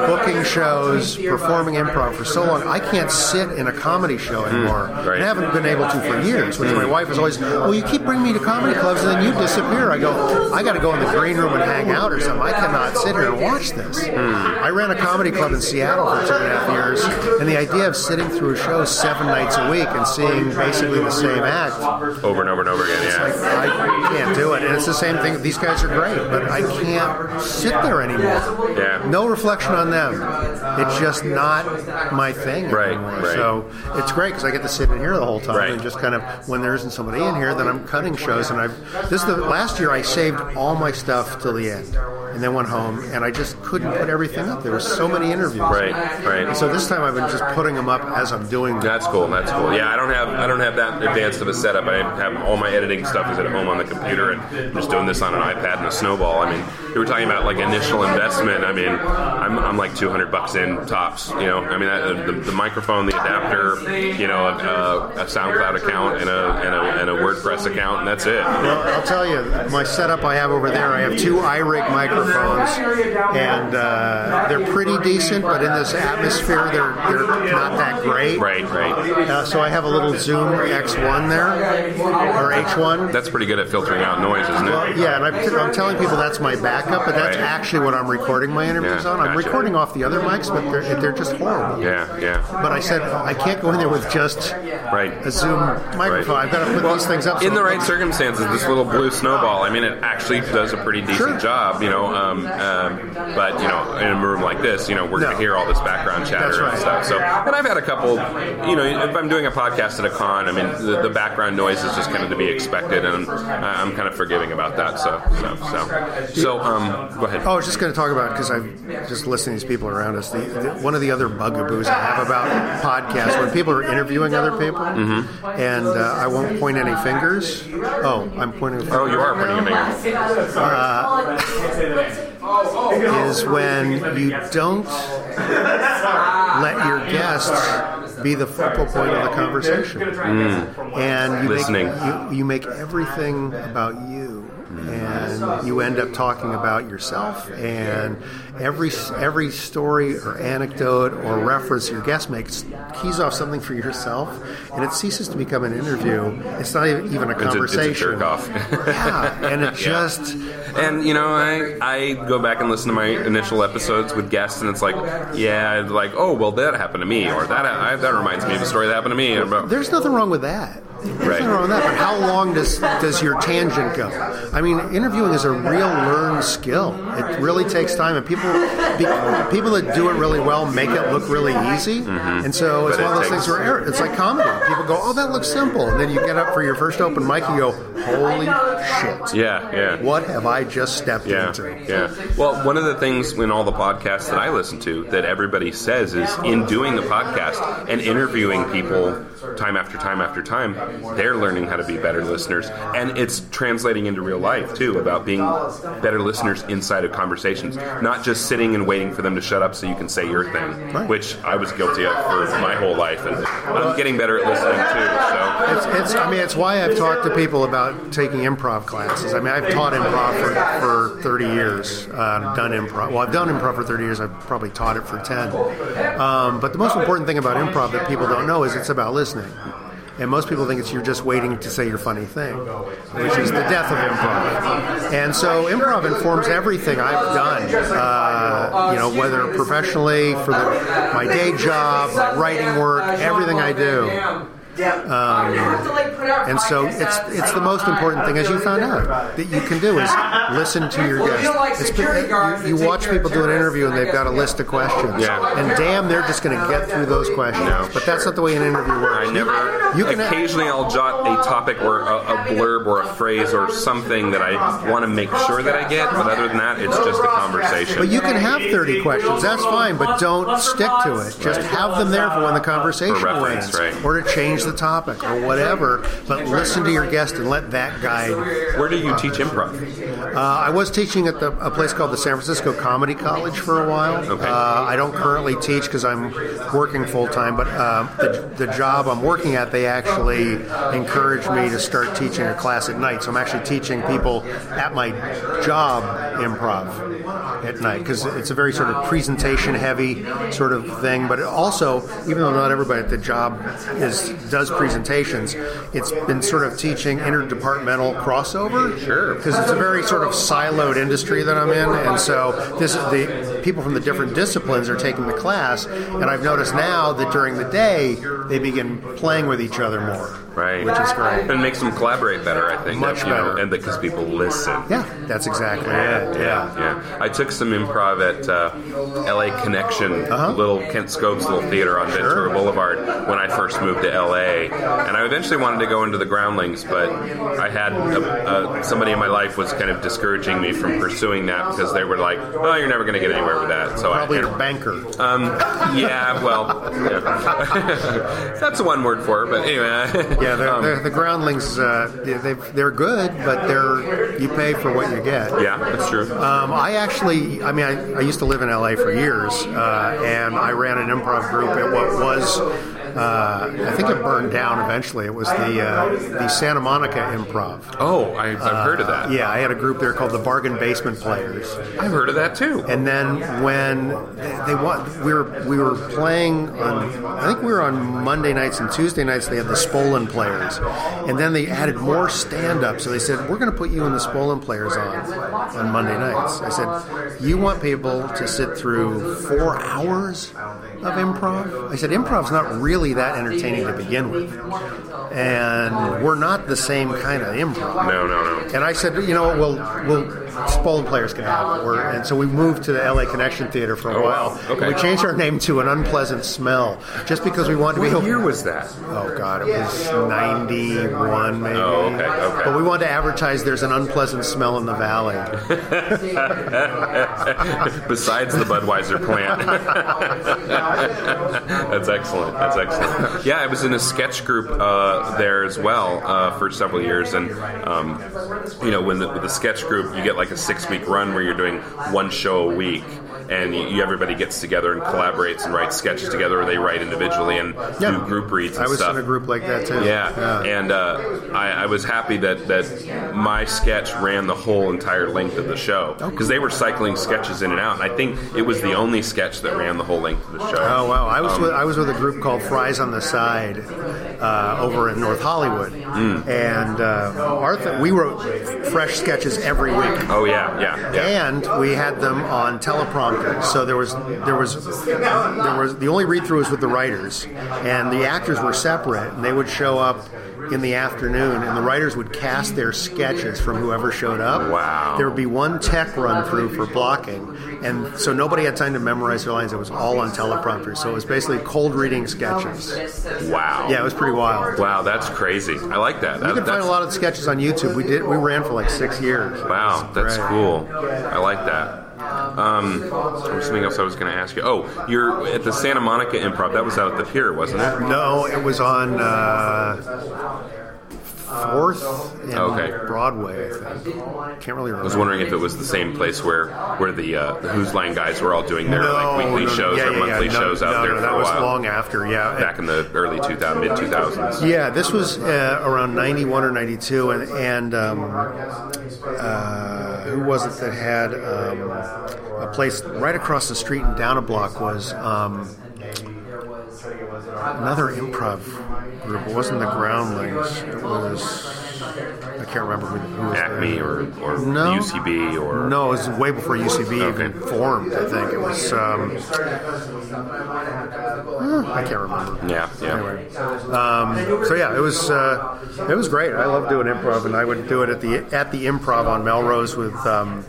K: booking shows, performing improv for so long. I can't sit in a comedy show anymore,
A: Hmm. right. Hmm.
K: and I haven't been able to for years. Which my wife is always, "Well, you keep bringing me to comedy clubs, and then you disappear." I go, "I got to go in the green room and hang out or something. I cannot sit here and watch this." I ran a comedy club in Seattle for two and a half years, and the idea of sitting through a show seven nights a week and seeing basically the same act.
A: over and over and over again. Yeah.
K: I can't do it. And it's the same thing. These guys are great, but I can't sit there anymore.
A: Yeah.
K: No reflection on them. It's just not my thing
A: Right,
K: anymore.
A: right.
K: So it's great because I get to sit in here the whole time
A: Right.
K: and just kind of when there isn't somebody in here, then I'm cutting shows. And I've this is the last year I saved all my stuff till the end, and then went home and I just couldn't put everything up. There were so many interviews.
A: Right, right.
K: So this time I've been just putting them up as I'm doing them.
A: That's cool. That's cool. Yeah, I don't have I don't have that advanced of a setup. I have all my editing stuff is at home on the computer, and I'm just doing this on an iPad and a snowball. I mean, you were talking about like initial investment. I mean, I'm, I'm like 200 bucks in tops. You know, I mean, that, the, the microphone, the adapter, you know, uh, a, a, a SoundCloud account and a, and a and a WordPress account, and that's it.
K: Well, I'll tell you, my setup I have over there, I have two iRig microphones, and uh, they're pretty decent, but in this atmosphere, they're, they're not that great.
A: Right, right.
K: Uh, so I have a little Zoom X1 there, or H1.
A: That's pretty good at filtering out noise, isn't it?
K: Well, yeah, and I'm, I'm telling people that's my backup, but that's
A: Right.
K: actually what I'm recording my interviews
A: Yeah,
K: on. I'm
A: gotcha.
K: recording off the other mics, but they're, they're just horrible.
A: Yeah, yeah.
K: But I said, I can't go in there with just
A: Right.
K: a Zoom microphone. I've got to put these things up. so
A: in the
K: it
A: right
K: looks
A: circumstances, this little blue snowball. I mean, it actually does a pretty decent
K: Sure.
A: job, you know. Um, um, but you know, in a room like this, you know, we're
K: No.
A: gonna hear all this background
K: That's
A: chatter
K: right.
A: and stuff. So, and I've had a couple. You know, if I'm doing a podcast at a con, I mean, the, the background noise is just kind of to be expected, and I- I'm kind of forgiving about that. So, so, so, so um, go ahead.
K: Oh, I was just going to talk about because I'm just listening to these people around us. The, the, one of the other bugaboos I have about podcasts when people are interviewing other people,
A: Mm-hmm.
K: and uh, I won't point any fingers. Oh, I'm pointing. a finger
A: Oh, you are pointing a finger.
K: Oh, is when you don't let your guests be the focal point of the conversation, Mm. and you
A: Listening.
K: make you, you make everything about you, and you end up talking about yourself. And every every story or anecdote or reference your guest makes keys off something for yourself, and it ceases to become an interview. It's not even even a
A: It's a, it's a
K: conversation.
A: jerk off.
K: yeah, and it just.
A: And you know, I I go back and listen to my initial episodes with guests, and it's like, yeah, like oh well, that happened to me, or that I, that reminds me of a story that happened to me. About,
K: There's nothing wrong with that. There's
A: Right.
K: nothing wrong with that. But how long does does your tangent go? I mean, interviewing is a real learned skill. It really takes time, and people be, people that do it really well make it look really easy. And so Mm-hmm. it's
A: Mm-hmm. But
K: one of
A: it
K: those
A: takes-
K: things where er- it's like comedy. People go, "Oh, that looks simple," and then you get up for your first open mic and go, "Holy shit!
A: yeah, yeah.
K: What have I just stepped
A: Yeah,
K: into?"
A: yeah. Well, one of the things in all the podcasts that I listen to that everybody says is in doing the podcast and interviewing people time after time after time, they're learning how to be better listeners. And it's translating into real life, too, about being better listeners inside of conversations, not just sitting and waiting for them to shut up so you can say your thing, which I was guilty of for my whole life. And I'm getting better at listening, too. So.
K: It's, it's, I mean, it's why I've talked to people about taking improv classes. I mean, I've taught improv for, for 30 years. Uh, I've done improv. Well, I've done improv for 30 years. I've probably taught it for 10. Um, but the most important thing about improv that people don't know is it's about listening. And most people think it's you're just waiting to say your funny thing, which is the death of improv. And so improv informs everything I've done, uh, you know, whether professionally, for the, my day job, my writing work, everything I do. Um, And so it's it's the most important thing, as you found out, that you can do is listen to your guests. It's, you, you watch people do an interview and they've got a list of questions,
A: Yeah.
K: and damn, they're just going to get through those questions.
A: No,
K: but that's not the way an interview works.
A: I never.
K: You can
A: occasionally, I'll jot a topic or a, a blurb or a phrase or something that I want to make sure that I get. But other than that, it's just a conversation.
K: But you can have 30 questions. That's fine, but don't stick to it. Just have them there for when the conversation
A: For reference,
K: ends,
A: right.
K: or to change the a topic or whatever, but listen to your guest and let that guide.
A: Where do you teach improv?
K: Uh, I was teaching at the, a place called the San Francisco Comedy College for a while.
A: Okay.
K: Uh, I don't currently teach because I'm working full time, but uh, the, the job I'm working at, they actually encouraged me to start teaching a class at night. So I'm actually teaching people at my job improv at night because it's a very sort of presentation heavy sort of thing. But it also, even though not everybody at the job is does presentations, it's been sort of teaching interdepartmental crossover. Sure. Because it's a very sort of siloed industry that I'm in, and so this is the people from the different disciplines are taking the class, and I've noticed now that during the day they begin playing with each other more.
A: Right.
K: Which is great.
A: And makes them collaborate better, I think.
K: Much
A: you know,
K: better.
A: and because people listen.
K: Yeah, that's exactly it. Yeah.
A: Yeah, I took some improv at uh, LA Connection,
K: Uh-huh.
A: little Kent Scopes little theater on Ventura Boulevard when I first moved to LA, and I eventually wanted to go into the Groundlings, but I had a, a, somebody in my life was kind of discouraging me from pursuing that because they were like, "Oh, you're never going to get anywhere with that." So
K: Probably
A: I
K: your banker.
A: um, yeah, well, yeah. that's the one word for it. But anyway,
K: Yeah, they're,
A: um,
K: they're, the groundlings, uh, they- they've, they're good, but they're you pay for what you get.
A: yeah, that's true.
K: Um, I actually, I mean, I, I used to live in LA for years, uh, and I ran an improv group at what was, uh, I think it burned down eventually. It was the uh, the Santa Monica Improv. Uh,
A: oh, I, I've heard of that.
K: Yeah, I had a group there called the Bargain Basement Players.
A: I've heard of that too.
K: And then when they, they wa- we were we were playing on I think we were on Monday nights and Tuesday nights they had the Spolin players, and then they added more stand up. So they said we're going to put you and the Spolin players on on Monday nights. I said you want people to sit through four hours of improv. I said improv's not really that entertaining to begin with, and we're not the same kind of improv.
A: No, no, no.
K: And I said, you know what, we'll, we'll Spalding Players can have it. We're, and so we moved to the LA Connection Theater for a
A: Oh, wow.
K: while.
A: Okay.
K: We changed our name to An Unpleasant Smell just because we wanted to be.
A: What year was that?
K: Oh, God, it was 91, maybe.
A: Oh, okay, okay.
K: But we wanted to advertise there's an unpleasant smell in the valley.
A: Besides the Budweiser plant. That's excellent. That's excellent. Yeah, I was in a sketch group uh, there as well uh, for several years. And, um, you know, when the, with the sketch group, you get like a six week run where you're doing one show a week. And you, you- everybody gets together and collaborates and writes sketches together, or they write individually and
K: Yeah.
A: do group reads and
K: I was
A: stuff.
K: in a group like that, too.
A: Yeah, and uh, I, I was happy that, that my sketch ran the whole entire length of the show because they were cycling sketches in and out. And I think it was the only sketch that ran the whole length of the show. Um,
K: Oh wow! I was with, I was with a group called Fries on the Side uh, over in North Hollywood,
A: Hmm.
K: and uh, Arthur. We wrote fresh sketches every week.
A: Oh yeah, yeah, yeah.
K: and we had them on teleprompters. So there was there was there was the only read through was with the writers, and the actors were separate, and they would show up in the afternoon, and the writers would cast their sketches from whoever showed up.
A: Wow.
K: There would be one tech run through for blocking, and so nobody had time to memorize their lines. It was all on teleprompters, so it was basically cold reading sketches.
A: Wow.
K: Yeah, it was pretty wild.
A: Wow, that's crazy. I like that.
K: You
A: That-
K: can find
A: that's-
K: a lot of the sketches on YouTube. We did. We ran for like six years.
A: Wow, that's
K: Right.
A: cool. I like that. Um, there was something else I was going to ask you. Oh, you're at the Santa Monica Improv. That was out at the pier, wasn't it?
K: No, it was on uh, Fourth and
A: Okay.
K: Broadway. I think. Can't really remember.
A: I was wondering if it was the same place where where the uh, the Who's Line guys were all doing their
K: no,
A: like weekly
K: no, no,
A: shows
K: yeah,
A: or
K: yeah,
A: monthly
K: yeah. No,
A: shows out
K: no,
A: there
K: No,
A: for
K: that
A: a
K: was
A: while.
K: long after. Yeah,
A: back in the early 2000s, mid 2000s.
K: Yeah, this was uh, around 91 or 92, and, and um, uh, who was it that had um, a place right across the street and down a block was um, another improv group. It wasn't the Groundlings. It was, I can't remember who, who was
A: Acme
K: there.
A: or, or
K: No.
A: UCB or
K: No, it was way before UCB even
A: Okay.
K: formed, I think. It was, um, uh, I can't remember.
A: Yeah, yeah.
K: Anyway. Um, so yeah, it was uh, it was great. I love doing improv, and I would do it at the at the improv on Melrose with um,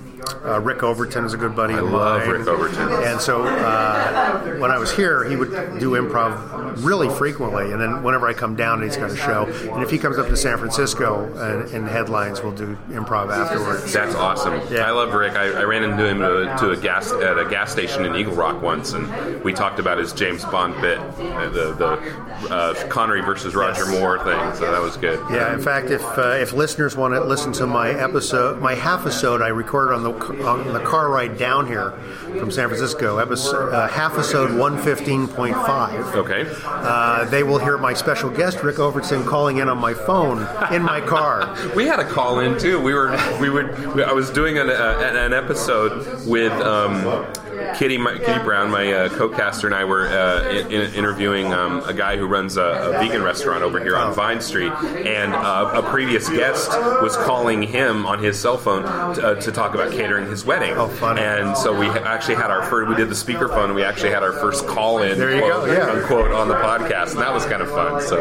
K: Uh, Rick Overton is a good buddy. I
A: love Rick Overton.
K: And so uh, when I was here, he would do improv really frequently. And then whenever I come down, he's got a show. And if he comes up to San Francisco uh, and, and headlines, we'll do improv afterwards.
A: That's awesome. I love Rick. I, I ran into him at a, to a gas at a gas station in Eagle Rock once, and we talked about his James Bond bit, uh, the, the uh, Connery versus Roger Moore thing. So that was good.
K: Yeah, in fact, if uh, if listeners want to listen to my episode, my half episode I recorded on the on the car ride down here from San Francisco, episode uh, half episode one fifteen point five.
A: Okay.
K: Uh, they will hear my special guest Rick Overton calling in on my phone in my car.
A: We had a call in too. We were we would we, I was doing an, uh, an an episode with um, Kitty my, Kitty Brown, my uh, co-caster, and I were uh, in, in- interviewing um, a guy who runs a, a vegan restaurant over here on Vine Street, and uh, a previous guest was calling him on his cell phone to, uh, to talk about catering his wedding. Oh, funny! And so we ha- actually had our first we did the speakerphone. and We actually had our first call in
K: There you go,
A: quote,
K: yeah.
A: unquote on the podcast, and that was kind of fun. So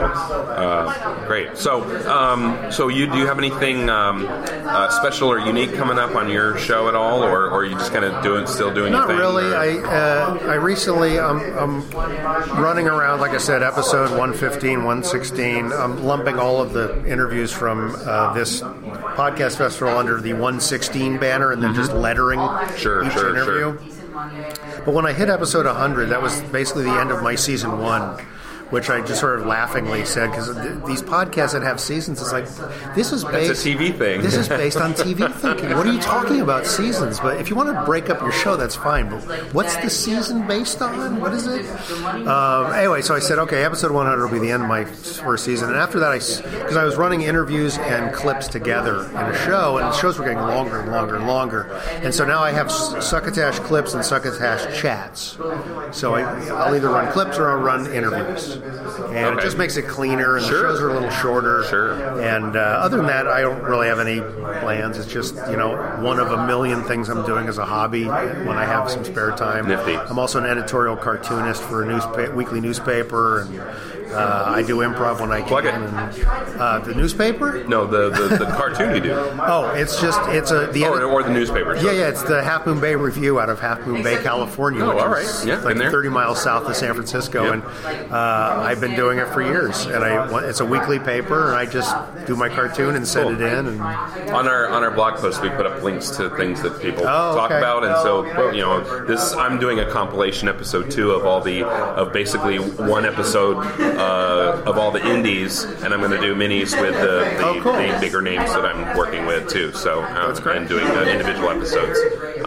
A: uh, great. So um, so you do you have anything um, uh, special or unique coming up on your show at all, or, or are you just kind of doing still doing your
K: Not
A: thing?
K: really.
A: or-
K: I uh, I recently I'm, I'm running around like I said, episode 115, 116. I'm lumping all of the interviews from uh, this podcast festival under the 116 banner, and then just lettering
A: Mm-hmm. Sure,
K: each
A: sure, sure.
K: interview. But when I hit episode 100, that was basically the end of my season one, which I just sort of laughingly said because th- these podcasts that have seasons, it's like this is based
A: That's a TV thing.
K: This is based on TV thinking. What are you talking about seasons? But if you want to break up your show, that's fine. But what's the season based on? What is it? Um, anyway, so I said, okay, episode 100 will be the end of my first season. And after that, I because I was running interviews and clips together in a show, and the shows were getting longer and longer and longer. And so now I have s- succotash clips and succotash chats. So I, I'll either run clips or I'll run interviews, and
A: Okay.
K: it just makes it cleaner. And
A: Sure.
K: the shows are a little shorter.
A: Sure.
K: And uh, other than that, I don't really have any plans. It's just you know one of a million things I'm doing as a hobby when I have some spare time.
A: Nifty.
K: I'm also an editorial cartoonist for a newspa- weekly newspaper, and uh, I do improv when I can.
A: Plug it.
K: And, uh, the newspaper?
A: No, the, the, the cartoon you do. Oh,
K: Oh, it's just it's a the.
A: Or,
K: edit-
A: or the newspaper.
K: yeah, yeah, it's the Half Moon Bay Review out of Half Moon Bay, California.
A: Oh,
K: which
A: all
K: is
A: right. Yeah,
K: like
A: been there.
K: 30 miles south of San Francisco,
A: Yep.
K: and uh, I've been doing it for years. And I, it's a weekly paper, and I just do my cartoon and send
A: Cool.
K: it in. And
A: On our on our blog post, we put up links to things that people
K: Oh,
A: talk
K: okay.
A: about, and so you know this. I'm doing a compilation episode two of all the of basically one episode uh, of all the indies, and I'm going to do minis with the, the,
K: Oh, cool.
A: the bigger names that I'm working with too. So um, and doing the individual episodes.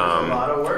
A: Um,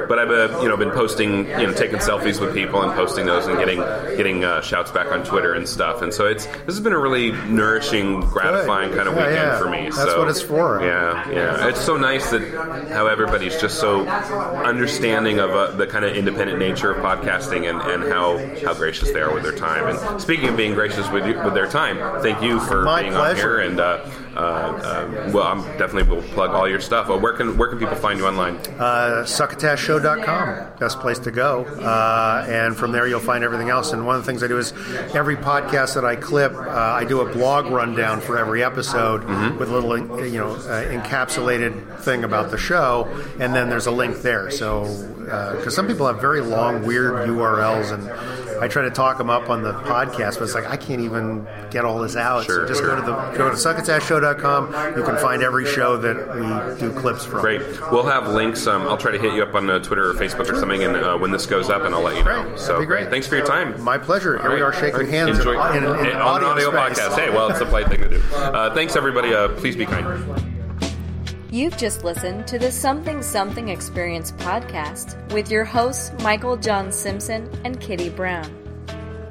A: but I've uh, you know been posting you know taking selfies with people and posting those and getting getting uh, shouts back on Twitter and stuff. And so it's this has been a really nourishing, gratifying kind of
K: Yeah,
A: weekend
K: yeah.
A: for me.
K: That's
A: so-
K: what it's for.
A: Yeah. Yeah, yeah. It's so nice that how everybody's just so understanding of uh, the kind of independent nature of podcasting and, and how, how gracious they are with their time. And speaking of being gracious with you, with their time, thank you for
K: My
A: being on
K: pleasure.
A: here. And uh, uh, uh, well, I'm definitely will plug all your stuff. Uh, where can where can people find you online?
K: uh, succotashshow.com, best place to go. Uh, and from there, you'll find everything else. And one of the things I do is every podcast that I clip, uh, I do a blog rundown for every episode
A: Mm-hmm.
K: with a little, uh, you know, uh, encapsulated thing about the show. And then there's a link there. So, because some people have very long, weird URLs and I try to talk them up on the podcast, but it's like I can't even get all this out.
A: Sure,
K: so just go
A: sure.
K: to the go to succotashshow.com. You can find every show that we do clips from.
A: Great. We'll have links. Um, I'll try to hit you up on uh, Twitter or Facebook or something, and uh, when this goes up, and I'll let you know.
K: Great.
A: So
K: That'd be great.
A: Thanks for your time.
K: My pleasure. Here we are shaking hands
A: Enjoy.
K: in, in, in
A: on
K: an
A: an
K: audio,
A: audio
K: space.
A: podcast. Hey, well, it's a polite thing to do. Uh, thanks, everybody. Uh, please be kind.
L: You've just listened to the Something Something Experience podcast with your hosts Michael John Simpson and Kitty Brown.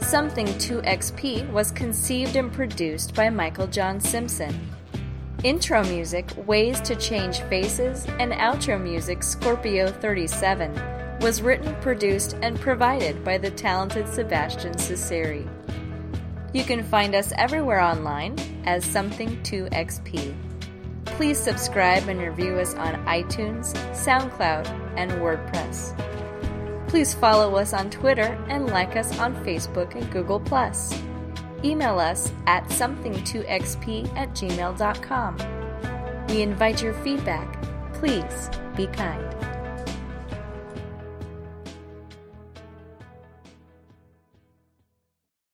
L: Something 2XP was conceived and produced by Michael John Simpson. Intro music Ways to Change Faces and outro music Scorpio 37 was written, produced, and provided by the talented Sebastian Cesari. You can find us everywhere online as Something 2XP please subscribe and review us on iTunes, SoundCloud, and WordPress. Please follow us on Twitter and like us on Facebook and Google. Email us at something2xp at gmail.com. We invite your feedback. Please be kind.